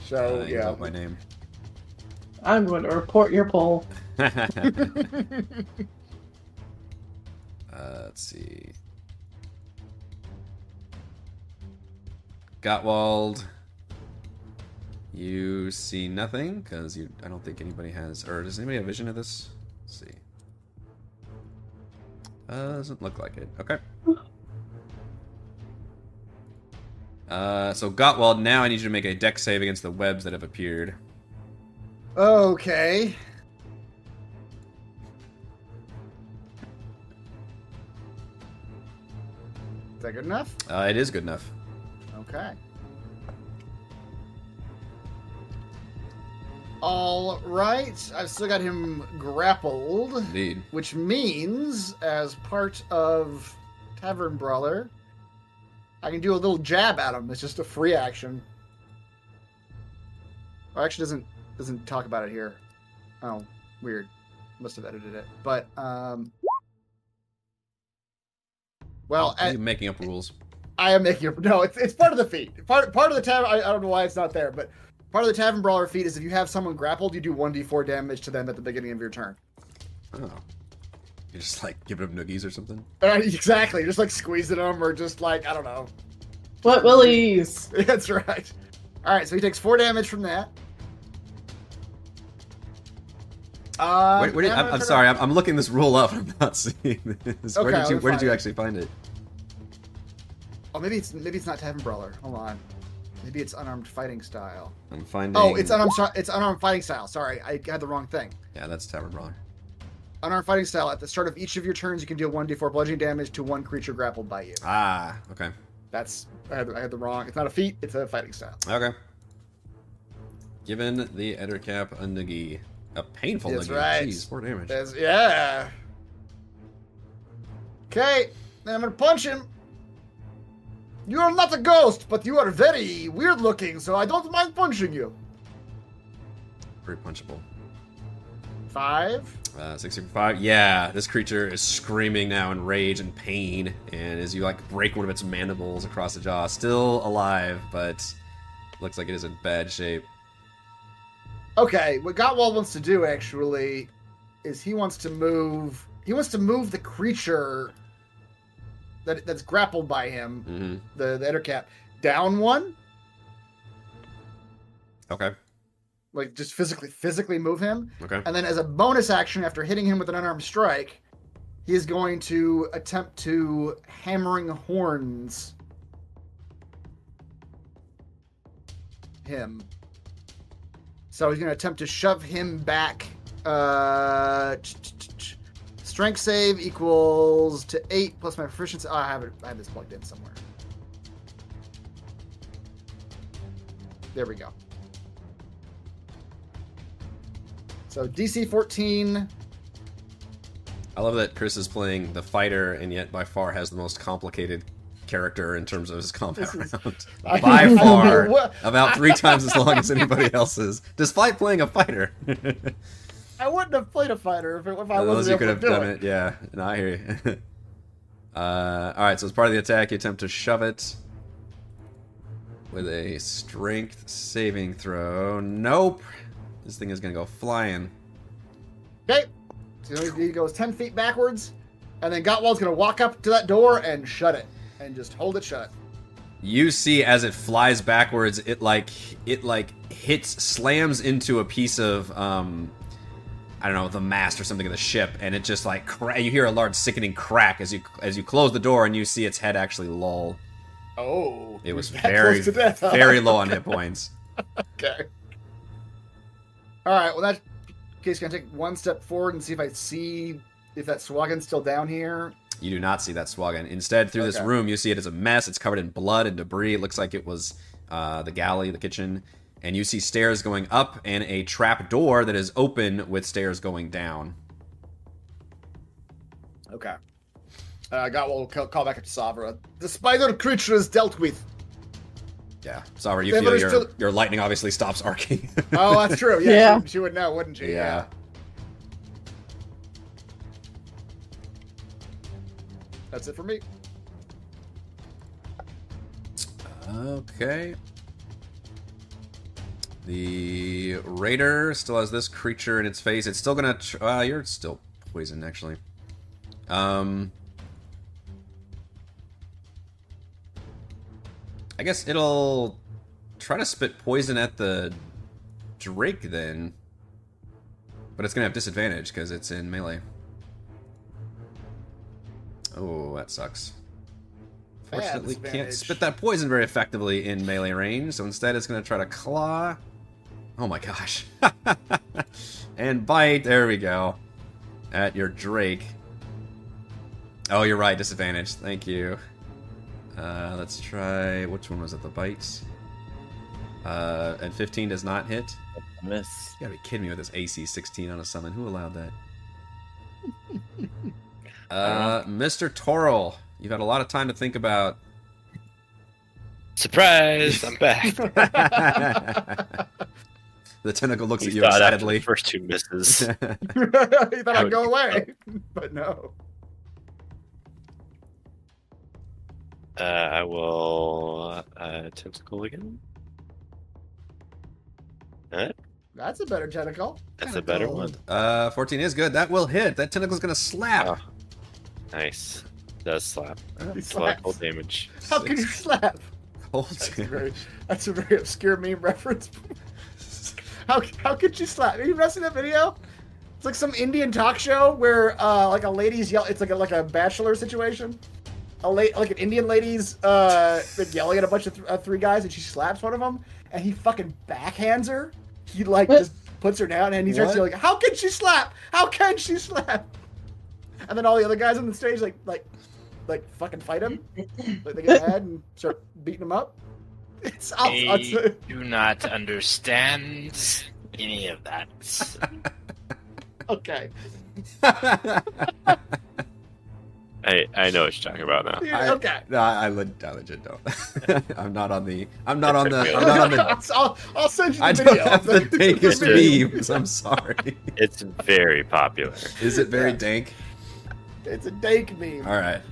B: so
A: uh, you
B: yeah.
A: vote by name.
D: I'm going to report your poll.
A: Uh, let's see. Gottwald, you see nothing because you. I don't think anybody has, or does anybody have vision of this? Let's see. Uh, doesn't look like it. Okay. Uh, so Gottwald, now I need you to make a deck save against the webs that have appeared.
B: okay. Is that good enough?
A: Uh, it is good enough.
B: Okay. All right. I've still got him grappled,
A: Indeed.
B: which means, as part of Tavern Brawler, I can do a little jab at him. It's just a free action. Or actually, doesn't doesn't talk about it here. Oh, weird. Must have edited it. But um, well, eh, at,
A: You're making up rules.
B: I am making a no. It's, it's part of the feat. Part part of the tavern. I, I don't know why it's not there, but part of the tavern brawler feat is if you have someone grappled, you do one d4 damage to them at the beginning of your turn.
A: Oh. You're just like giving them noogies or something?
B: Uh, exactly. Just like squeezing them, or just like I don't know.
D: What willies?
B: That's right. All right, so he takes four damage from that. Um,
A: Wait, where did-
B: and
A: I'm,
B: gonna
A: I'm
B: turn
A: sorry,
B: around-
A: I'm, I'm looking this rule up. I'm not seeing this. where
B: Okay,
A: did
B: I'll
A: you Where did
B: find
A: you
B: it.
A: actually find it?
B: Oh, maybe it's maybe it's not tavern brawler. Hold on. Maybe it's unarmed fighting style.
A: I'm finding.
B: Oh, it's unarmed. It's unarmed fighting style. Sorry, I had the wrong thing.
A: Yeah, that's Tavern Brawler.
B: Unarmed fighting style. At the start of each of your turns, you can deal 1d4 bludgeoning damage to one creature grappled by you.
A: Ah, okay,
B: That's I had, I had the wrong. It's not a feat. It's a fighting style.
A: okay. Given the Ettercap a noogie, a painful
B: That's
A: noogie.
B: right.
A: Jeez, four damage.
B: That's, yeah. Okay, then I'm gonna punch him. You are not a ghost, but you are very weird looking, so I don't mind punching you.
A: Pretty punchable.
B: Five.
A: Uh, 65. Yeah, this creature is screaming now in rage and pain, and as you like break one of its mandibles across the jaw, still alive, but looks like it is in bad shape.
B: Okay, what Gottwald wants to do actually is he wants to move. He wants to move the creature that that's grappled by him
A: Mm-hmm.
B: the the enter cap down one,
A: Okay,
B: like just physically physically move him,
A: okay.
B: and then as a bonus action after hitting him with an unarmed strike, He is going to attempt to hammering horns him. So he's going to attempt to shove him back. Uh, ch- ch- ch- strength save equals to eight plus my proficiency. Oh, I have it. I have this plugged in somewhere. There we go. So DC 14.
A: I love that Chris is playing the fighter and yet by far has the most complicated character in terms of his combat
B: This
A: round.
B: I- I
A: by
B: don't know
A: far.
B: what-
A: About three times as long as anybody else's, despite playing a fighter.
B: I wouldn't have played a fighter if, it, if I
A: Uh, Those
B: wasn't
A: who
B: able
A: could
B: to
A: have
B: do
A: done
B: it.
A: it. yeah. No, I hear you. uh, all right, so as part of the attack, you attempt to shove it with a strength saving throw. Nope. This thing is going to go flying.
B: Okay. So he goes 10 feet backwards, and then Gottwald's going to walk up to that door and shut it, and just hold it shut.
A: You see as it flies backwards, it like it like hits slams into a piece of um I don't know, the mast or something of the ship and it just like cra- you hear a large sickening crack as you as you close the door and you see its head actually loll.
B: Oh.
A: It was
B: that
A: very
B: close to death, huh?
A: very low on hit points.
B: Okay. All right. Well, that case gonna take one step forward and see if I see if that swagon's still down here.
A: You do not see that swaggin. Instead, through this
B: Okay.
A: room, you see it as a mess. It's covered in blood and debris. It looks like it was uh, the galley, the kitchen, and you see stairs going up and a trap door that is open with stairs going down.
B: Okay. Uh, Gottwald will ca- call back up to Savra. The spider creature is dealt with.
A: Yeah, sorry, you
B: Yeah, but
A: feel
B: it's
A: your
B: still-
A: your lightning obviously stops arcing.
B: Oh, that's true. Yeah,
D: Yeah.
B: She, she would know, wouldn't she?
A: yeah.
B: That's it for me.
A: Okay. The raider still has this creature in its face. It's still gonna. Tr- uh, you're still poisoned, actually. Um. I guess it'll try to spit poison at the Drake then, but it's gonna have disadvantage because it's in melee. Oh, that sucks.
B: Bad
A: Fortunately, can't
B: disadvantage.
A: spit that poison very effectively in melee range, so instead it's gonna try to claw. Oh my gosh! and bite. There we go. At your Drake. Oh, you're right. Disadvantage. Thank you. Uh, let's try. Which one was it? The bites. Uh, and 15 does not hit.
C: Miss.
A: You gotta be kidding me with this AC 16 on a summon. Who allowed that? uh, Mr. Toril, you've had a lot of time to think about.
F: Surprise! I'm back.
A: the tentacle looks at
F: He
A: you
F: thought after the
A: excitedly.
F: first two misses.
B: you thought
F: How
B: I'd
F: would
B: go
F: you
B: away, but no.
F: Uh, I will uh, tentacle again.
B: That's a better tentacle.
F: That's a better one.
A: uh, 14 is good. That will hit. That tentacle's gonna slap.
F: Oh, Nice. Does slap.
B: He
F: It's a lot of
B: slaps.
F: cold damage.
B: How can you
A: Six
B: slap?
A: cold
B: That's a
A: damage.
B: very, that's a very obscure meme reference. how how could you slap? Have you ever seen that video? It's like some Indian talk show where uh, like a lady's yell. It's like a, like a bachelor situation. A la- like an Indian lady's uh, been yelling at a bunch of th- uh, three guys, and she slaps one of them, and he fucking backhands her. He like
D: What?
B: just puts her down, and he starts
A: What?
B: yelling, "How can she slap? How can she slap?" And then all the other guys on the stage like like like fucking fight him. Like they get mad and start beating him up. It's I'll, I'll,
E: I do not understand any of that.
B: okay.
F: I, I know what you're talking about now.
B: Dude,
A: I-
B: okay.
A: No, I, I, legit, I legit don't. I'm not on the. I'm not on the. I'm not on the.
B: I'll, I'll send you the
A: I don't
B: video.
A: have the biggest
B: video.
A: memes. I'm sorry.
F: It's very popular.
A: Is it very dank?
B: It's a dank meme.
A: All right.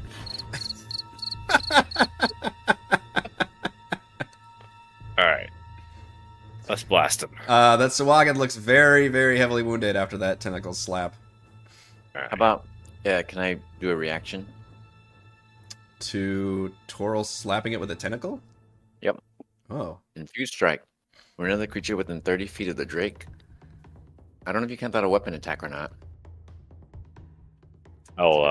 F: All right. Let's blast him.
A: Uh, that Sawagan looks very, very heavily wounded after that tentacle slap.
F: All right.
C: How about? Yeah, can I do a reaction?
A: To Toril slapping it with a tentacle.
C: Yep.
A: Oh.
C: Infused strike. When another creature within 30 feet of the Drake. I don't know if you count that a weapon attack or not.
F: I'll
B: Good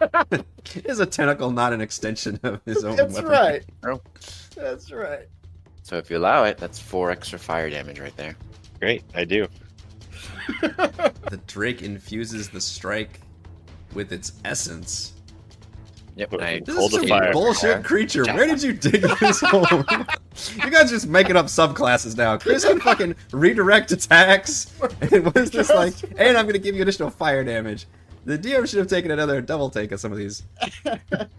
F: uh,
B: question.
A: Is a tentacle not an extension of his own
B: That's
A: weapon?
B: right.
E: Oh.
C: Bro.
B: That's right.
C: So if you allow it, that's four extra fire damage right there.
F: great. I do.
A: The Drake infuses the strike with its essence.
C: Yep.
F: Put-
C: and I
F: put
A: This
F: Hold
A: is
F: the
A: just a
F: fire.
A: bullshit creature. Where did you dig this hole? you guys just making up subclasses now. Chris can fucking redirect attacks. And what is this like? And I'm gonna give you additional fire damage. The DM should have taken another double take of some of these.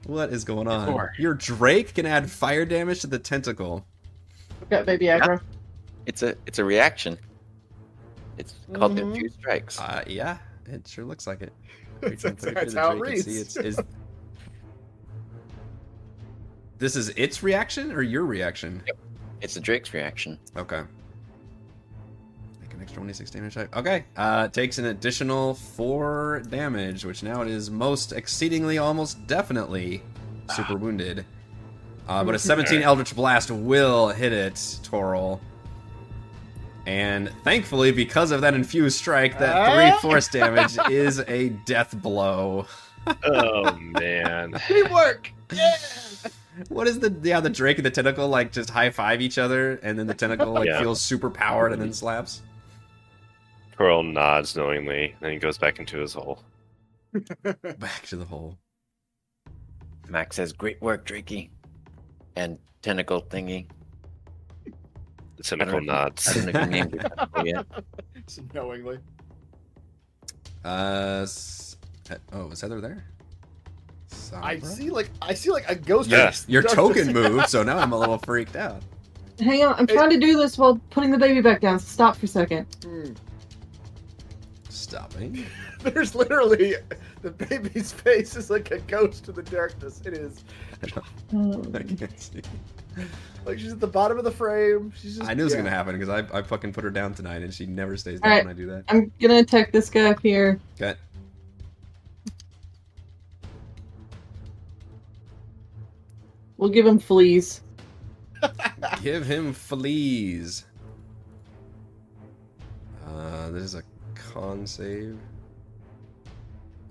A: What is going on?
E: Four.
A: Your Drake can add fire damage to the tentacle.
D: Got baby aggro.
C: it's a it's a reaction. It's called
D: Mhm.
C: infused strikes.
A: Uh, yeah, it sure looks like it.
B: That's,
A: Creature can
B: that's
A: put
B: how it
A: through the Drake and see
B: reads.
A: its- is- This is its reaction or your reaction?
C: It's the Drake's reaction.
A: Okay. Make an extra 26 damage type. Okay. Uh, takes an additional 4 damage, which now it is most exceedingly almost definitely super wounded. Uh, but a 17 Eldritch Blast will hit it, Toril. And thankfully, because of that infused strike, that 3 force damage is a death blow.
F: Oh man.
B: Teamwork. Yeah.
A: What is the yeah the Drake and the tentacle like just high five each other and then the tentacle like
F: Yeah.
A: feels super powered and then slaps?
F: Coral nods knowingly, then he goes back into his hole.
A: Back to the hole.
C: Max says, "Great work, Drakey," and tentacle thingy.
F: The
C: I don't
F: tentacle
C: know if- I
F: nods.
C: don't know if you named your tentacle yet.
B: It's knowingly.
A: Uh, s- oh, is Heather there? Sabra?
B: I see like I see like a ghost.
F: Yeah.
B: face.
A: your
B: Just-
A: token moved, so now I'm a little freaked out.
D: Hang on, I'm trying to do this while putting the baby back down. Stop for a second.
B: Hmm.
A: Stopping.
B: There's literally the baby's face is like a ghost in the darkness. It is
D: Oh,
A: I can't see.
B: like she's at the bottom of the frame. She's just.
A: I knew it was
B: yeah.
A: gonna happen because I, I fucking put her down tonight, and she never stays down
D: All right.
A: when I do that.
D: I'm gonna attack this guy up here.
A: Okay.
D: We'll give him fleas.
A: Give him fleas. Uh, this is a con save.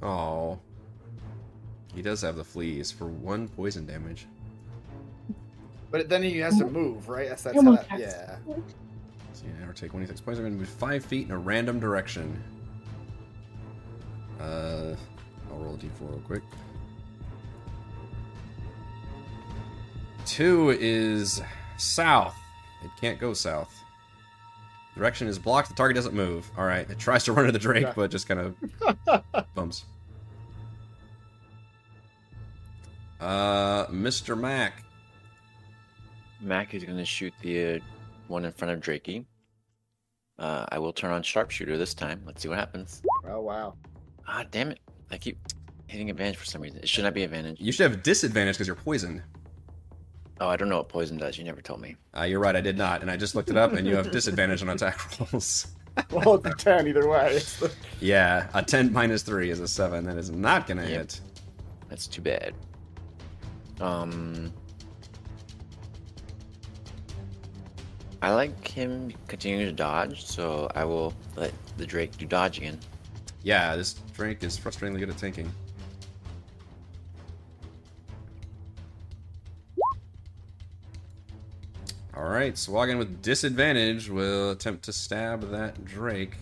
A: Oh. He does have the fleas for one poison damage.
B: But then he has to move, right? That's, that's
D: Oh
B: how
D: my
B: that,
D: God.
B: yeah.
A: So you never take 26 points. I'm going to move 5 feet in a random direction. Uh, I'll roll a d4 real quick. 2 is south. It can't go south. Direction is blocked. The target doesn't move. All right. It tries to run to the Drake,
B: Yeah.
A: but just kind of bumps. Uh, Mr. Mac.
C: Mac is going to shoot the uh, one in front of Drakey. Uh, I will turn on sharpshooter this time. Let's see what happens.
B: Oh wow.
C: Ah, damn it! I keep hitting advantage for some reason. It should not be advantage.
A: You should have disadvantage because you're poisoned.
C: Oh, I don't know what poison does. You never told me.
A: Uh, you're right, I did not, and I just looked it up, and you have disadvantage on attack rolls.
B: Well, it's a ten either way. It's the-
A: yeah, a 10 minus 3 is a 7. That is not going to
C: Yep.
A: hit.
C: That's too bad. Um, I like him continuing to dodge, so I will let the Drake do dodge again.
A: Yeah, this drink is frustratingly good at tanking. All right, Swaggin with disadvantage will attempt to stab that Drake.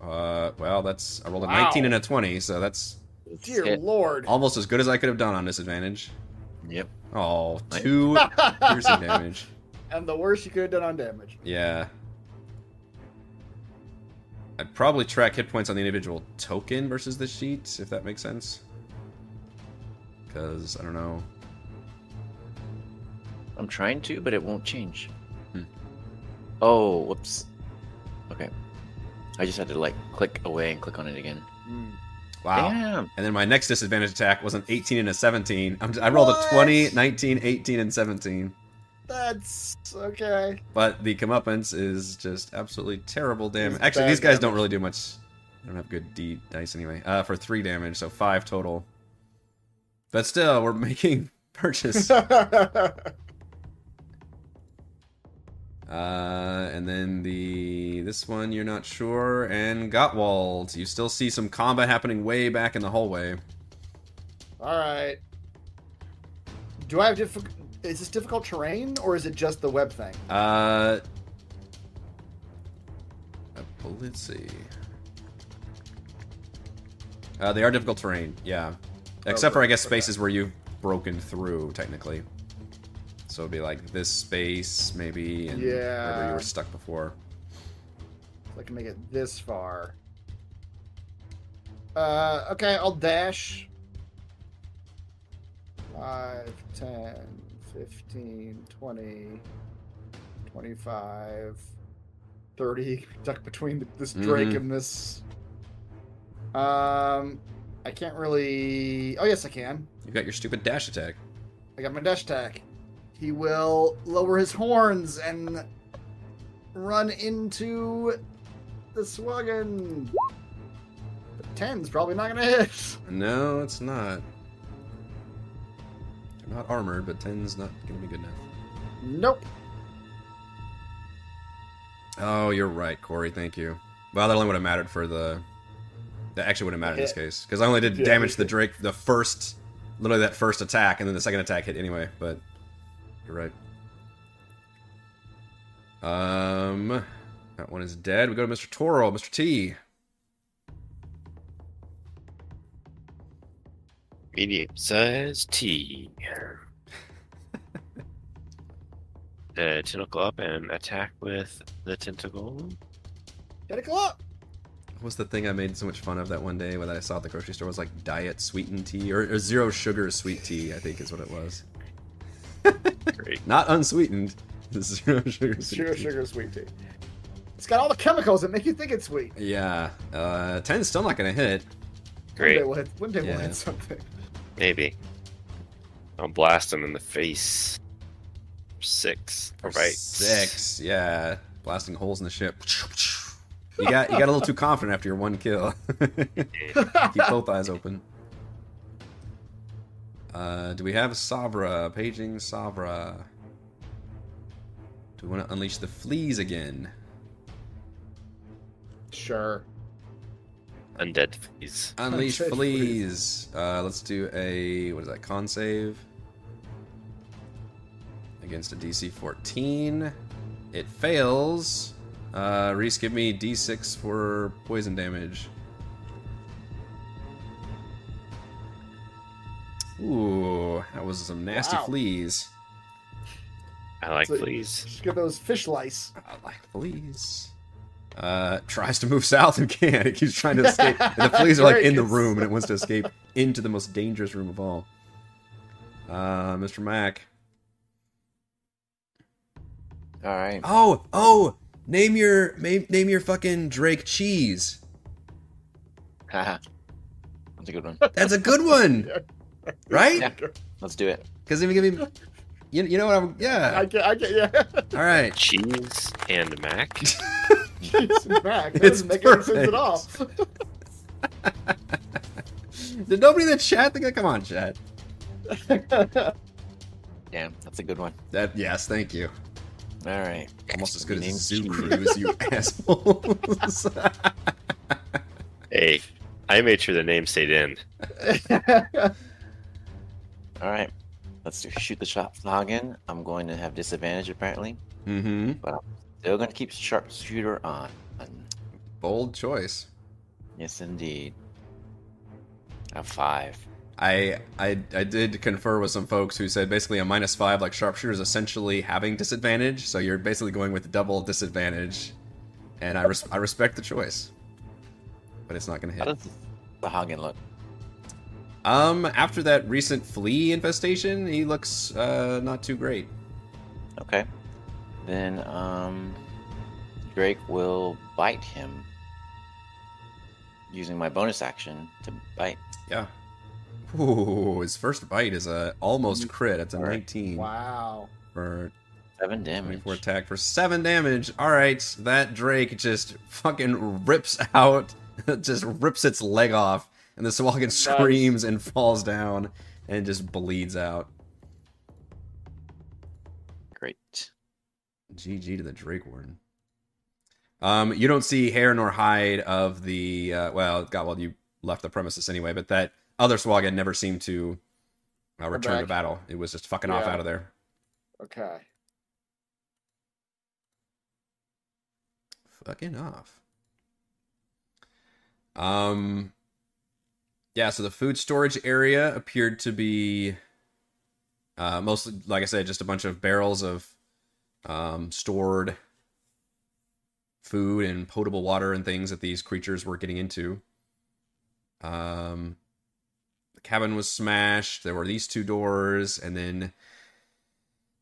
A: Uh, well, that's I rolled a
B: Wow.
A: 19 and a 20, so that's
B: dear
C: Hit.
B: lord.
A: almost as good as I could have done on disadvantage.
C: Yep.
A: Oh, two piercing damage.
B: and the worst you could have done on damage.
A: Yeah. I'd probably track hit points on the individual token versus the sheet, if that makes sense. Because, I don't know.
C: I'm trying to, but it won't change.
A: Hmm.
C: Oh, whoops. Okay. I just had to like click away and click on it again.
A: Wow.
C: Damn.
A: And then my next disadvantage attack was an 18 and a 17. I'm I rolled
B: What?
A: a 20, 19, 18, and 17.
B: That's okay.
A: But the comeuppance is just absolutely terrible damage.
B: It's
A: Actually,
B: bad
A: these guys don't really do much. They don't have good D dice anyway. Uh, for three damage, so five total. But still, we're making purchase. Uh, and then the this one you're not sure, and Gottwald. You still see some combat happening way back in the hallway.
B: All right. Do I have difficult? Is this difficult terrain, or is it just the web thing?
A: Uh, uh, well, let's see. Uh, they are difficult terrain, yeah. Except for I guess
B: Oh, Okay.
A: spaces where you've broken through technically. So it'd be like this space maybe, and wherever
B: Yeah.
A: you were stuck before.
B: So I can make it this far. Uh, okay, I'll dash. 5, 10, 15, 20, 25, 30. Duck between th- this Drake
A: Mhm.
B: and this. Um, I can't really. Oh, yes, I can.
A: You got your stupid dash attack.
B: I got my dash attack. He will lower his horns and run into the swaggin. The ten's probably not gonna hit.
A: No, it's not. They're not armored, but ten's not gonna be good enough.
B: Nope.
A: Oh, you're right, Corey. Thank you. Well, that only would have mattered for the. That actually would have mattered in this case because I only did
B: Yeah,
A: damage
B: yeah.
A: the Drake the first, literally that first attack, and then the second attack hit anyway. But you're right. Um, that one is dead. We go to Mr. Toro, Mr. T.
F: Medium size T. the tentacle up and attack with the tentacle.
B: Tentacle up.
A: What was the thing I made so much fun of that one day when I saw at the grocery store? It was like diet sweetened tea or, or zero sugar sweet tea. I think is what it was.
F: Great.
A: Not unsweetened. Zero sugar. Sweet
B: Sugar,
A: tea.
B: sugar, sweet tea. It's got all the chemicals that make you think it's sweet.
A: Yeah, uh, ten's still not gonna hit.
F: Great.
B: One day we'll hit, one day we'll
A: Yeah.
B: hit something.
F: Maybe. I'll blast him in the face. Six. All right.
A: six. Yeah, blasting holes in the ship. You got you got a little too confident after your one kill. Keep both eyes open. Uh, do we have Savra paging Savra? Do we want to unleash the fleas again?
B: sure.
F: Undead fleas.
A: Unleash
B: Unleash
A: fleas. Uh, let's do a what is that con save against a DC 14. It fails. Uh, Reese, give me D6 for poison damage. Ooh, that was some nasty
B: Wow.
A: fleas.
F: I like
B: So-
F: fleas.
B: Just get those fish lice.
A: I like fleas. Uh, tries to move south and can't. It keeps trying to escape. And the fleas are like in the
B: Great.
A: room, and it wants to escape into the most dangerous room of all. Uh, Mr. Mac.
C: All right.
A: Oh, oh, name your name, name your fucking Drake cheese.
C: Haha. That's a good one.
A: That's a good one, right?
C: Yeah. Let's do it.
A: Because even give him, you, you know what I'm.
B: I
A: Yeah.
B: get, I get, yeah.
A: All right.
F: Cheese and mac.
B: Jeez, Mac, that
A: It's
B: doesn't make any sense
A: perfect.
B: at all.
A: Did nobody in the chat think? that? Come on, chat.
C: Damn, that's a good one.
A: That yes, thank you.
C: All right.
A: Almost as good
C: Name
A: as Zoo
C: cheese.
A: Cruise, you assholes.
F: hey, I made sure the name stayed in.
C: All right. Let's do shoot the shot flog in. I'm going to have disadvantage apparently.
A: mm-hmm.
C: Still going to keep sharpshooter on.
A: Bold choice.
C: Yes, indeed. A five.
A: I, I I did confer with some folks who said basically a minus five, like sharpshooter is essentially having disadvantage, so you're basically going with double disadvantage, and I res- I respect the choice, but it's not going to
C: How
A: hit.
C: does this- the Hagen look?
A: Um, after that recent flea infestation, he looks uh not too great.
C: Okay. Then um, Drake will bite him using my bonus action to bite.
A: Yeah. Ooh, his first bite is a almost crit. It's a 19
B: wow.
A: for
C: Seven damage.
A: 24 attack for 7 damage. Alright, that Drake just fucking rips out, just rips its leg off, and the Sawalgan screams and falls down and just bleeds out.
C: Great.
A: GG to the Drake Warden. Um, you don't see hair nor hide of the uh, well, Gotwald, you left the premises anyway, but that other Swaga never seemed to uh, return to
B: back.
A: battle. It was just fucking off
B: Yeah.
A: out of there.
B: Okay.
A: Fucking off. Um Yeah, so the food storage area appeared to be uh mostly like I said, just a bunch of barrels of um stored food and potable water and things that these creatures were getting into. Um the cabin was smashed, there were these two doors, and then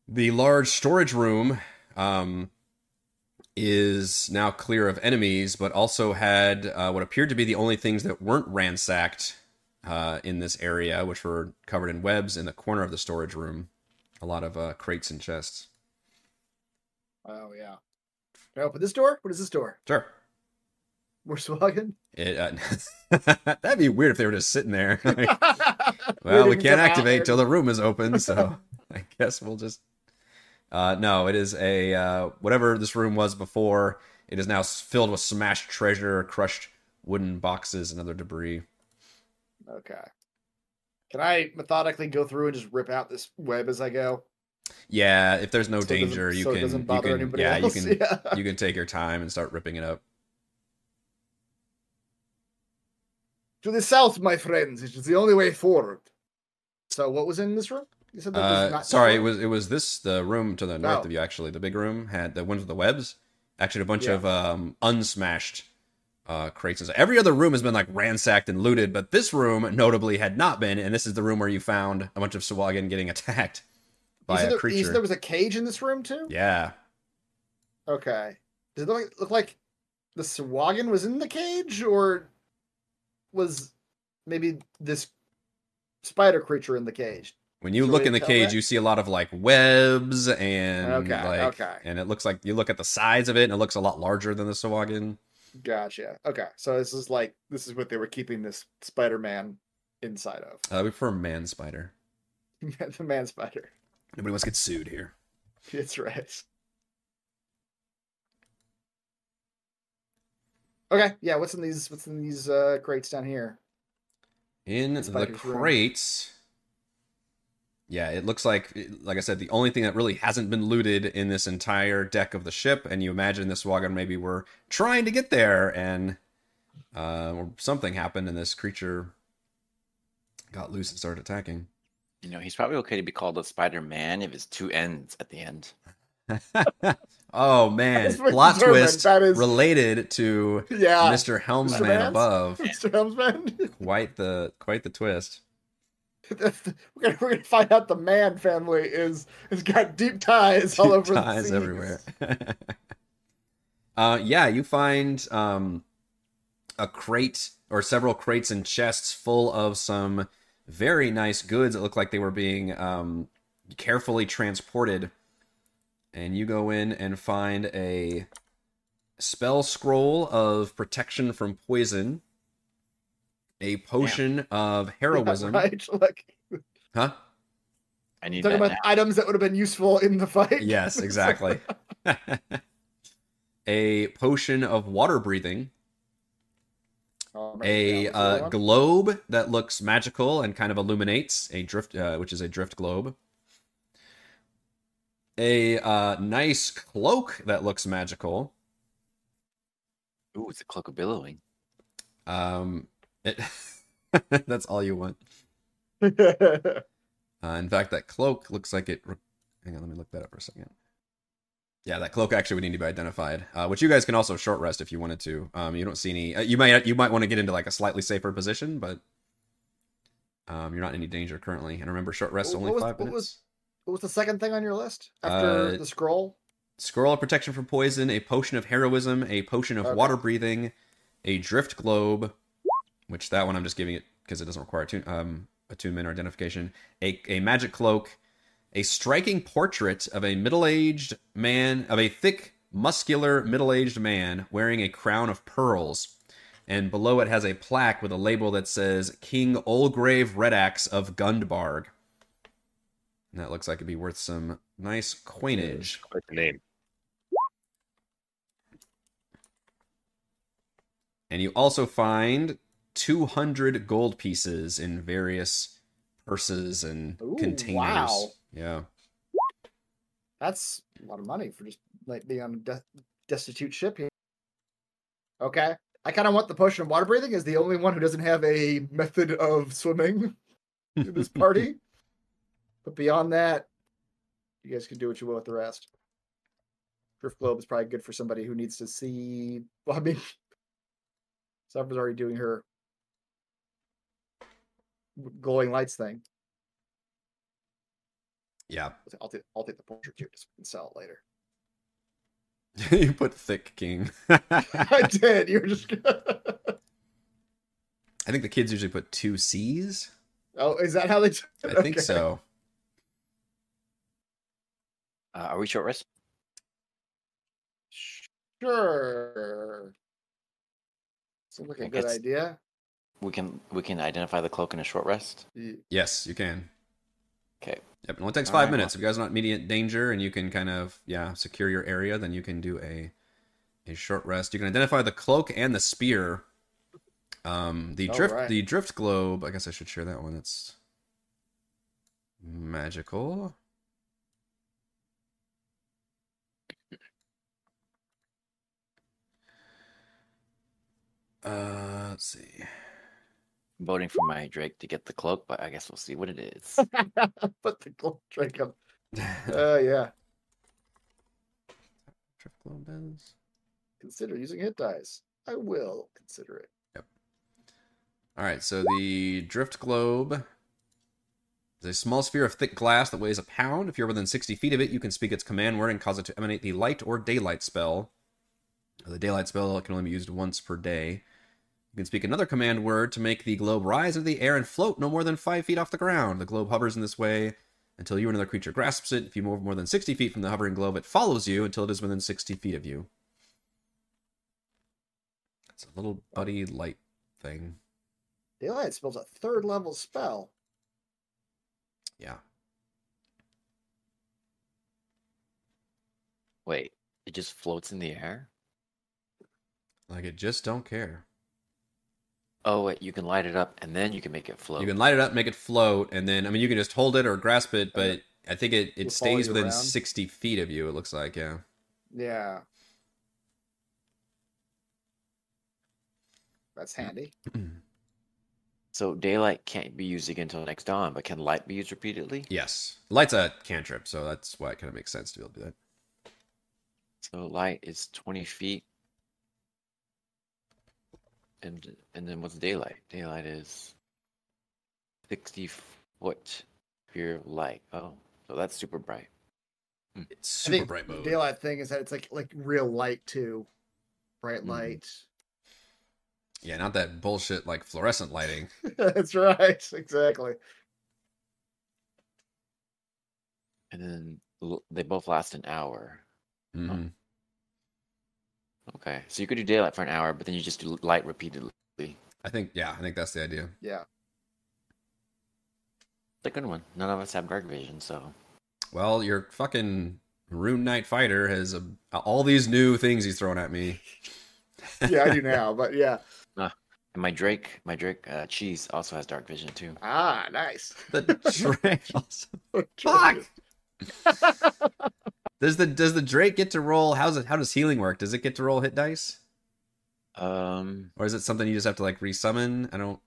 A: the large storage room um is now clear of enemies, but also had uh, what appeared to be the only things that weren't ransacked uh, in this area, which were covered in webs in the corner of the storage room. A lot of uh, crates and chests.
B: Oh yeah. Can I open this door? What is this door?
A: Sure.
B: We're swagging.
A: It, uh, that'd be weird if they were just sitting there. Like, well,
B: didn't
A: we can't
B: come out
A: activate
B: there.
A: till the room is open, so I guess we'll just. Uh, no, it is a uh, whatever this room was before. It is now s- filled with smashed treasure, crushed wooden boxes, and other debris.
B: okay. Can I methodically go through and just rip out this web as I go?
A: Yeah, if there's no
B: So it doesn't-
A: danger, you
B: so
A: can
B: it doesn't
A: you
B: bother
A: can-
B: anybody
A: yeah,
B: else.
A: you can
B: yeah.
A: you can take your time and start ripping it up.
B: To the south, my friends. It is the only way forward. So, what was in this room? You said that was
A: Uh,
B: not
A: sorry, it
B: covered?
A: was it was this the room to the north
B: Oh.
A: of you actually. The big room had the ones with the webs. Actually, a bunch
B: Yeah.
A: of um, unsmashed uh, crates. And stuff. Every other room has been like ransacked and looted, but this room notably had not been. And this is the room where you found a bunch of Swagan getting attacked
B: You
A: by
B: said
A: a
B: there, You
A: creature.
B: said there was a cage in this room too.
A: yeah,
B: Okay. Does it look, look like the Swaggin was in the cage, or was maybe this spider creature in the cage?
A: when you
B: Can
A: look
B: we
A: in the
B: tell
A: cage,
B: that?
A: you see a lot of like webs and
B: Okay,
A: like,
B: okay.
A: and it looks like you look at the sides of it, and it looks a lot larger than the Swagan.
B: Gotcha. Okay. So this is like this is what they were keeping this Spider Man inside of.
A: Uh, we prefer man spider.
B: the man spider.
A: Nobody wants to get sued here.
B: It's right. Okay, yeah, what's in these what's in these uh crates down here?
A: In the
B: Spider's room.
A: crates. Yeah, it looks like, like I said, the only thing that really hasn't been looted in this entire deck of the ship, and you imagine this Wagon maybe were trying to get there, and uh, or something happened, and this creature got loose and started attacking.
C: You know, he's probably okay to be called a Spider Man if it's two ends at the end.
A: oh man,
B: That's what
A: plot
B: determined,
A: twist
B: that is-
A: related to
B: Yeah.
A: Mr. Helmsman
B: Vance?
A: above.
B: Mr. Helmsman.
A: Quite the quite the twist.
B: That's the- we're, gonna, we're gonna find out the man family is has got deep ties all over the
A: ties
B: seas.
A: everywhere. uh, yeah, you find um, a crate or several crates and chests full of some very nice goods that look like they were being um, carefully transported. And you go in and find a spell scroll of protection from poison, a potion of heroism,
B: Right? Like
A: huh?
C: I need
B: talking
C: that
B: about
C: now.
B: items that would have been useful in the fight.
A: Yes,
B: It's like,
A: exactly. a potion of water breathing,
B: oh, man,
A: a
B: yeah, what's the other
A: uh,
B: one?
A: globe that looks magical and kind of illuminates, a drift, uh, which is a drift globe, a uh, nice cloak that looks magical.
C: Ooh, it's a cloak of billowing.
A: Um, it that's all you want. Uh, in fact, that cloak looks like it. Re- Hang on, let me look that up for a second. Yeah, that cloak actually would need to be identified, uh, which you guys can also short rest if you wanted to. Um, you don't see any. Uh, you might you might want to get into like a slightly safer position, but um, you're not in any danger currently. And remember, short rest
B: What-
A: only
B: what was-
A: five
B: what
A: minutes.
B: was- what was the second thing on your list after
A: Uh,
B: the scroll?
A: Scroll of protection from poison, a potion of heroism, a potion of
B: Okay.
A: water breathing, a drift globe, which that one I'm just giving it because it doesn't require attune, um, attunement or identification, a, a magic cloak, a striking portrait of a middle aged man, of a thick, muscular middle aged man wearing a crown of pearls. And below it has a plaque with a label that says King Olgrave Red Axe of Gundbarg. And that looks like it'd be worth some nice coinage.
F: Quite the name.
A: And you also find 200 gold pieces in various purses and
B: Ooh,
A: containers.
B: wow.
A: Yeah.
B: That's a lot of money for just like being on a de- destitute ship here. Okay. I kind of want the potion of water breathing as the only one who doesn't have a method of swimming in this party. but beyond that, you guys can do what you will with the rest. Drift Globe is probably good for somebody who needs to see. Well, I mean, Sapphira's already doing her glowing lights thing.
A: yeah.
B: I'll take, I'll take the portrait too, just and sell it later.
A: you put thick king.
B: I
A: I
B: did. You're just.
A: think the kids usually put two C's.
B: oh, is that how they? do
A: I
B: it?
A: think
B: Okay.
A: so.
C: Uh, are we short rest?
B: Sure. Seems like a
C: think
B: good
C: it's-
B: idea.
C: We can we can identify the cloak in a short rest.
B: Y-
A: Yes, you can.
C: Okay.
A: Yep, it only takes
C: All
A: five
C: right,
A: minutes. If you guys are not in immediate danger and you can kind of yeah secure your area, then you can do a a short rest. You can identify the cloak and the spear. Um, the
B: All
A: drift
B: right.
A: the drift globe. I guess I should share that one. It's magical. Uh, let's see.
C: I'm voting for my Drake to get the cloak, but I guess we'll see what it is.
B: Put the gold drink up. Uh, yeah.
A: drift globe is.
B: Consider using hit dice. I will consider it.
A: All right, so the drift globe is a small sphere of thick glass that weighs a pound. If you're within 60 feet of it, you can speak its command word and cause it to emanate the light or daylight spell. The daylight spell can only be used once per day. You can speak another command word to make the globe rise into the air and float no more than five feet off the ground. The globe hovers in this way until you or another creature grasps it. If you move more than 60 feet from the hovering globe, it follows you until it is within 60 feet of you. It's a little buddy light thing.
B: Daylight spells a third level spell.
A: Yeah.
C: Wait, it just floats in the air.
A: Like it just don't care.
C: Oh wait, you can light it up and then you can make it float.
A: You can light it up, make it float, and then I mean you can just hold it or grasp it, but I think it,
B: It'll
A: it
B: follow
A: stays
B: you
A: within
B: around?
A: sixty feet of you, it looks like, yeah.
B: Yeah. That's
A: Hmm.
B: handy.
C: So daylight can't be used again until next dawn, but can light be used repeatedly?
A: yes. Light's a cantrip, so that's why it kinda makes sense to be able to do that.
C: So light is twenty feet, and and then what's daylight? Daylight is sixty foot sphere of light. Oh, so that's super bright.
A: It's
B: I
A: super
B: think
A: bright
B: the
A: mode.
B: Daylight thing is that it's like like real light too, bright
A: Mhm.
B: light.
A: Yeah, not that bullshit like fluorescent lighting.
B: That's right. Exactly.
C: And then l- they both last an hour.
B: Oh.
A: Mhm.
C: Okay, so you could do daylight for an hour, but then you just do light repeatedly.
A: I think yeah, I think that's the idea.
B: Yeah.
C: It's a good one. None of us have dark vision, so
A: Well, your fucking Rune Knight fighter has a, all these new things he's throwing at me.
B: Yeah, I do now, but yeah.
C: and my Drake, my Drake uh, cheese also has dark vision too.
B: Ah, nice.
A: The drake also
B: Fuck.
A: Does the does the Drake get to roll? How's it? How does healing work? Does it get to roll hit dice,
C: Um,
A: or is it something you just have to like resummon? I don't.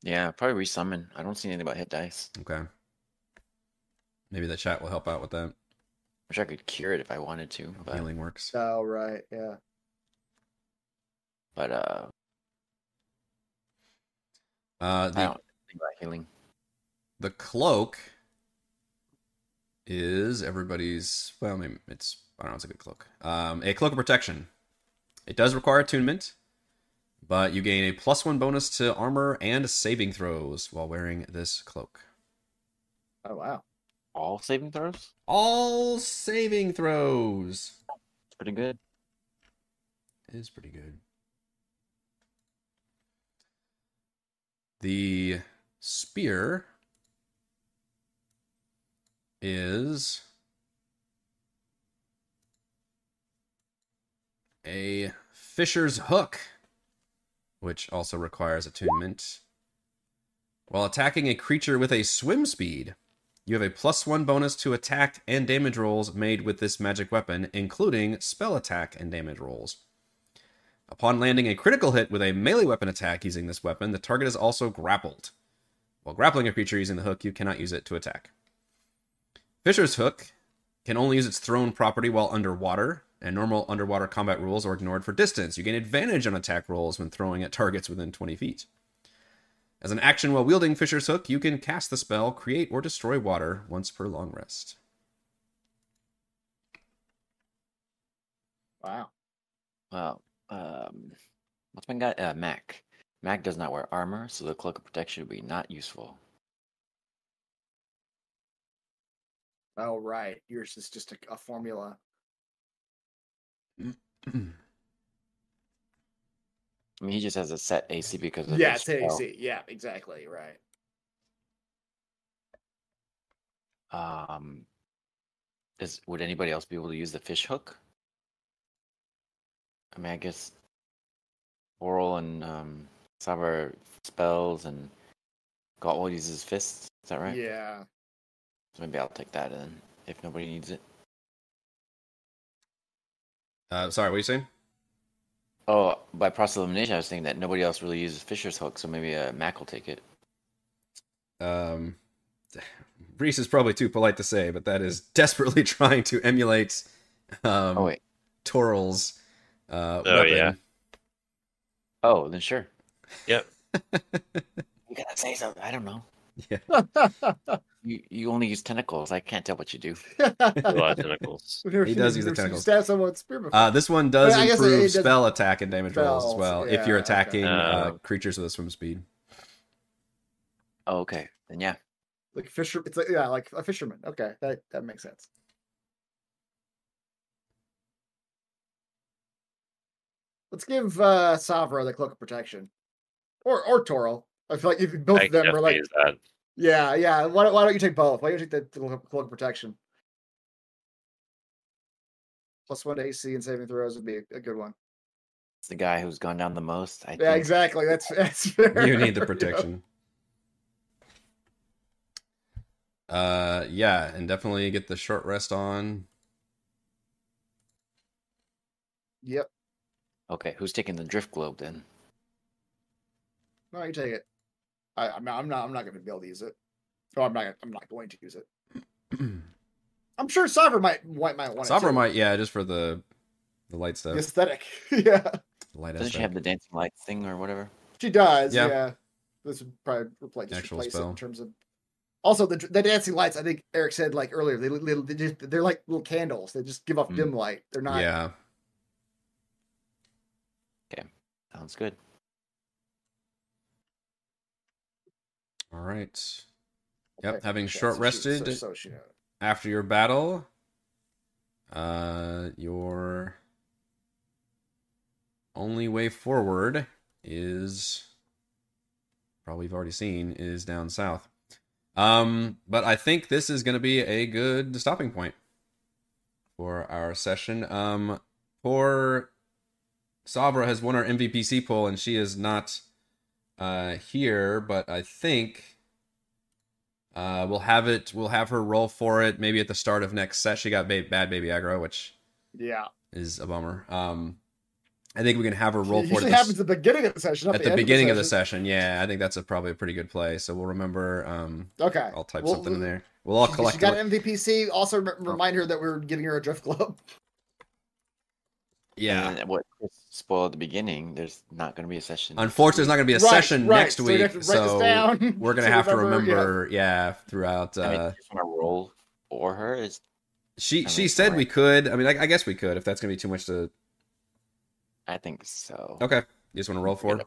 C: yeah, probably resummon. I don't see anything about hit dice.
A: Okay. Maybe the chat will help out with that.
C: Wish I could cure it if I wanted to,
A: How
C: but
A: healing works.
B: Oh right, yeah.
C: but uh,
A: Uh,
C: I
A: the
C: don't think about healing.
A: the cloak is everybody's. Well, I mean, it's I don't know. It's a good cloak. Um, a cloak of protection. It does require attunement, but you gain a plus one bonus to armor and saving throws while wearing this cloak.
B: Oh wow.
C: All saving throws,
A: All saving throws.
C: pretty good.
A: is pretty good. The spear is a fisher's hook. which also requires attunement. While attacking a creature with a swim speed, you have a plus one bonus to attack and damage rolls made with this magic weapon, including spell attack and damage rolls. Upon landing a critical hit with a melee weapon attack using this weapon, the target is also grappled. While grappling a creature using the hook, you cannot use it to attack. Fisher's hook can only use its thrown property while underwater, and normal underwater combat rules are ignored for distance. You gain advantage on attack rolls when throwing at targets within 20 feet. As an action while wielding Fisher's Hook, you can cast the spell, create or destroy water once per long rest.
B: Wow.
C: Well, um, what's my guy? Uh, Mac. Mac does not wear armor, so the cloak of protection would be not useful.
B: Oh, right. Yours is just a, a formula.
C: I mean, he just has a set AC because of
B: yeah,
C: his
B: it's an
C: spell.
B: AC. Yeah, exactly. Right.
C: Um, is would anybody else be able to use the fish hook? I mean, I guess Oral and um, Saber spells and Gotwall uses fists. Is that right?
B: Yeah.
C: So maybe I'll take that in if nobody needs it.
A: Uh, sorry, what are you saying?
C: Oh, by process of elimination, I was thinking that nobody else really uses Fisher's hook, so maybe uh, Mac will take it.
A: Um, Reese is probably too polite to say, but that is desperately trying to emulate um,
C: Oh wait.
A: Toral's uh,
F: Oh,
A: weapon.
F: yeah.
C: Oh, then sure.
F: Yep.
C: you gotta say something. I don't know.
B: he
C: You you only use tentacles. I can't tell what you do.
F: A lot of tentacals.
A: He does use the tentacles.
B: Stats on what spear before.
A: Uh, this one does
B: But I guess it- it
A: improve
B: doesn't-
A: spell attack and damage rolls as
B: Spells,
A: well
B: yeah,
A: if you're
B: okay.
A: attacking uh,
F: Oh.
A: creatures with a swim speed.
C: Oh, okay. Then yeah.
B: like fisher. It's like yeah, like a fisherman. Okay, that that makes sense. Let's give uh Savra the cloak of protection, or or Toril. I feel like if both
F: I
B: of them are
F: definitely
B: like,
F: use that.
B: yeah, yeah. Why don't, why don't you take both? Why don't you take the cloak cloak of protection? Plus one to AC and saving throws would be a, a good one.
C: It's the guy who's gone down the most. I
B: Yeah,
C: think.
B: exactly. That's that's fair.
A: you need the
B: Yeah.
A: protection. Uh, yeah, and definitely get the short rest on.
B: Yep.
C: Okay, who's taking the drift globe then?
B: No, you take it. I, I'm not. I'm not. I'm not going to be able to use it. Oh, I'm not. I'm not going to use it. I'm sure Sovereign might might might want it.
A: Sovereign
B: too.
A: might, yeah, just for the the light stuff,
B: The aesthetic. yeah,
A: the light
C: Doesn't she have
A: aspect.
C: the dancing light thing or whatever?
B: she does.
A: Yeah.
B: Yeah. This would probably replace, just
A: Actual
B: replace it
A: spell.
B: in terms of. Also, the the dancing lights. I think Eric said like earlier. They, they, they just, they're like little candles. They just give off
A: Mm.
B: dim light. They're not.
A: Yeah,
C: Sounds good.
A: all right. Yep,
B: Okay,
A: having
B: yeah,
A: short
B: so she-
A: rested
B: So, so she knows.
A: after your battle, uh, your only way forward is probably you've already seen is down south. Um, but I think this is going to be a good stopping point for our session. Um, poor Sabra has won our MVPC poll, and she is not uh, here. But I think uh, we'll have it. We'll have her roll for it maybe at the start of next set. She got ba- bad baby aggro, which
B: Yeah.
A: is a bummer. Um, I think we can have her roll
B: it
A: for it.
B: usually
A: at the s-
B: happens at the beginning of the session. Not
A: at
B: the,
A: the,
B: end
A: beginning
B: of the session.
A: Yeah, I think that's a, probably a pretty good play. So we'll remember. Um,
B: Okay.
A: I'll type
B: Well,
A: something in there. We'll all
B: She-
A: collect. Oh.
B: She got an MVPC. Also, re- remind her that we're giving her a drift club.
A: yeah.
C: And then what Chris spoiled at the beginning, there's not going to be a session. next
A: Unfortunately, it's
C: week.
A: not going to be a
B: Right,
A: session
B: right.
A: next
B: So we
A: week,
B: have to
A: so,
B: write this down
A: we're going to have to remember. Yeah, throughout. Uh,
C: I mean, do you want to roll for her? Is
A: she
C: I
A: she
C: mean,
A: said
C: right.
A: we could. I mean, I, I guess we could if that's going to be too much to.
C: I think so.
A: Okay, you just want to roll for.
C: Forget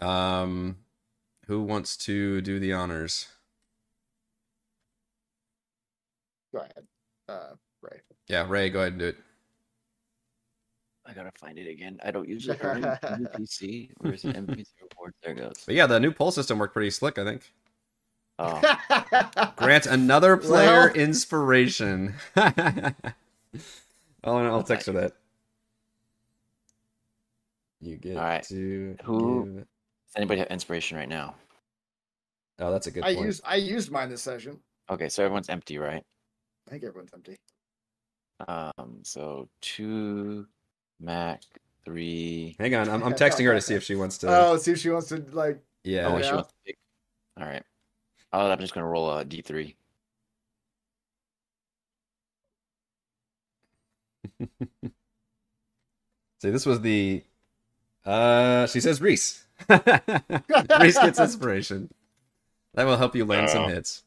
C: about
A: it?
C: it.
A: Um, who wants to do the honors?
B: Go ahead.
A: Oh.
B: Uh, Ray.
A: Yeah, Ray, go ahead and do it.
C: I gotta find it again. I don't usually find NPC. Where's the NPC report? There it goes.
A: But yeah, the new poll system worked pretty slick. I think.
C: Oh,
B: Uh,
C: Ah,
A: Grant another player
B: Well-
A: inspiration. I'll, I'll text her that. You get
C: All right.
A: to
C: Who-
A: give-
C: Does anybody have inspiration right now?
A: Oh, that's a good
B: I
A: point.
B: used I used mine this session.
C: Okay, so everyone's empty, right?
B: I think everyone's empty.
C: Um, so two, Mac, three.
A: Hang on, I'm, I'm texting her to see if she wants to.
B: Oh, see if she wants to like.
A: yeah.
C: Oh, wait, she
B: Yeah.
C: wants to pick. All right. All right, I'm just gonna roll a d3.
A: See, this was the. Uh, she says Reese. Reese gets inspiration. That will help you land some
F: Oh.
A: hits.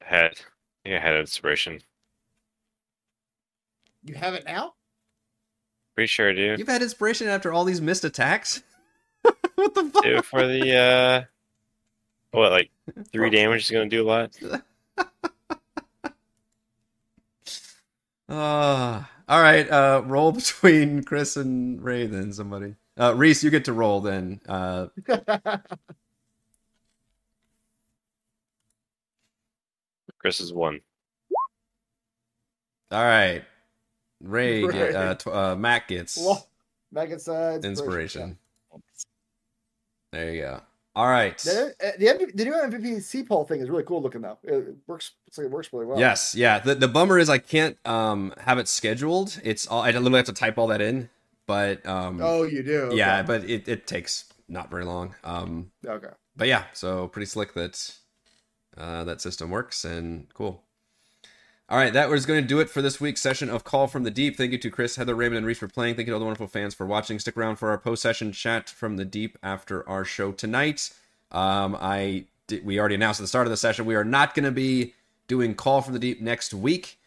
F: Had, I think I had inspiration.
B: You have it now.
F: Pretty sure I do.
A: You've had inspiration after all these missed attacks. what the fuck?
F: do for the uh what like three damage is gonna do a lot
A: Uh, all right. Uh, roll between Chris and Ray, then somebody. Uh, Reese, you get to roll then. Uh,
F: chris is one
A: all right. Ray, Get,
B: Ray.
A: uh, tw- uh, Matt gets
B: well, back uh, inside.
A: inspiration. There you go. All right.
B: The, uh, the, MVP, the new MVPC poll thing is really cool looking though. It it works. It's like it works really well.
A: Yes, yeah. The, the bummer is I can't um have it scheduled. It's all I literally have to type all that in, but um
B: Oh, you do. okay.
A: yeah, but it, it takes not very long. Um
B: okay.
A: but yeah, so pretty slick that uh that system works and cool. All right, that was going to do it for this week's session of Call from the Deep. Thank you to Chris, Heather, Raymond, and Reese for playing. Thank you to all the wonderful fans for watching. Stick around for our post-session chat from the Deep after our show tonight. Um, I did, we already announced at the start of the session we are not going to be doing Call from the Deep next week.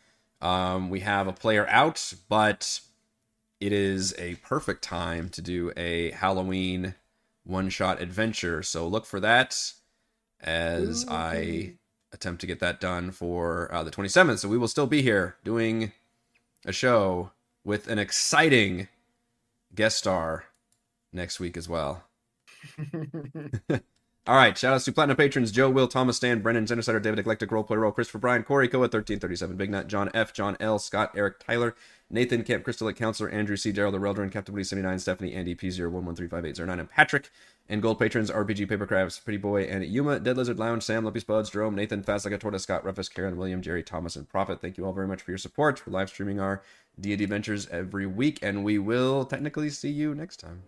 A: Um, we have a player out, but it is a perfect time to do a Halloween one-shot adventure. So look for that as I attempt to get that done for uh, the 27th. So we will still be here doing a show with an exciting guest star next week as well. All right, shout outs to Platinum patrons Joe, Will, Thomas, Stan, Brennan, Center David, Eclectic, Roleplay, Roll, Christopher, Brian, Corey, Coa, 1337, Big Nut, John F, John L, Scott, Eric, Tyler, Nathan, Camp, Crystal, Lake, Counselor, Andrew C, Gerald, The Reldrin, Captain Woody, 79, Stephanie, Andy, P0113580, and Patrick. And gold patrons RPG Papercrafts, Pretty Boy, and Yuma, Dead Lizard Lounge, Sam, Lumpy Spuds, Jerome, Nathan, Fast Like a Tortoise, Scott, Ruffus, Karen, William, Jerry, Thomas, and Prophet. Thank you all very much for your support. We're live streaming our D&D Ventures every week, and we will technically see you next time.